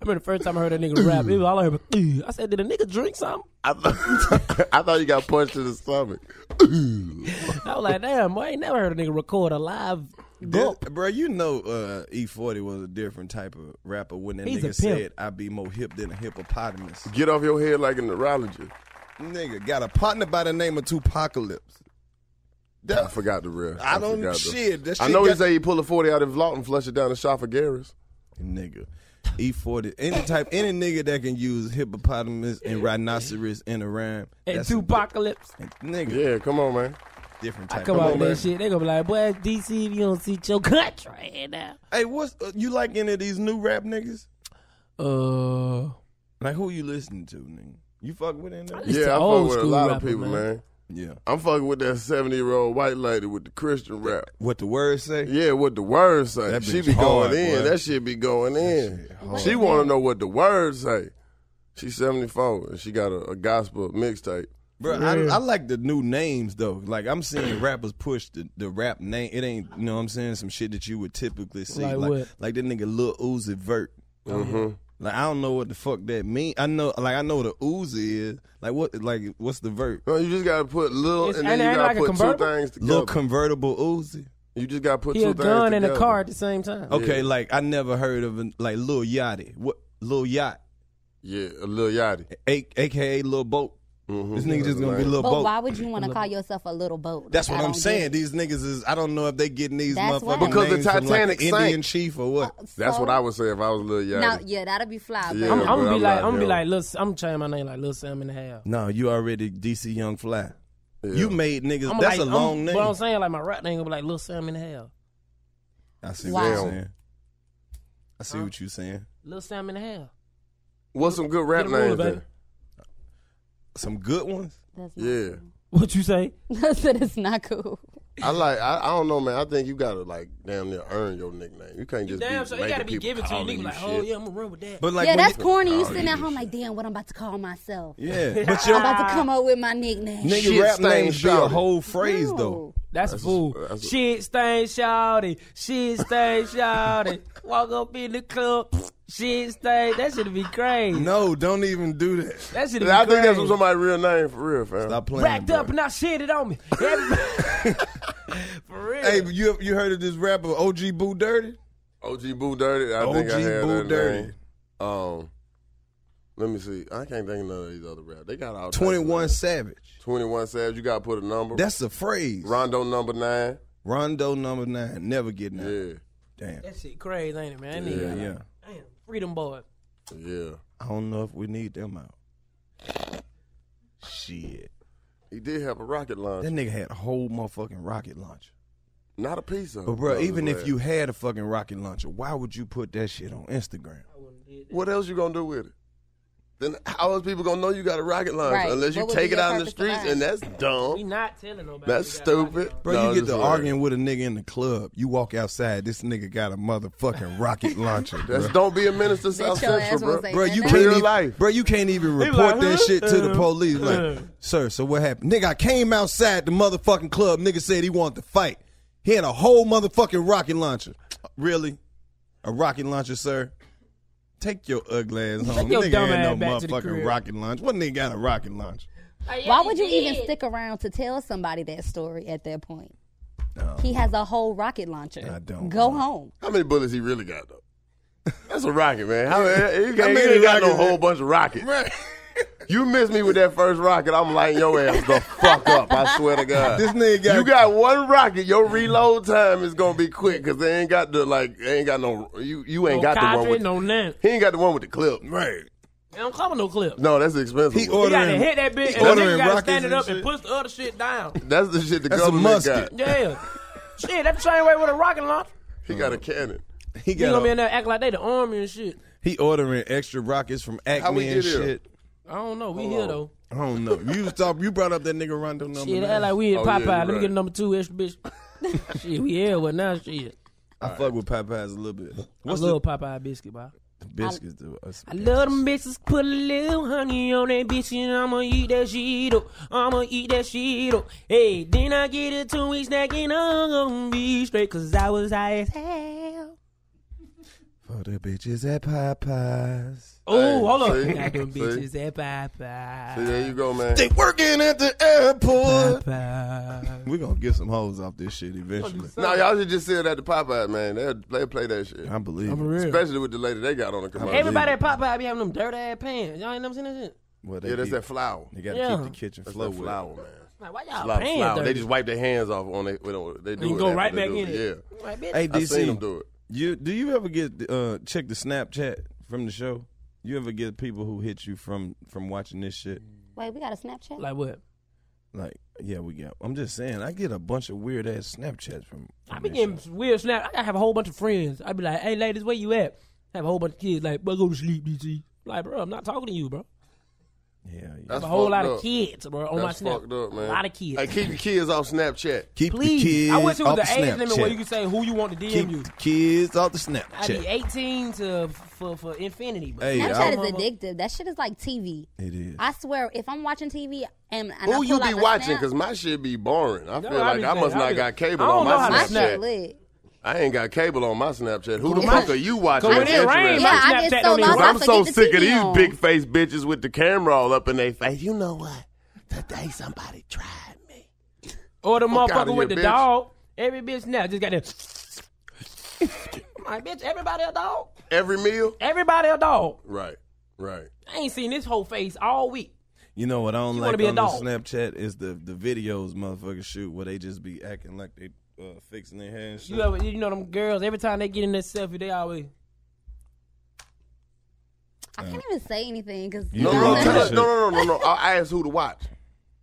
[SPEAKER 4] remember the first time I heard that nigga rap. It was all I heard. Was, "Ugh." I said, "Did a nigga drink something?"
[SPEAKER 2] I, th- I thought you got punched in the stomach.
[SPEAKER 4] I was like, "Damn, boy, I ain't never heard a nigga record a live
[SPEAKER 1] This, bro, you know uh, E40 was a different type of rapper when that
[SPEAKER 4] He's a
[SPEAKER 1] nigga
[SPEAKER 4] pimp.
[SPEAKER 1] said, I be more hip than a hippopotamus.
[SPEAKER 2] Get off your head like a neurologist.
[SPEAKER 1] Nigga got a partner by the name of Tupacalypse.
[SPEAKER 2] I forgot the real.
[SPEAKER 1] I don't-
[SPEAKER 2] forgot the-
[SPEAKER 1] shit, that
[SPEAKER 2] I
[SPEAKER 1] shit
[SPEAKER 2] know he
[SPEAKER 1] got-
[SPEAKER 2] say he pull a forty out of Vlot and flush it down the Shafagaris.
[SPEAKER 1] nigga. E forty, any type, any nigga that can use hippopotamus and rhinoceros in a rhyme.
[SPEAKER 4] and
[SPEAKER 1] that's
[SPEAKER 4] two apocalypse.
[SPEAKER 1] nigga.
[SPEAKER 2] Yeah, come on, man.
[SPEAKER 1] Different
[SPEAKER 4] I
[SPEAKER 1] type.
[SPEAKER 4] come out with that shit. They gonna be like, "Boy, it's DC, if you don't see your country right now."
[SPEAKER 1] Hey, what's uh, you like any of these new rap niggas?
[SPEAKER 4] Uh,
[SPEAKER 1] Like who you listening to, nigga? You fuck with any? of them?
[SPEAKER 2] Yeah, I fuck with a lot of people, man.
[SPEAKER 1] Yeah,
[SPEAKER 2] I'm fucking with that seventy year old white lady with the Christian rap.
[SPEAKER 1] What the words say?
[SPEAKER 2] Yeah, what the words say.
[SPEAKER 1] That
[SPEAKER 2] She
[SPEAKER 1] bitch
[SPEAKER 2] be going
[SPEAKER 1] hard,
[SPEAKER 2] in.
[SPEAKER 1] boy.
[SPEAKER 2] That shit be going in.
[SPEAKER 4] Oh,
[SPEAKER 2] She want to know what the words say. She's seventy four and she got a, a gospel mixtape.
[SPEAKER 1] Bro, I, I like the new names though. Like I'm seeing rappers push the, the rap name. It ain't you know what I'm saying some shit that you would typically see.
[SPEAKER 4] Like
[SPEAKER 1] like
[SPEAKER 4] what?
[SPEAKER 1] like that nigga Lil Uzi Vert.
[SPEAKER 2] Mhm.
[SPEAKER 1] Like I don't know what the fuck that mean. I know like I know what a Uzi is. Like what like what's the vert?
[SPEAKER 2] No, you just gotta put little
[SPEAKER 4] It's-
[SPEAKER 2] and then
[SPEAKER 4] ain't-
[SPEAKER 2] you
[SPEAKER 4] ain't
[SPEAKER 2] gotta
[SPEAKER 4] like a
[SPEAKER 2] put two
[SPEAKER 4] convertible?
[SPEAKER 2] things together.
[SPEAKER 1] Little convertible Uzi.
[SPEAKER 2] you just gotta put
[SPEAKER 4] he
[SPEAKER 2] two
[SPEAKER 4] a
[SPEAKER 2] things
[SPEAKER 4] gun and a
[SPEAKER 2] together.
[SPEAKER 4] car at the same time.
[SPEAKER 1] Okay, like I never heard of an, like Lil Yachty. What Lil Yacht?
[SPEAKER 2] Yeah, a Lil Yachty.
[SPEAKER 1] A, AKA Lil Boat.
[SPEAKER 2] Mhm.
[SPEAKER 1] This nigga just gonna be a little
[SPEAKER 6] But
[SPEAKER 1] boat.
[SPEAKER 6] why would you want to call yourself a little boat?
[SPEAKER 1] That's
[SPEAKER 6] Like,
[SPEAKER 1] what
[SPEAKER 6] I
[SPEAKER 1] I'm
[SPEAKER 6] don't
[SPEAKER 1] saying.
[SPEAKER 6] get it.
[SPEAKER 1] These niggas is I don't know if they getting these
[SPEAKER 6] That's why. Uh,
[SPEAKER 1] motherfuckers
[SPEAKER 2] Because the
[SPEAKER 1] names from, like,
[SPEAKER 2] Titanic sank.
[SPEAKER 1] Indian chief or what?
[SPEAKER 2] That's
[SPEAKER 6] So-
[SPEAKER 4] Oh.
[SPEAKER 2] what I would say if I was a little
[SPEAKER 6] Now,
[SPEAKER 2] yachty.
[SPEAKER 6] yeah, that'd be fly. but-
[SPEAKER 2] Yeah,
[SPEAKER 4] I'm, I'm
[SPEAKER 2] but
[SPEAKER 4] gonna be
[SPEAKER 2] I'm
[SPEAKER 4] like,
[SPEAKER 2] not,
[SPEAKER 4] I'm gonna be
[SPEAKER 2] yo.
[SPEAKER 4] like, little, I'm changing my name like Little Sam and a half.
[SPEAKER 1] No, you already DC Young Fly. You made niggas.
[SPEAKER 4] I'm
[SPEAKER 1] that's
[SPEAKER 4] like,
[SPEAKER 1] a long
[SPEAKER 4] I'm,
[SPEAKER 1] name.
[SPEAKER 4] But I'm saying like my rap name gonna be like Little Sam and a half.
[SPEAKER 1] I see
[SPEAKER 4] Wow.
[SPEAKER 1] what you're saying. I see what you're saying.
[SPEAKER 4] Little Sam and a half.
[SPEAKER 2] What's some good rap
[SPEAKER 4] Get a ruler,
[SPEAKER 2] names?
[SPEAKER 4] baby.
[SPEAKER 2] then?
[SPEAKER 1] Some good ones.
[SPEAKER 2] Yeah,
[SPEAKER 4] What you say?
[SPEAKER 6] I said it's not cool.
[SPEAKER 2] I like. I, I don't know, man. I think you gotta like damn near earn your nickname. You can't just
[SPEAKER 4] Damn,
[SPEAKER 2] be
[SPEAKER 4] so it
[SPEAKER 2] making
[SPEAKER 4] gotta be
[SPEAKER 2] people
[SPEAKER 4] given to you.
[SPEAKER 2] calling
[SPEAKER 4] Nigga, like,
[SPEAKER 2] shit.
[SPEAKER 4] oh yeah, I'm gonna run with that.
[SPEAKER 2] But, like,
[SPEAKER 6] yeah,
[SPEAKER 2] when
[SPEAKER 6] that's
[SPEAKER 2] you-
[SPEAKER 6] corny. You
[SPEAKER 2] Oh,
[SPEAKER 6] sitting at
[SPEAKER 2] yeah.
[SPEAKER 6] home like, damn, what I'm about to call myself?
[SPEAKER 1] Yeah, but
[SPEAKER 6] I'm
[SPEAKER 1] your-
[SPEAKER 6] about to come up with my nickname.
[SPEAKER 1] Nigga,
[SPEAKER 4] Shit
[SPEAKER 1] rap
[SPEAKER 4] stain
[SPEAKER 1] names be a
[SPEAKER 4] shouted.
[SPEAKER 1] whole phrase though.
[SPEAKER 4] That's, fool. Shit stain shouty. Shit stain shouty. Walk up in the club. Shit stain. That should be crazy.
[SPEAKER 1] No, don't even do that.
[SPEAKER 4] That should be
[SPEAKER 2] I think that's
[SPEAKER 4] crazy.
[SPEAKER 2] what somebody's real name for real, fam. Stop
[SPEAKER 4] Racked up and I shit it on me. Everybody-
[SPEAKER 1] Hey, you you heard of this rapper OG Boo Dirty?
[SPEAKER 2] OG Boo Dirty. I think I
[SPEAKER 1] OG
[SPEAKER 2] had
[SPEAKER 1] Boo
[SPEAKER 2] that
[SPEAKER 1] Dirty.
[SPEAKER 2] name. Um, let me see. I can't think of none of these other rap. They got all types of
[SPEAKER 1] Twenty One Savage.
[SPEAKER 2] names. 21 Savage. You got to put a number.
[SPEAKER 1] That's a phrase.
[SPEAKER 2] Rondo number nine.
[SPEAKER 1] Rondo number nine. Never getting out.
[SPEAKER 2] Yeah.
[SPEAKER 1] Damn.
[SPEAKER 4] that shit crazy, ain't it, man? That
[SPEAKER 1] Yeah,
[SPEAKER 4] nigga,
[SPEAKER 1] yeah.
[SPEAKER 4] Damn, freedom boy.
[SPEAKER 2] Yeah.
[SPEAKER 1] I don't know if we need them out. Shit.
[SPEAKER 2] He did have a rocket launcher.
[SPEAKER 1] That nigga had a whole motherfucking rocket launcher.
[SPEAKER 2] Not a piece of
[SPEAKER 1] But
[SPEAKER 2] it.
[SPEAKER 1] bro,
[SPEAKER 2] That
[SPEAKER 1] even
[SPEAKER 2] was
[SPEAKER 1] if
[SPEAKER 2] bad.
[SPEAKER 1] you had a fucking rocket launcher, why would you put that shit on Instagram?
[SPEAKER 2] What else you gonna do with it? Then how else people gonna know you got a rocket launcher
[SPEAKER 4] Right.
[SPEAKER 2] unless you
[SPEAKER 4] What would
[SPEAKER 2] take
[SPEAKER 4] be
[SPEAKER 2] it
[SPEAKER 4] your
[SPEAKER 2] out in the
[SPEAKER 4] purpose of
[SPEAKER 2] streets
[SPEAKER 4] that?
[SPEAKER 2] and that's
[SPEAKER 4] We
[SPEAKER 2] dumb.
[SPEAKER 4] not telling nobody.
[SPEAKER 2] That's
[SPEAKER 4] we got rockets
[SPEAKER 2] stupid.
[SPEAKER 4] on.
[SPEAKER 1] Bro,
[SPEAKER 2] No,
[SPEAKER 1] you
[SPEAKER 2] I'm
[SPEAKER 1] get
[SPEAKER 2] just
[SPEAKER 1] to
[SPEAKER 2] playing.
[SPEAKER 1] arguing with a nigga in the club. You walk outside, this nigga got a motherfucking rocket launcher.
[SPEAKER 2] That's
[SPEAKER 1] bruh.
[SPEAKER 2] don't be a minister to South
[SPEAKER 1] your
[SPEAKER 2] Central,
[SPEAKER 1] ass
[SPEAKER 2] bro.
[SPEAKER 1] was like, Bro, you "Nah."
[SPEAKER 2] real
[SPEAKER 1] can't even-
[SPEAKER 2] life.
[SPEAKER 1] Bro, you can't even
[SPEAKER 2] He
[SPEAKER 1] report
[SPEAKER 2] like,
[SPEAKER 1] that
[SPEAKER 2] huh?
[SPEAKER 1] shit to the
[SPEAKER 4] Uh-huh.
[SPEAKER 2] Uh,
[SPEAKER 1] police.
[SPEAKER 2] uh.
[SPEAKER 1] Like, sir, so what happened? Nigga, I came outside the motherfucking club. Nigga said he wanted to fight. He had a whole motherfucking rocket launcher. Really? A rocket launcher, sir? Take your ugly ass home.
[SPEAKER 4] your
[SPEAKER 1] nigga
[SPEAKER 4] dumb
[SPEAKER 1] ain't
[SPEAKER 4] ass
[SPEAKER 1] no
[SPEAKER 4] back to the
[SPEAKER 1] motherfucking
[SPEAKER 4] crib.
[SPEAKER 1] rocket launcher. What nigga got a rocket launcher?
[SPEAKER 6] Why would you even stick around to tell somebody that story at that point? he has a whole rocket launcher. I
[SPEAKER 1] don't.
[SPEAKER 6] Go home.
[SPEAKER 2] How many bullets he really got though? That's a rocket, man. How many? You
[SPEAKER 1] How
[SPEAKER 2] can't
[SPEAKER 1] many
[SPEAKER 2] even got no
[SPEAKER 1] rockets?
[SPEAKER 2] whole bunch of rockets. You miss me with that first rocket, I'm lighting your ass the fuck up. I swear to God.
[SPEAKER 1] This nigga got-
[SPEAKER 2] You got one rocket, your reload time is gonna be quick because they ain't got the like they ain't got no you you ain't
[SPEAKER 4] No
[SPEAKER 2] got the one
[SPEAKER 4] cadre,
[SPEAKER 2] with
[SPEAKER 4] no nothing.
[SPEAKER 2] He ain't got the one with the clip.
[SPEAKER 1] Right.
[SPEAKER 4] They don't cover no clip.
[SPEAKER 2] No, that's expensive.
[SPEAKER 1] He
[SPEAKER 4] You
[SPEAKER 1] ordering-
[SPEAKER 4] gotta hit that bitch,
[SPEAKER 1] he
[SPEAKER 4] and then
[SPEAKER 1] ordering
[SPEAKER 4] you gotta
[SPEAKER 1] rockets
[SPEAKER 4] stand it
[SPEAKER 1] and
[SPEAKER 4] up and,
[SPEAKER 1] shit.
[SPEAKER 4] push the other shit down.
[SPEAKER 2] That's the shit the
[SPEAKER 1] That's a
[SPEAKER 2] government
[SPEAKER 1] musket.
[SPEAKER 2] got.
[SPEAKER 4] Yeah, shit, that's the same way with a rocket launcher.
[SPEAKER 2] He
[SPEAKER 1] Mm.
[SPEAKER 2] got a cannon.
[SPEAKER 1] He
[SPEAKER 4] You gonna
[SPEAKER 1] got
[SPEAKER 4] be
[SPEAKER 1] a,
[SPEAKER 4] in there acting like they the army and shit.
[SPEAKER 1] he ordering extra rockets from
[SPEAKER 2] How we
[SPEAKER 1] Acme and
[SPEAKER 2] get here?
[SPEAKER 1] shit.
[SPEAKER 4] I don't know. We
[SPEAKER 1] Oh,
[SPEAKER 2] Hold
[SPEAKER 4] here
[SPEAKER 2] on.
[SPEAKER 4] though.
[SPEAKER 1] I don't know. You was talk, you brought up that nigga Rondo number.
[SPEAKER 4] Shit,
[SPEAKER 1] nine.
[SPEAKER 4] act like we at Popeye. Let me get a number two extra bitch. shit, we here. What now? Shit,
[SPEAKER 1] I fuck with Popeyes a little bit. What's
[SPEAKER 4] I
[SPEAKER 1] the
[SPEAKER 4] love Popeye biscuit, boy.
[SPEAKER 1] biscuits do?
[SPEAKER 4] I love them bitches. Put a little honey on that bitch, and I'ma eat that shit up. I'ma eat that shit up. Hey, then I get a two week snack, and I'm gonna be straight, cause I was high as hell.
[SPEAKER 1] For the bitches at Popeyes.
[SPEAKER 4] Oh,
[SPEAKER 2] Hey,
[SPEAKER 4] hold up.
[SPEAKER 2] see?
[SPEAKER 4] Got them
[SPEAKER 2] See?
[SPEAKER 4] bitches at Popeye.
[SPEAKER 2] See, there you go, man.
[SPEAKER 1] They working at the airport.
[SPEAKER 4] Popeye.
[SPEAKER 1] We're gonna get some hoes off this shit eventually.
[SPEAKER 2] No, y'all should just sell that to Popeye, man. They'll, they play that shit.
[SPEAKER 1] I believe.
[SPEAKER 4] I'm
[SPEAKER 1] it.
[SPEAKER 4] real.
[SPEAKER 2] Especially with the lady they got on the commercial.
[SPEAKER 4] Everybody at Popeye be having them dirt ass pants. Y'all ain't never seen that shit.
[SPEAKER 1] Well,
[SPEAKER 2] Yeah, that's that flour.
[SPEAKER 1] They gotta
[SPEAKER 4] Yeah.
[SPEAKER 1] keep the kitchen
[SPEAKER 2] That's
[SPEAKER 1] flow
[SPEAKER 2] that
[SPEAKER 1] with
[SPEAKER 2] flour,
[SPEAKER 1] it.
[SPEAKER 2] man.
[SPEAKER 4] Like, why
[SPEAKER 2] It's a
[SPEAKER 4] y'all
[SPEAKER 2] lot of
[SPEAKER 4] pants
[SPEAKER 2] flour.
[SPEAKER 4] dirty?
[SPEAKER 2] They just wipe their hands off on it. They, don't- they do
[SPEAKER 4] You
[SPEAKER 2] it
[SPEAKER 4] go
[SPEAKER 2] after
[SPEAKER 4] right
[SPEAKER 2] they
[SPEAKER 4] back
[SPEAKER 2] do
[SPEAKER 4] in it.
[SPEAKER 2] Yeah.
[SPEAKER 4] Like, bitch,
[SPEAKER 1] Hey
[SPEAKER 2] I seen them
[SPEAKER 1] DC,
[SPEAKER 2] do it.
[SPEAKER 1] you do you ever get uh check the Snapchat from the show? You ever get people who hit you from from watching this shit?
[SPEAKER 6] Wait, we got a Snapchat?
[SPEAKER 4] like what?
[SPEAKER 1] Like, yeah, we got. I'm just saying, I get a bunch of weird ass Snapchats from.
[SPEAKER 4] I be getting weird snap. I gotta have a whole bunch of friends. I be like, hey, ladies, where you at? Have a whole bunch of kids like, but go to sleep, DT. Like, bro, I'm not talking to you, bro.
[SPEAKER 1] Yeah, yeah.
[SPEAKER 2] That's
[SPEAKER 4] a whole
[SPEAKER 2] fucked
[SPEAKER 4] lot of
[SPEAKER 2] up.
[SPEAKER 4] kids, bro, on my
[SPEAKER 2] That's
[SPEAKER 4] Snap.
[SPEAKER 2] fucked up, man.
[SPEAKER 4] A lot of kids.
[SPEAKER 2] Hey, keep your kids off Snapchat.
[SPEAKER 1] Keep
[SPEAKER 4] Please,
[SPEAKER 1] the kids
[SPEAKER 4] I wish it
[SPEAKER 1] off
[SPEAKER 4] was the
[SPEAKER 1] the
[SPEAKER 4] age limit where
[SPEAKER 1] Snapchat.
[SPEAKER 4] you could say who you want to DM
[SPEAKER 1] Keep
[SPEAKER 4] you.
[SPEAKER 1] the kids off the
[SPEAKER 4] I'd be
[SPEAKER 1] Snapchat.
[SPEAKER 4] 18 to for for infinity, bro.
[SPEAKER 1] Hey,
[SPEAKER 6] Snapchat
[SPEAKER 1] I-
[SPEAKER 6] is addictive. That shit is like TV.
[SPEAKER 1] It is.
[SPEAKER 6] I swear, if I'm watching TV and, and I
[SPEAKER 2] Who you
[SPEAKER 6] pull out
[SPEAKER 2] be
[SPEAKER 6] my
[SPEAKER 2] watching?
[SPEAKER 6] Snap-
[SPEAKER 2] Because my shit be boring. I
[SPEAKER 4] No,
[SPEAKER 2] feel
[SPEAKER 4] I
[SPEAKER 2] like
[SPEAKER 4] be
[SPEAKER 2] I must
[SPEAKER 4] saying, I
[SPEAKER 2] not
[SPEAKER 4] be-
[SPEAKER 2] got cable
[SPEAKER 4] I don't
[SPEAKER 2] on
[SPEAKER 4] know
[SPEAKER 2] my
[SPEAKER 4] how to
[SPEAKER 6] my shit
[SPEAKER 2] Snapchat.
[SPEAKER 6] lit.
[SPEAKER 2] I ain't got cable on my Snapchat. Who the
[SPEAKER 4] Yeah.
[SPEAKER 2] fuck are you watching?
[SPEAKER 4] Cause when
[SPEAKER 2] that's
[SPEAKER 4] it rain,
[SPEAKER 2] interesting?
[SPEAKER 4] my
[SPEAKER 6] Yeah, I
[SPEAKER 4] Snapchat
[SPEAKER 6] get so
[SPEAKER 4] don't even
[SPEAKER 6] lost.
[SPEAKER 4] work.
[SPEAKER 6] I
[SPEAKER 2] I'm so
[SPEAKER 6] forget to
[SPEAKER 2] sick of
[SPEAKER 6] see
[SPEAKER 2] these
[SPEAKER 6] on.
[SPEAKER 2] big face bitches with the camera all up in their face. You know what? Today somebody tried me.
[SPEAKER 4] Or the
[SPEAKER 2] Fuck outta
[SPEAKER 4] motherfucker with the
[SPEAKER 2] here, bitch.
[SPEAKER 4] dog. Every bitch now just got that. My bitch, everybody a dog.
[SPEAKER 2] Every meal?
[SPEAKER 4] Everybody a dog.
[SPEAKER 2] Right, right.
[SPEAKER 4] I ain't seen this whole face all week.
[SPEAKER 1] You know what I don't
[SPEAKER 4] You wanna
[SPEAKER 1] like
[SPEAKER 4] be a
[SPEAKER 1] on the
[SPEAKER 4] dog.
[SPEAKER 1] Snapchat is the the videos motherfuckers shoot where they just be acting like they uh, fixing their hair and shit.
[SPEAKER 4] You ever, you know them girls? Every time they get in that selfie, they always.
[SPEAKER 6] I can't even say anything because
[SPEAKER 2] No, no, no, no, no, no, no. I asked who to watch.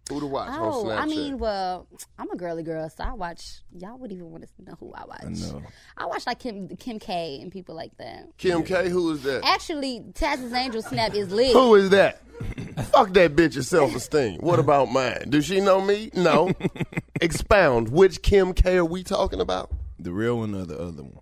[SPEAKER 2] Who to watch on
[SPEAKER 6] Oh,
[SPEAKER 2] Snapchat?
[SPEAKER 6] I mean, well, I'm a girly girl, so I watch. Y'all would even want to know who I watch. I
[SPEAKER 2] know.
[SPEAKER 6] watch like Kim, Kim K, and people like that.
[SPEAKER 2] Kim K. Who is that?
[SPEAKER 6] Actually, Taz's Angel Snap is lit.
[SPEAKER 2] Who is that? Fuck that bitch's self esteem. What about mine? Does she know me? No. Expound. Which Kim K are we talking about?
[SPEAKER 1] The real one or the other one?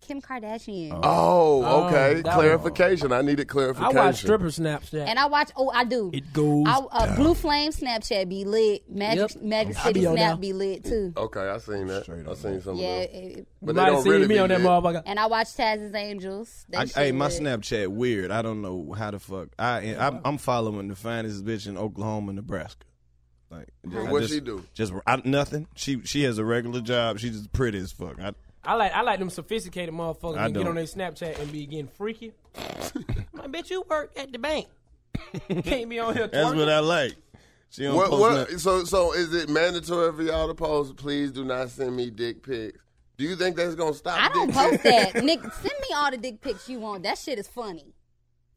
[SPEAKER 6] Kim Kardashian.
[SPEAKER 2] Oh, okay.
[SPEAKER 4] that
[SPEAKER 2] clarification. I needed
[SPEAKER 4] I
[SPEAKER 2] clarification.
[SPEAKER 4] watch stripper Snapchat.
[SPEAKER 6] And I watch. Oh, I do.
[SPEAKER 2] It goes
[SPEAKER 6] I, uh, Blue Flame Snapchat be lit. Magic
[SPEAKER 4] Yep.
[SPEAKER 6] Magic
[SPEAKER 4] I
[SPEAKER 6] City
[SPEAKER 4] be on
[SPEAKER 6] Snap
[SPEAKER 4] that.
[SPEAKER 6] be lit too.
[SPEAKER 2] Okay, I seen that. I seen some
[SPEAKER 6] Yeah,
[SPEAKER 2] of
[SPEAKER 6] it,
[SPEAKER 2] them.
[SPEAKER 6] it-
[SPEAKER 2] But
[SPEAKER 4] You
[SPEAKER 2] they
[SPEAKER 4] might
[SPEAKER 2] don't
[SPEAKER 4] see
[SPEAKER 2] really
[SPEAKER 4] me
[SPEAKER 2] be
[SPEAKER 4] on that
[SPEAKER 2] lit.
[SPEAKER 4] motherfucker.
[SPEAKER 6] and I watch Taz's Angels. That
[SPEAKER 1] I,
[SPEAKER 6] shit
[SPEAKER 1] hey, my
[SPEAKER 6] lit.
[SPEAKER 1] Snapchat weird. I don't know how the fuck. I I'm, I'm following the finest bitch in Oklahoma, Nebraska. Like,
[SPEAKER 2] And
[SPEAKER 1] I
[SPEAKER 2] what
[SPEAKER 1] just-
[SPEAKER 2] she do?
[SPEAKER 1] Just I, nothing. She she has a regular job. She's just pretty as fuck. I,
[SPEAKER 4] I like I like them sophisticated motherfuckers
[SPEAKER 1] I
[SPEAKER 4] and get
[SPEAKER 1] don't.
[SPEAKER 4] on their Snapchat and be getting freaky. I bet you work at the bank. Can't be on here.
[SPEAKER 1] that's
[SPEAKER 4] twerking.
[SPEAKER 1] what I like. She don't
[SPEAKER 2] What,
[SPEAKER 1] post
[SPEAKER 2] what,
[SPEAKER 1] nothing.
[SPEAKER 2] so, so is it mandatory for y'all to post? Please do not send me dick pics. Do you think that's gonna stop?
[SPEAKER 6] I don't
[SPEAKER 2] dick
[SPEAKER 6] post
[SPEAKER 2] pics?
[SPEAKER 6] that. Nick, send me all the dick pics you want. That shit is funny.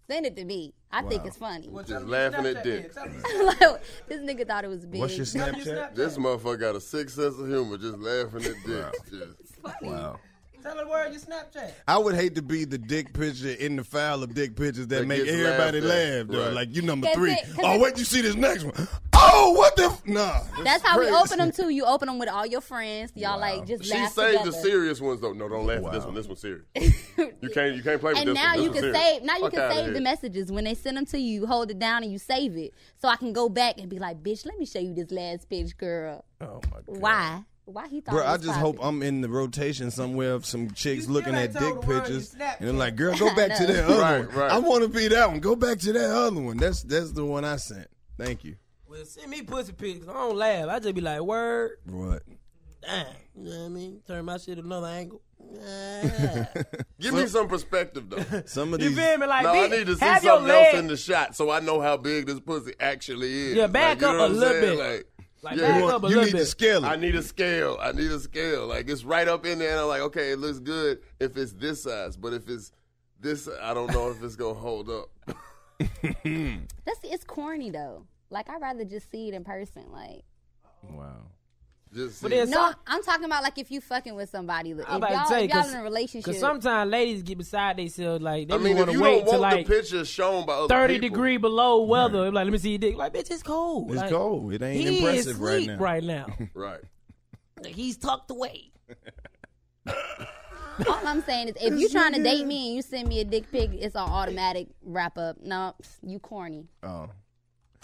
[SPEAKER 6] Send it to me. I think
[SPEAKER 2] Wow.
[SPEAKER 6] it's funny.
[SPEAKER 2] Just laughing at dick.
[SPEAKER 6] Like, this nigga thought it was big.
[SPEAKER 2] This motherfucker got a sick sense of humor, just laughing at dick.
[SPEAKER 1] Wow.
[SPEAKER 4] Tell the world your Snapchat.
[SPEAKER 1] I would hate to be the dick picture in the file of dick pictures that,
[SPEAKER 2] That
[SPEAKER 1] make
[SPEAKER 2] gets
[SPEAKER 1] everybody
[SPEAKER 2] laughed at.
[SPEAKER 1] laugh. Though.
[SPEAKER 2] Right.
[SPEAKER 1] Like you number
[SPEAKER 6] That's
[SPEAKER 1] three.
[SPEAKER 6] it, 'cause
[SPEAKER 1] Oh
[SPEAKER 6] it-
[SPEAKER 1] wait, you see this next one. Oh what the f- nah.
[SPEAKER 6] That's how we
[SPEAKER 1] crazy.
[SPEAKER 6] open them too. You open them with all your friends. Y'all like just
[SPEAKER 2] She
[SPEAKER 6] laugh
[SPEAKER 2] saved
[SPEAKER 6] together.
[SPEAKER 2] the serious ones though. No, don't laugh at this one. This one's serious. you can't. You can't play with
[SPEAKER 6] and
[SPEAKER 2] this
[SPEAKER 6] now
[SPEAKER 2] one. This
[SPEAKER 6] you
[SPEAKER 2] one's
[SPEAKER 6] can
[SPEAKER 2] serious.
[SPEAKER 6] save. Now you
[SPEAKER 2] Fuck
[SPEAKER 6] can
[SPEAKER 2] outta
[SPEAKER 6] save
[SPEAKER 2] here.
[SPEAKER 6] the messages when they send them to you. You hold it down and you save it, so I can go back and be like, "Bitch, let me show you this last pitch, girl."
[SPEAKER 1] Oh
[SPEAKER 6] my god. Why? Why he thought?
[SPEAKER 1] Bro,
[SPEAKER 6] it
[SPEAKER 1] I
[SPEAKER 6] was
[SPEAKER 1] just hope I'm in the rotation somewhere of some chicks looking at dick pictures, and they're like, "Girl,
[SPEAKER 6] I
[SPEAKER 1] go back to
[SPEAKER 6] know.
[SPEAKER 1] that other
[SPEAKER 2] Right,
[SPEAKER 1] one.
[SPEAKER 2] right.
[SPEAKER 1] I want to be that one. Go back to that other one. That's that's the one I sent. Thank you.
[SPEAKER 4] Well, send me pussy pics. I don't laugh. I just be like, word,
[SPEAKER 1] What?
[SPEAKER 4] damn. You know what I mean? Turn my shit another angle.
[SPEAKER 2] Give me some perspective though.
[SPEAKER 1] Some of
[SPEAKER 4] You
[SPEAKER 1] these.
[SPEAKER 4] feel me? Like,
[SPEAKER 2] no, I
[SPEAKER 4] bitch,
[SPEAKER 2] need to see
[SPEAKER 4] have
[SPEAKER 2] something
[SPEAKER 4] your
[SPEAKER 2] else
[SPEAKER 4] leg-
[SPEAKER 2] in the shot so I know how big this pussy actually is.
[SPEAKER 4] Yeah, back
[SPEAKER 2] you
[SPEAKER 4] up
[SPEAKER 2] know
[SPEAKER 4] a
[SPEAKER 2] what I'm
[SPEAKER 4] little
[SPEAKER 2] saying?
[SPEAKER 4] bit.
[SPEAKER 2] Like,
[SPEAKER 4] Like, back up a You little need to bit.
[SPEAKER 1] scale
[SPEAKER 2] I need a scale. I need a scale. Like it's right up in there, and I'm like, okay, it looks good if it's this size, but if it's this, I don't know if it's gonna hold up.
[SPEAKER 6] That's it's corny though. Like I'd rather just see it in person. Like
[SPEAKER 1] Wow.
[SPEAKER 2] Just
[SPEAKER 4] But
[SPEAKER 2] see.
[SPEAKER 4] then
[SPEAKER 6] no, I'm talking about like if you fucking with somebody. If
[SPEAKER 4] I'm about
[SPEAKER 6] y'all,
[SPEAKER 4] to tell you,
[SPEAKER 6] if y'all
[SPEAKER 4] cause,
[SPEAKER 6] in a
[SPEAKER 4] 'cause
[SPEAKER 6] relationship,
[SPEAKER 4] sometimes ladies get beside themselves. Like they
[SPEAKER 2] I mean,
[SPEAKER 4] want
[SPEAKER 2] if
[SPEAKER 4] to
[SPEAKER 2] you
[SPEAKER 4] wait
[SPEAKER 2] don't
[SPEAKER 4] to
[SPEAKER 2] want
[SPEAKER 4] like
[SPEAKER 2] the picture shown by other
[SPEAKER 4] thirty
[SPEAKER 2] people,
[SPEAKER 4] degree below weather. Like, let me see your dick. Like, bitch, it's cold.
[SPEAKER 1] It's
[SPEAKER 4] Like,
[SPEAKER 1] cold. It ain't
[SPEAKER 4] he is
[SPEAKER 1] impressive right
[SPEAKER 4] sleep
[SPEAKER 1] now.
[SPEAKER 4] Right now.
[SPEAKER 2] right?
[SPEAKER 3] He's tucked away.
[SPEAKER 6] all I'm saying is if you trying to date me and you send me a dick pic, it's an automatic wrap up. No, you corny.
[SPEAKER 1] Oh.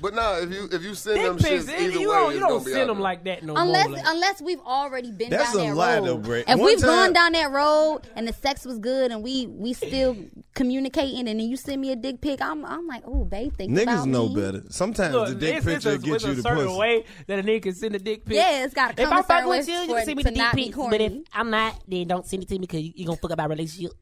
[SPEAKER 2] But nah, if you if you send them
[SPEAKER 4] Dick
[SPEAKER 2] shit
[SPEAKER 4] pics.
[SPEAKER 2] either
[SPEAKER 4] You
[SPEAKER 2] way,
[SPEAKER 4] don't,
[SPEAKER 2] it's
[SPEAKER 4] you
[SPEAKER 2] gonna
[SPEAKER 4] don't
[SPEAKER 2] be
[SPEAKER 4] send
[SPEAKER 2] out
[SPEAKER 4] them
[SPEAKER 2] there.
[SPEAKER 4] like that no
[SPEAKER 6] unless
[SPEAKER 4] more. Like,
[SPEAKER 6] unless we've already been
[SPEAKER 1] That's
[SPEAKER 6] down
[SPEAKER 1] a
[SPEAKER 6] that
[SPEAKER 1] lie,
[SPEAKER 6] road.
[SPEAKER 1] though, Brett.
[SPEAKER 6] If
[SPEAKER 1] One
[SPEAKER 6] we've gone
[SPEAKER 1] time-
[SPEAKER 6] down that road and the sex was good and we we still communicating and then you send me a dick pic, I'm I'm like, oh, babe, think
[SPEAKER 1] Niggas
[SPEAKER 6] about
[SPEAKER 1] know
[SPEAKER 6] me.
[SPEAKER 1] better. Sometimes
[SPEAKER 4] Look,
[SPEAKER 1] the dick
[SPEAKER 4] it's- it's
[SPEAKER 1] picture
[SPEAKER 4] a-
[SPEAKER 1] gets
[SPEAKER 4] it's
[SPEAKER 1] you
[SPEAKER 4] a
[SPEAKER 1] the
[SPEAKER 4] certain
[SPEAKER 1] pussy.
[SPEAKER 4] way that a nigga can send a dick pic.
[SPEAKER 6] Yeah, it's gotta come
[SPEAKER 4] If I
[SPEAKER 6] a
[SPEAKER 4] fuck
[SPEAKER 6] certain way
[SPEAKER 4] with you, you
[SPEAKER 6] for
[SPEAKER 4] can
[SPEAKER 6] it
[SPEAKER 4] send me
[SPEAKER 6] to
[SPEAKER 4] the dick
[SPEAKER 6] not be
[SPEAKER 4] pics,
[SPEAKER 6] corny.
[SPEAKER 4] but if
[SPEAKER 3] I'm not, then don't send it to me because you're going to fuck up our relationship.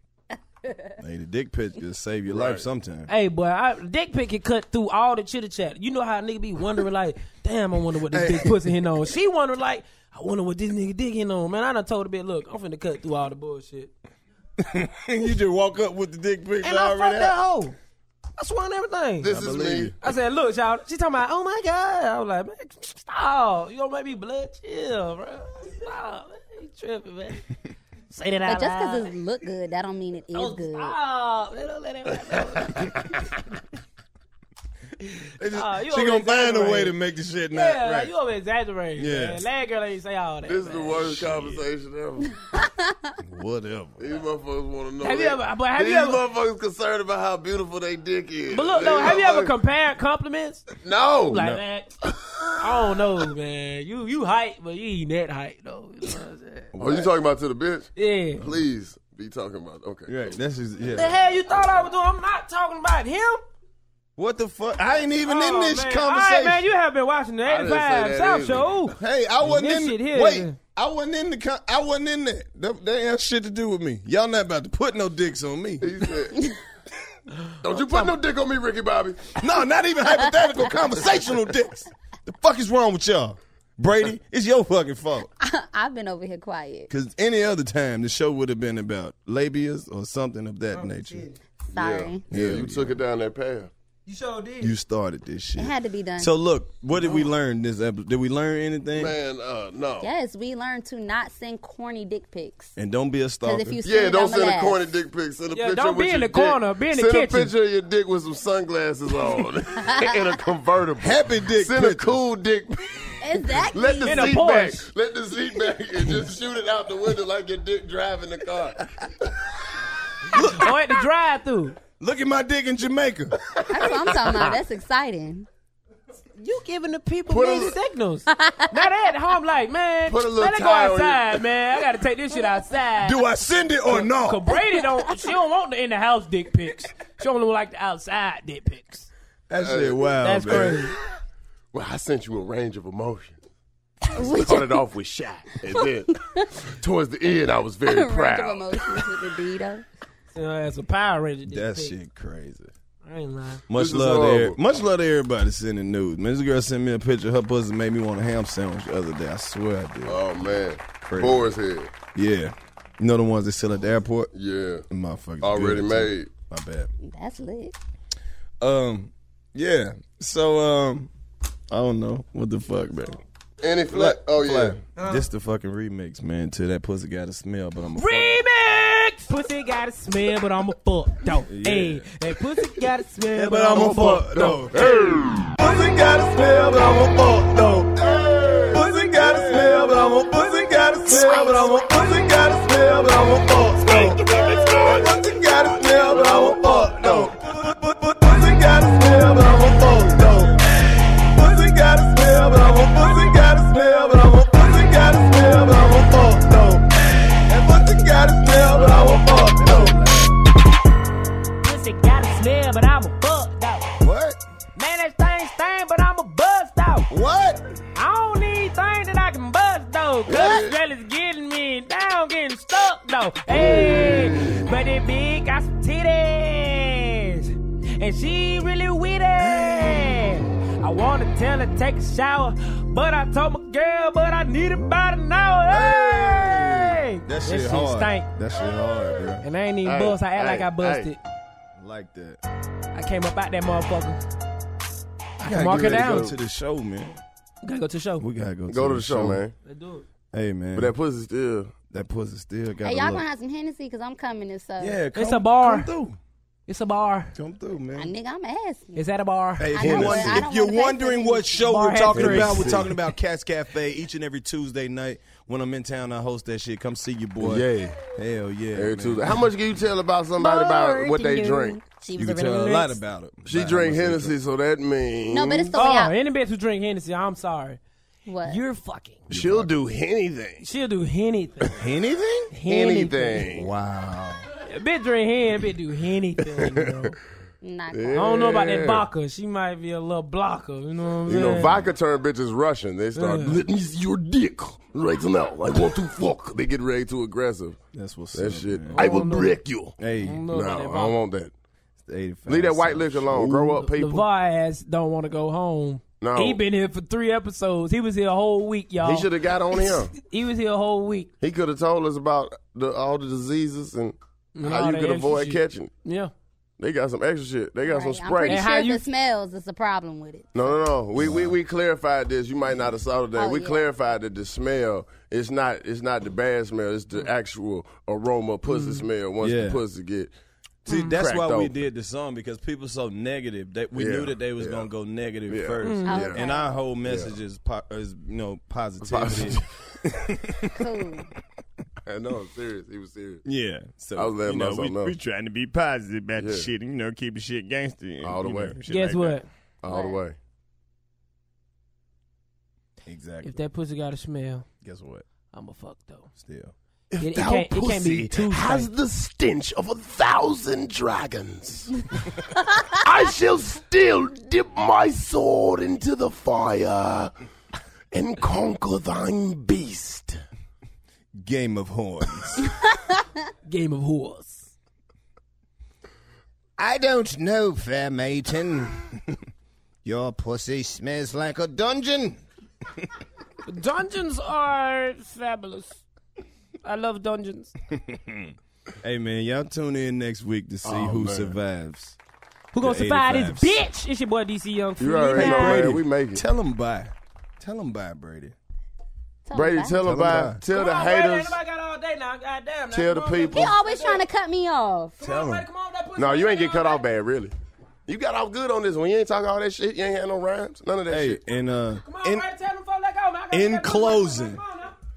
[SPEAKER 1] Hey, the dick picture save your life sometimes.
[SPEAKER 4] Hey, boy, I, dick pic can cut through all the chitter chat. You know how a nigga be wondering, like, damn, I wonder what this big pussy hitting on. She wondering, like, I wonder what this nigga dick hitting on. Man, I done told a bit, look, I'm finna cut through all the bullshit.
[SPEAKER 1] you just walk up with the dick picture
[SPEAKER 4] And I fucked
[SPEAKER 1] already.
[SPEAKER 4] that
[SPEAKER 1] out.
[SPEAKER 4] hoe. I swung everything.
[SPEAKER 2] This is
[SPEAKER 1] believe
[SPEAKER 2] me.
[SPEAKER 1] you.
[SPEAKER 4] I said, look, y'all. She talking about, oh my god. I was like, man, stop. You gonna make me blood chill, bro. Stop. man. You tripping, man. Say that
[SPEAKER 6] But
[SPEAKER 4] out
[SPEAKER 6] just
[SPEAKER 4] loud.
[SPEAKER 6] because it look good, that don't mean it is
[SPEAKER 4] Don't
[SPEAKER 6] good.
[SPEAKER 4] Stop. They don't let it
[SPEAKER 1] They just-
[SPEAKER 4] Ah, you
[SPEAKER 1] she gonna
[SPEAKER 4] always
[SPEAKER 1] find a way
[SPEAKER 4] exaggerate.
[SPEAKER 1] to make the shit not
[SPEAKER 4] Yeah,
[SPEAKER 1] right.
[SPEAKER 4] you over exaggerating.
[SPEAKER 1] Yeah.
[SPEAKER 4] Yeah. Lad girl ain't say all that.
[SPEAKER 2] This is the
[SPEAKER 4] man.
[SPEAKER 2] worst conversation ever.
[SPEAKER 1] Whatever.
[SPEAKER 2] These motherfuckers want to know.
[SPEAKER 4] Have you
[SPEAKER 2] that-
[SPEAKER 4] ever- but have
[SPEAKER 2] These
[SPEAKER 4] you ever-
[SPEAKER 2] motherfuckers concerned about how beautiful they dick is.
[SPEAKER 4] But look,
[SPEAKER 2] These
[SPEAKER 4] though, have you ever
[SPEAKER 2] motherfuckers-
[SPEAKER 4] compared compliments?
[SPEAKER 2] No.
[SPEAKER 4] Like,
[SPEAKER 2] No.
[SPEAKER 4] man, I don't know, man. You you hype, but you ain't that hype though. You know what I'm saying?
[SPEAKER 2] Are Oh, you talking about to the bitch?
[SPEAKER 4] Yeah.
[SPEAKER 2] Please be talking about. Okay.
[SPEAKER 1] Yeah, that's just, yeah.
[SPEAKER 4] The hell you thought I was doing? I'm not talking about him.
[SPEAKER 1] What the fuck? I ain't even in
[SPEAKER 4] Oh,
[SPEAKER 1] this
[SPEAKER 4] man. All
[SPEAKER 1] conversation.
[SPEAKER 4] right, man, you have been watching the
[SPEAKER 2] I didn't say
[SPEAKER 4] 85
[SPEAKER 2] that
[SPEAKER 4] South
[SPEAKER 2] either.
[SPEAKER 4] Show.
[SPEAKER 1] Hey, I wasn't
[SPEAKER 4] This
[SPEAKER 1] in.
[SPEAKER 4] shit here
[SPEAKER 1] wait,
[SPEAKER 4] is-
[SPEAKER 1] I wasn't in the. Con- I wasn't in that. that. That ain't have shit to do with me. Y'all not about to put no dicks on me.
[SPEAKER 2] He said, Don't you put no dick on me, Ricky Bobby.
[SPEAKER 7] No, not even hypothetical, conversational dicks. The fuck is wrong with y'all? Brady, it's your fucking fault.
[SPEAKER 6] I've been over here quiet.
[SPEAKER 2] Because
[SPEAKER 1] any other time, the show would have been about labias or something of
[SPEAKER 2] Oh,
[SPEAKER 1] that nature.
[SPEAKER 6] Sorry.
[SPEAKER 2] Yeah, you took it down that path.
[SPEAKER 4] You sure did.
[SPEAKER 1] You started this shit.
[SPEAKER 6] It had to be done.
[SPEAKER 1] So look, what did we learn this episode? Did we learn anything?
[SPEAKER 2] Oh. Man, uh, no.
[SPEAKER 6] Yes, we learned to not send corny dick pics.
[SPEAKER 1] And don't be a stalker.
[SPEAKER 6] if you send
[SPEAKER 2] yeah,
[SPEAKER 6] it,
[SPEAKER 2] don't
[SPEAKER 6] I'ma
[SPEAKER 2] send a
[SPEAKER 6] laugh.
[SPEAKER 2] corny dick pic. Send a
[SPEAKER 6] Yeah,
[SPEAKER 2] picture
[SPEAKER 6] don't
[SPEAKER 2] with
[SPEAKER 6] be in
[SPEAKER 2] your
[SPEAKER 6] the corner.
[SPEAKER 2] Dick.
[SPEAKER 6] Be in the
[SPEAKER 2] Send
[SPEAKER 6] kitchen.
[SPEAKER 2] a picture of your dick with some sunglasses on in a convertible.
[SPEAKER 1] Happy dick.
[SPEAKER 2] Send a cool dick. pic.
[SPEAKER 6] Exactly.
[SPEAKER 2] Let the seat back. Let the seat back and just shoot it out the window like your dick driving the car.
[SPEAKER 4] or at the drive through.
[SPEAKER 1] Look at my dick in Jamaica.
[SPEAKER 6] That's what I'm talking about. That's exciting.
[SPEAKER 4] You giving the people
[SPEAKER 6] Put a
[SPEAKER 4] these
[SPEAKER 6] little-
[SPEAKER 4] signals. now that at home, like man,
[SPEAKER 6] Put a little
[SPEAKER 4] let it go
[SPEAKER 6] tie on your-
[SPEAKER 4] outside, man. I gotta take this shit outside.
[SPEAKER 1] Do I send it or no?
[SPEAKER 4] Cause Brady don't. She don't want the in the house dick pics. She only like the outside dick pics.
[SPEAKER 1] That
[SPEAKER 4] shit
[SPEAKER 2] Oh,
[SPEAKER 4] wild, That's man. crazy.
[SPEAKER 2] Well, I sent you a range of emotions. I started off with shy, and then towards the end, I was very proud.
[SPEAKER 4] that's a Power Ranger. dick
[SPEAKER 1] That
[SPEAKER 4] pic.
[SPEAKER 1] shit crazy.
[SPEAKER 4] I ain't lying.
[SPEAKER 1] Much
[SPEAKER 2] This is
[SPEAKER 1] love, to every,
[SPEAKER 2] horrible.
[SPEAKER 1] much love to everybody sending news. Man, this girl sent me a picture. of Her pussy made me want a ham sandwich the other day. I swear I did.
[SPEAKER 2] Oh man,
[SPEAKER 1] Crazy.
[SPEAKER 2] Boar's head
[SPEAKER 1] Yeah, you know the ones that sell at the airport.
[SPEAKER 2] Yeah,
[SPEAKER 1] motherfuckers
[SPEAKER 2] already
[SPEAKER 1] good,
[SPEAKER 2] made.
[SPEAKER 1] too. My bad.
[SPEAKER 6] That's lit.
[SPEAKER 1] Um, yeah. So um, I don't know what the fuck, man.
[SPEAKER 2] Any flat? Oh yeah.
[SPEAKER 1] This the fucking remix, man. To that pussy got a smell, but I'm a
[SPEAKER 4] Remix. Pussy got a smell, but I'm a fuck though.
[SPEAKER 1] Yeah.
[SPEAKER 4] Hey, that pussy got a smell,
[SPEAKER 1] Yeah,
[SPEAKER 4] but, I'm a fuck though.
[SPEAKER 11] Pussy got a smell, but I'm a fuck though. Pussy got a smell, but I'm a pussy got a smell, but I'm a pussy got a smell, but I'm a fuck though. Pussy got a smell, but I'm a fuck though. Pussy got a smell, but I'm a fuck though. Pussy got a smell, but I'm a pussy got a smell, but I'm a pussy got a smell, but I'm a fuck though. And pussy got a smell, but I'm a fuck though.
[SPEAKER 8] Pussy got a smell, but I'm a fuck dog.
[SPEAKER 1] What?
[SPEAKER 8] Man, that thing stain, but I'm a bust dog.
[SPEAKER 1] What?
[SPEAKER 8] I don't need things that I can bust though. Cause this girl is getting me down, getting stuck though. Hey, but that bitch got some titties. And she really with it. I wanna tell her take a shower, but I told my girl, but I need about an hour. Hey,
[SPEAKER 1] That shit hard.
[SPEAKER 8] stank.
[SPEAKER 1] That shit hard, bro.
[SPEAKER 4] And I ain't even bust. I act like I busted.
[SPEAKER 1] Like that.
[SPEAKER 4] I came up out that motherfucker.
[SPEAKER 1] I
[SPEAKER 4] can mark
[SPEAKER 1] get
[SPEAKER 4] it
[SPEAKER 1] ready to
[SPEAKER 4] down.
[SPEAKER 1] Go to the show, man.
[SPEAKER 4] Gotta go to the show.
[SPEAKER 1] We gotta go.
[SPEAKER 2] Go to the show, man.
[SPEAKER 4] Let's do it.
[SPEAKER 1] Hey, man.
[SPEAKER 2] But that pussy still.
[SPEAKER 1] That pussy still got.
[SPEAKER 6] Hey, y'all gonna have some Hennessy because I'm coming this uh, up.
[SPEAKER 1] Yeah, come,
[SPEAKER 4] It's a bar.
[SPEAKER 1] Come through.
[SPEAKER 4] It's a bar.
[SPEAKER 1] Come through,
[SPEAKER 6] I,
[SPEAKER 1] man.
[SPEAKER 6] nigga, I'm asking.
[SPEAKER 4] Is that a bar?
[SPEAKER 1] Hey, if
[SPEAKER 6] I
[SPEAKER 1] you're,
[SPEAKER 6] know, but
[SPEAKER 1] wondering-
[SPEAKER 6] I don't
[SPEAKER 1] if you're
[SPEAKER 6] wanna pay for
[SPEAKER 1] wondering
[SPEAKER 6] it.
[SPEAKER 1] what show
[SPEAKER 4] Bar
[SPEAKER 1] we're
[SPEAKER 4] hat
[SPEAKER 1] talking
[SPEAKER 4] crazy.
[SPEAKER 1] about, we're talking about Cats Cafe each and every Tuesday night. When I'm in town, I host that shit. Come see you, boy.
[SPEAKER 2] Yeah.
[SPEAKER 1] Hell yeah.
[SPEAKER 2] Every
[SPEAKER 1] man.
[SPEAKER 2] Tuesday. How much can you tell about somebody about what they drink?
[SPEAKER 1] You can tell a lot about it.
[SPEAKER 2] She
[SPEAKER 1] Like,
[SPEAKER 2] drink
[SPEAKER 1] how much they
[SPEAKER 2] Hennessy, so that means
[SPEAKER 6] No, but it's the way
[SPEAKER 1] Mm-hmm.
[SPEAKER 4] Oh,
[SPEAKER 6] I.
[SPEAKER 4] any bitch who drink Hennessy, I'm sorry.
[SPEAKER 6] What?
[SPEAKER 4] You're fucking.
[SPEAKER 2] she'll do anything.
[SPEAKER 4] She'll do anything.
[SPEAKER 1] Anything?
[SPEAKER 2] Anything.
[SPEAKER 1] Wow.
[SPEAKER 4] A bitch drink hen, bitch do anything, bro.
[SPEAKER 6] Not
[SPEAKER 4] I don't know about that
[SPEAKER 2] Yeah.
[SPEAKER 4] vodka. She might be a little blocker. You know what I'm
[SPEAKER 2] You know,
[SPEAKER 4] saying?
[SPEAKER 2] vodka turn bitches Russian. They start, let me see your dick right now. I want to fuck. They get ready too aggressive.
[SPEAKER 1] That's what's
[SPEAKER 2] That
[SPEAKER 1] up,
[SPEAKER 2] shit.
[SPEAKER 1] man.
[SPEAKER 2] I will break you.
[SPEAKER 1] Hey,
[SPEAKER 2] No, I
[SPEAKER 4] that
[SPEAKER 2] don't
[SPEAKER 4] vodka.
[SPEAKER 2] want that.
[SPEAKER 1] it's the 85
[SPEAKER 2] Leave that white
[SPEAKER 1] South
[SPEAKER 2] liquor
[SPEAKER 1] Show.
[SPEAKER 2] alone. Grow up,
[SPEAKER 4] The
[SPEAKER 2] people.
[SPEAKER 4] ass don't want to go home.
[SPEAKER 2] No.
[SPEAKER 4] He been here for three episodes. He was here a whole week, y'all.
[SPEAKER 2] He should have got on him.
[SPEAKER 4] He was here a whole week.
[SPEAKER 2] He could have told us about the, all the diseases and
[SPEAKER 4] And all
[SPEAKER 2] how you
[SPEAKER 4] that
[SPEAKER 2] could
[SPEAKER 4] extra
[SPEAKER 2] avoid
[SPEAKER 4] shit.
[SPEAKER 2] catching.
[SPEAKER 4] Yeah.
[SPEAKER 2] They got some extra shit. They got some
[SPEAKER 6] I'm pretty
[SPEAKER 2] Sprite.
[SPEAKER 6] sure if it smells, it's a problem with it.
[SPEAKER 2] No, no, no. We, we we clarified this. You might not have saw today.
[SPEAKER 6] Oh,
[SPEAKER 2] we
[SPEAKER 6] yeah.
[SPEAKER 2] clarified that the smell it's not it's not the bad smell. It's the actual aroma of pussy smell. Once
[SPEAKER 1] Mm. Yeah.
[SPEAKER 2] the pussy get
[SPEAKER 1] See, that's
[SPEAKER 2] cracked
[SPEAKER 1] why we
[SPEAKER 2] open.
[SPEAKER 1] did the song because people so negative that we
[SPEAKER 2] Yeah,
[SPEAKER 1] knew that they was
[SPEAKER 2] yeah.
[SPEAKER 1] gonna go negative
[SPEAKER 2] Yeah,
[SPEAKER 1] first,
[SPEAKER 2] Mm. yeah.
[SPEAKER 1] and our whole message is po- is you know positivity.
[SPEAKER 6] Cool.
[SPEAKER 2] I know. I'm serious. He was serious.
[SPEAKER 1] yeah, so
[SPEAKER 2] I was laughing
[SPEAKER 1] you know,
[SPEAKER 2] about
[SPEAKER 1] we,
[SPEAKER 2] something else.
[SPEAKER 1] we trying to be positive about the
[SPEAKER 2] Yeah.
[SPEAKER 1] shit, and, you know, keep the shit gangster and,
[SPEAKER 2] All the
[SPEAKER 1] you
[SPEAKER 2] way.
[SPEAKER 1] know, shit
[SPEAKER 4] Guess
[SPEAKER 1] like
[SPEAKER 4] what?
[SPEAKER 1] that.
[SPEAKER 2] All the way.
[SPEAKER 1] Exactly.
[SPEAKER 4] If that pussy got a smell,
[SPEAKER 1] Guess what?
[SPEAKER 4] I'm a fuck though.
[SPEAKER 1] Still,
[SPEAKER 4] If it, it can't, it can't be too stank.
[SPEAKER 2] the stench of a thousand dragons. I shall still dip my sword into the fire and conquer thine beast.
[SPEAKER 1] game of horns.
[SPEAKER 4] game of horse.
[SPEAKER 15] I don't know, fair maiden. Your pussy smells like a dungeon.
[SPEAKER 4] Dungeons are fabulous. I love dungeons.
[SPEAKER 1] hey man, y'all tune in next week to see
[SPEAKER 4] Oh,
[SPEAKER 1] who
[SPEAKER 4] man.
[SPEAKER 1] survives.
[SPEAKER 4] Who gonna
[SPEAKER 1] The
[SPEAKER 4] survive
[SPEAKER 1] 85s.
[SPEAKER 4] this bitch? It's your boy DC Young.
[SPEAKER 1] You
[SPEAKER 4] Free
[SPEAKER 1] already
[SPEAKER 4] man.
[SPEAKER 1] know, man.
[SPEAKER 2] We make it.
[SPEAKER 1] Tell them bye. Tell them bye, Brady.
[SPEAKER 2] Brady, tell them bye. Tell the haters. Tell the
[SPEAKER 6] He
[SPEAKER 2] people.
[SPEAKER 6] always trying to cut me off.
[SPEAKER 2] Tell them. No, you ain't get cut off bad, really. You got off good on this one. You ain't talking all that shit. You ain't had no rhymes. None of that
[SPEAKER 1] Hey,
[SPEAKER 2] shit.
[SPEAKER 1] and uh,
[SPEAKER 4] in,
[SPEAKER 1] in closing,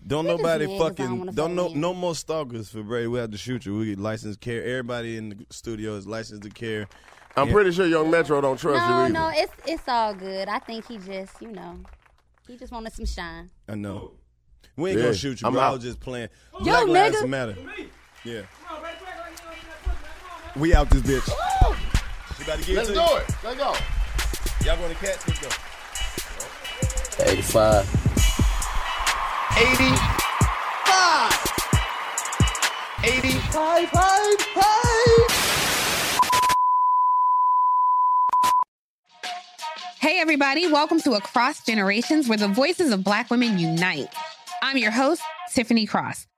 [SPEAKER 1] don't
[SPEAKER 2] Look at
[SPEAKER 1] nobody
[SPEAKER 2] this man, 'cause I don't
[SPEAKER 1] fucking
[SPEAKER 2] wanna
[SPEAKER 1] don't no no more stalkers for Brady. We have to shoot you. We get licensed care. Everybody in the studio is licensed to care.
[SPEAKER 2] I'm pretty sure Young Metro don't trust
[SPEAKER 6] No, no, it's it's all good. I think he just, you know, he just wanted some shine.
[SPEAKER 1] I know. We ain't
[SPEAKER 2] Yeah,
[SPEAKER 1] gonna shoot you.
[SPEAKER 2] I'm
[SPEAKER 1] bro. I
[SPEAKER 2] out.
[SPEAKER 1] was just playing.
[SPEAKER 6] Yo,
[SPEAKER 1] Black Lives
[SPEAKER 6] nigga.
[SPEAKER 1] Matter. Yeah. We out this bitch. You about to get
[SPEAKER 2] Let's
[SPEAKER 1] to
[SPEAKER 2] do it. Let's go.
[SPEAKER 1] Y'all going to catch? Let's go.
[SPEAKER 11] 85.
[SPEAKER 15] 85! 85, 5,
[SPEAKER 9] Hey, everybody, welcome to Across Generations, where the voices of Black women unite. I'm your host, Tiffany Cross.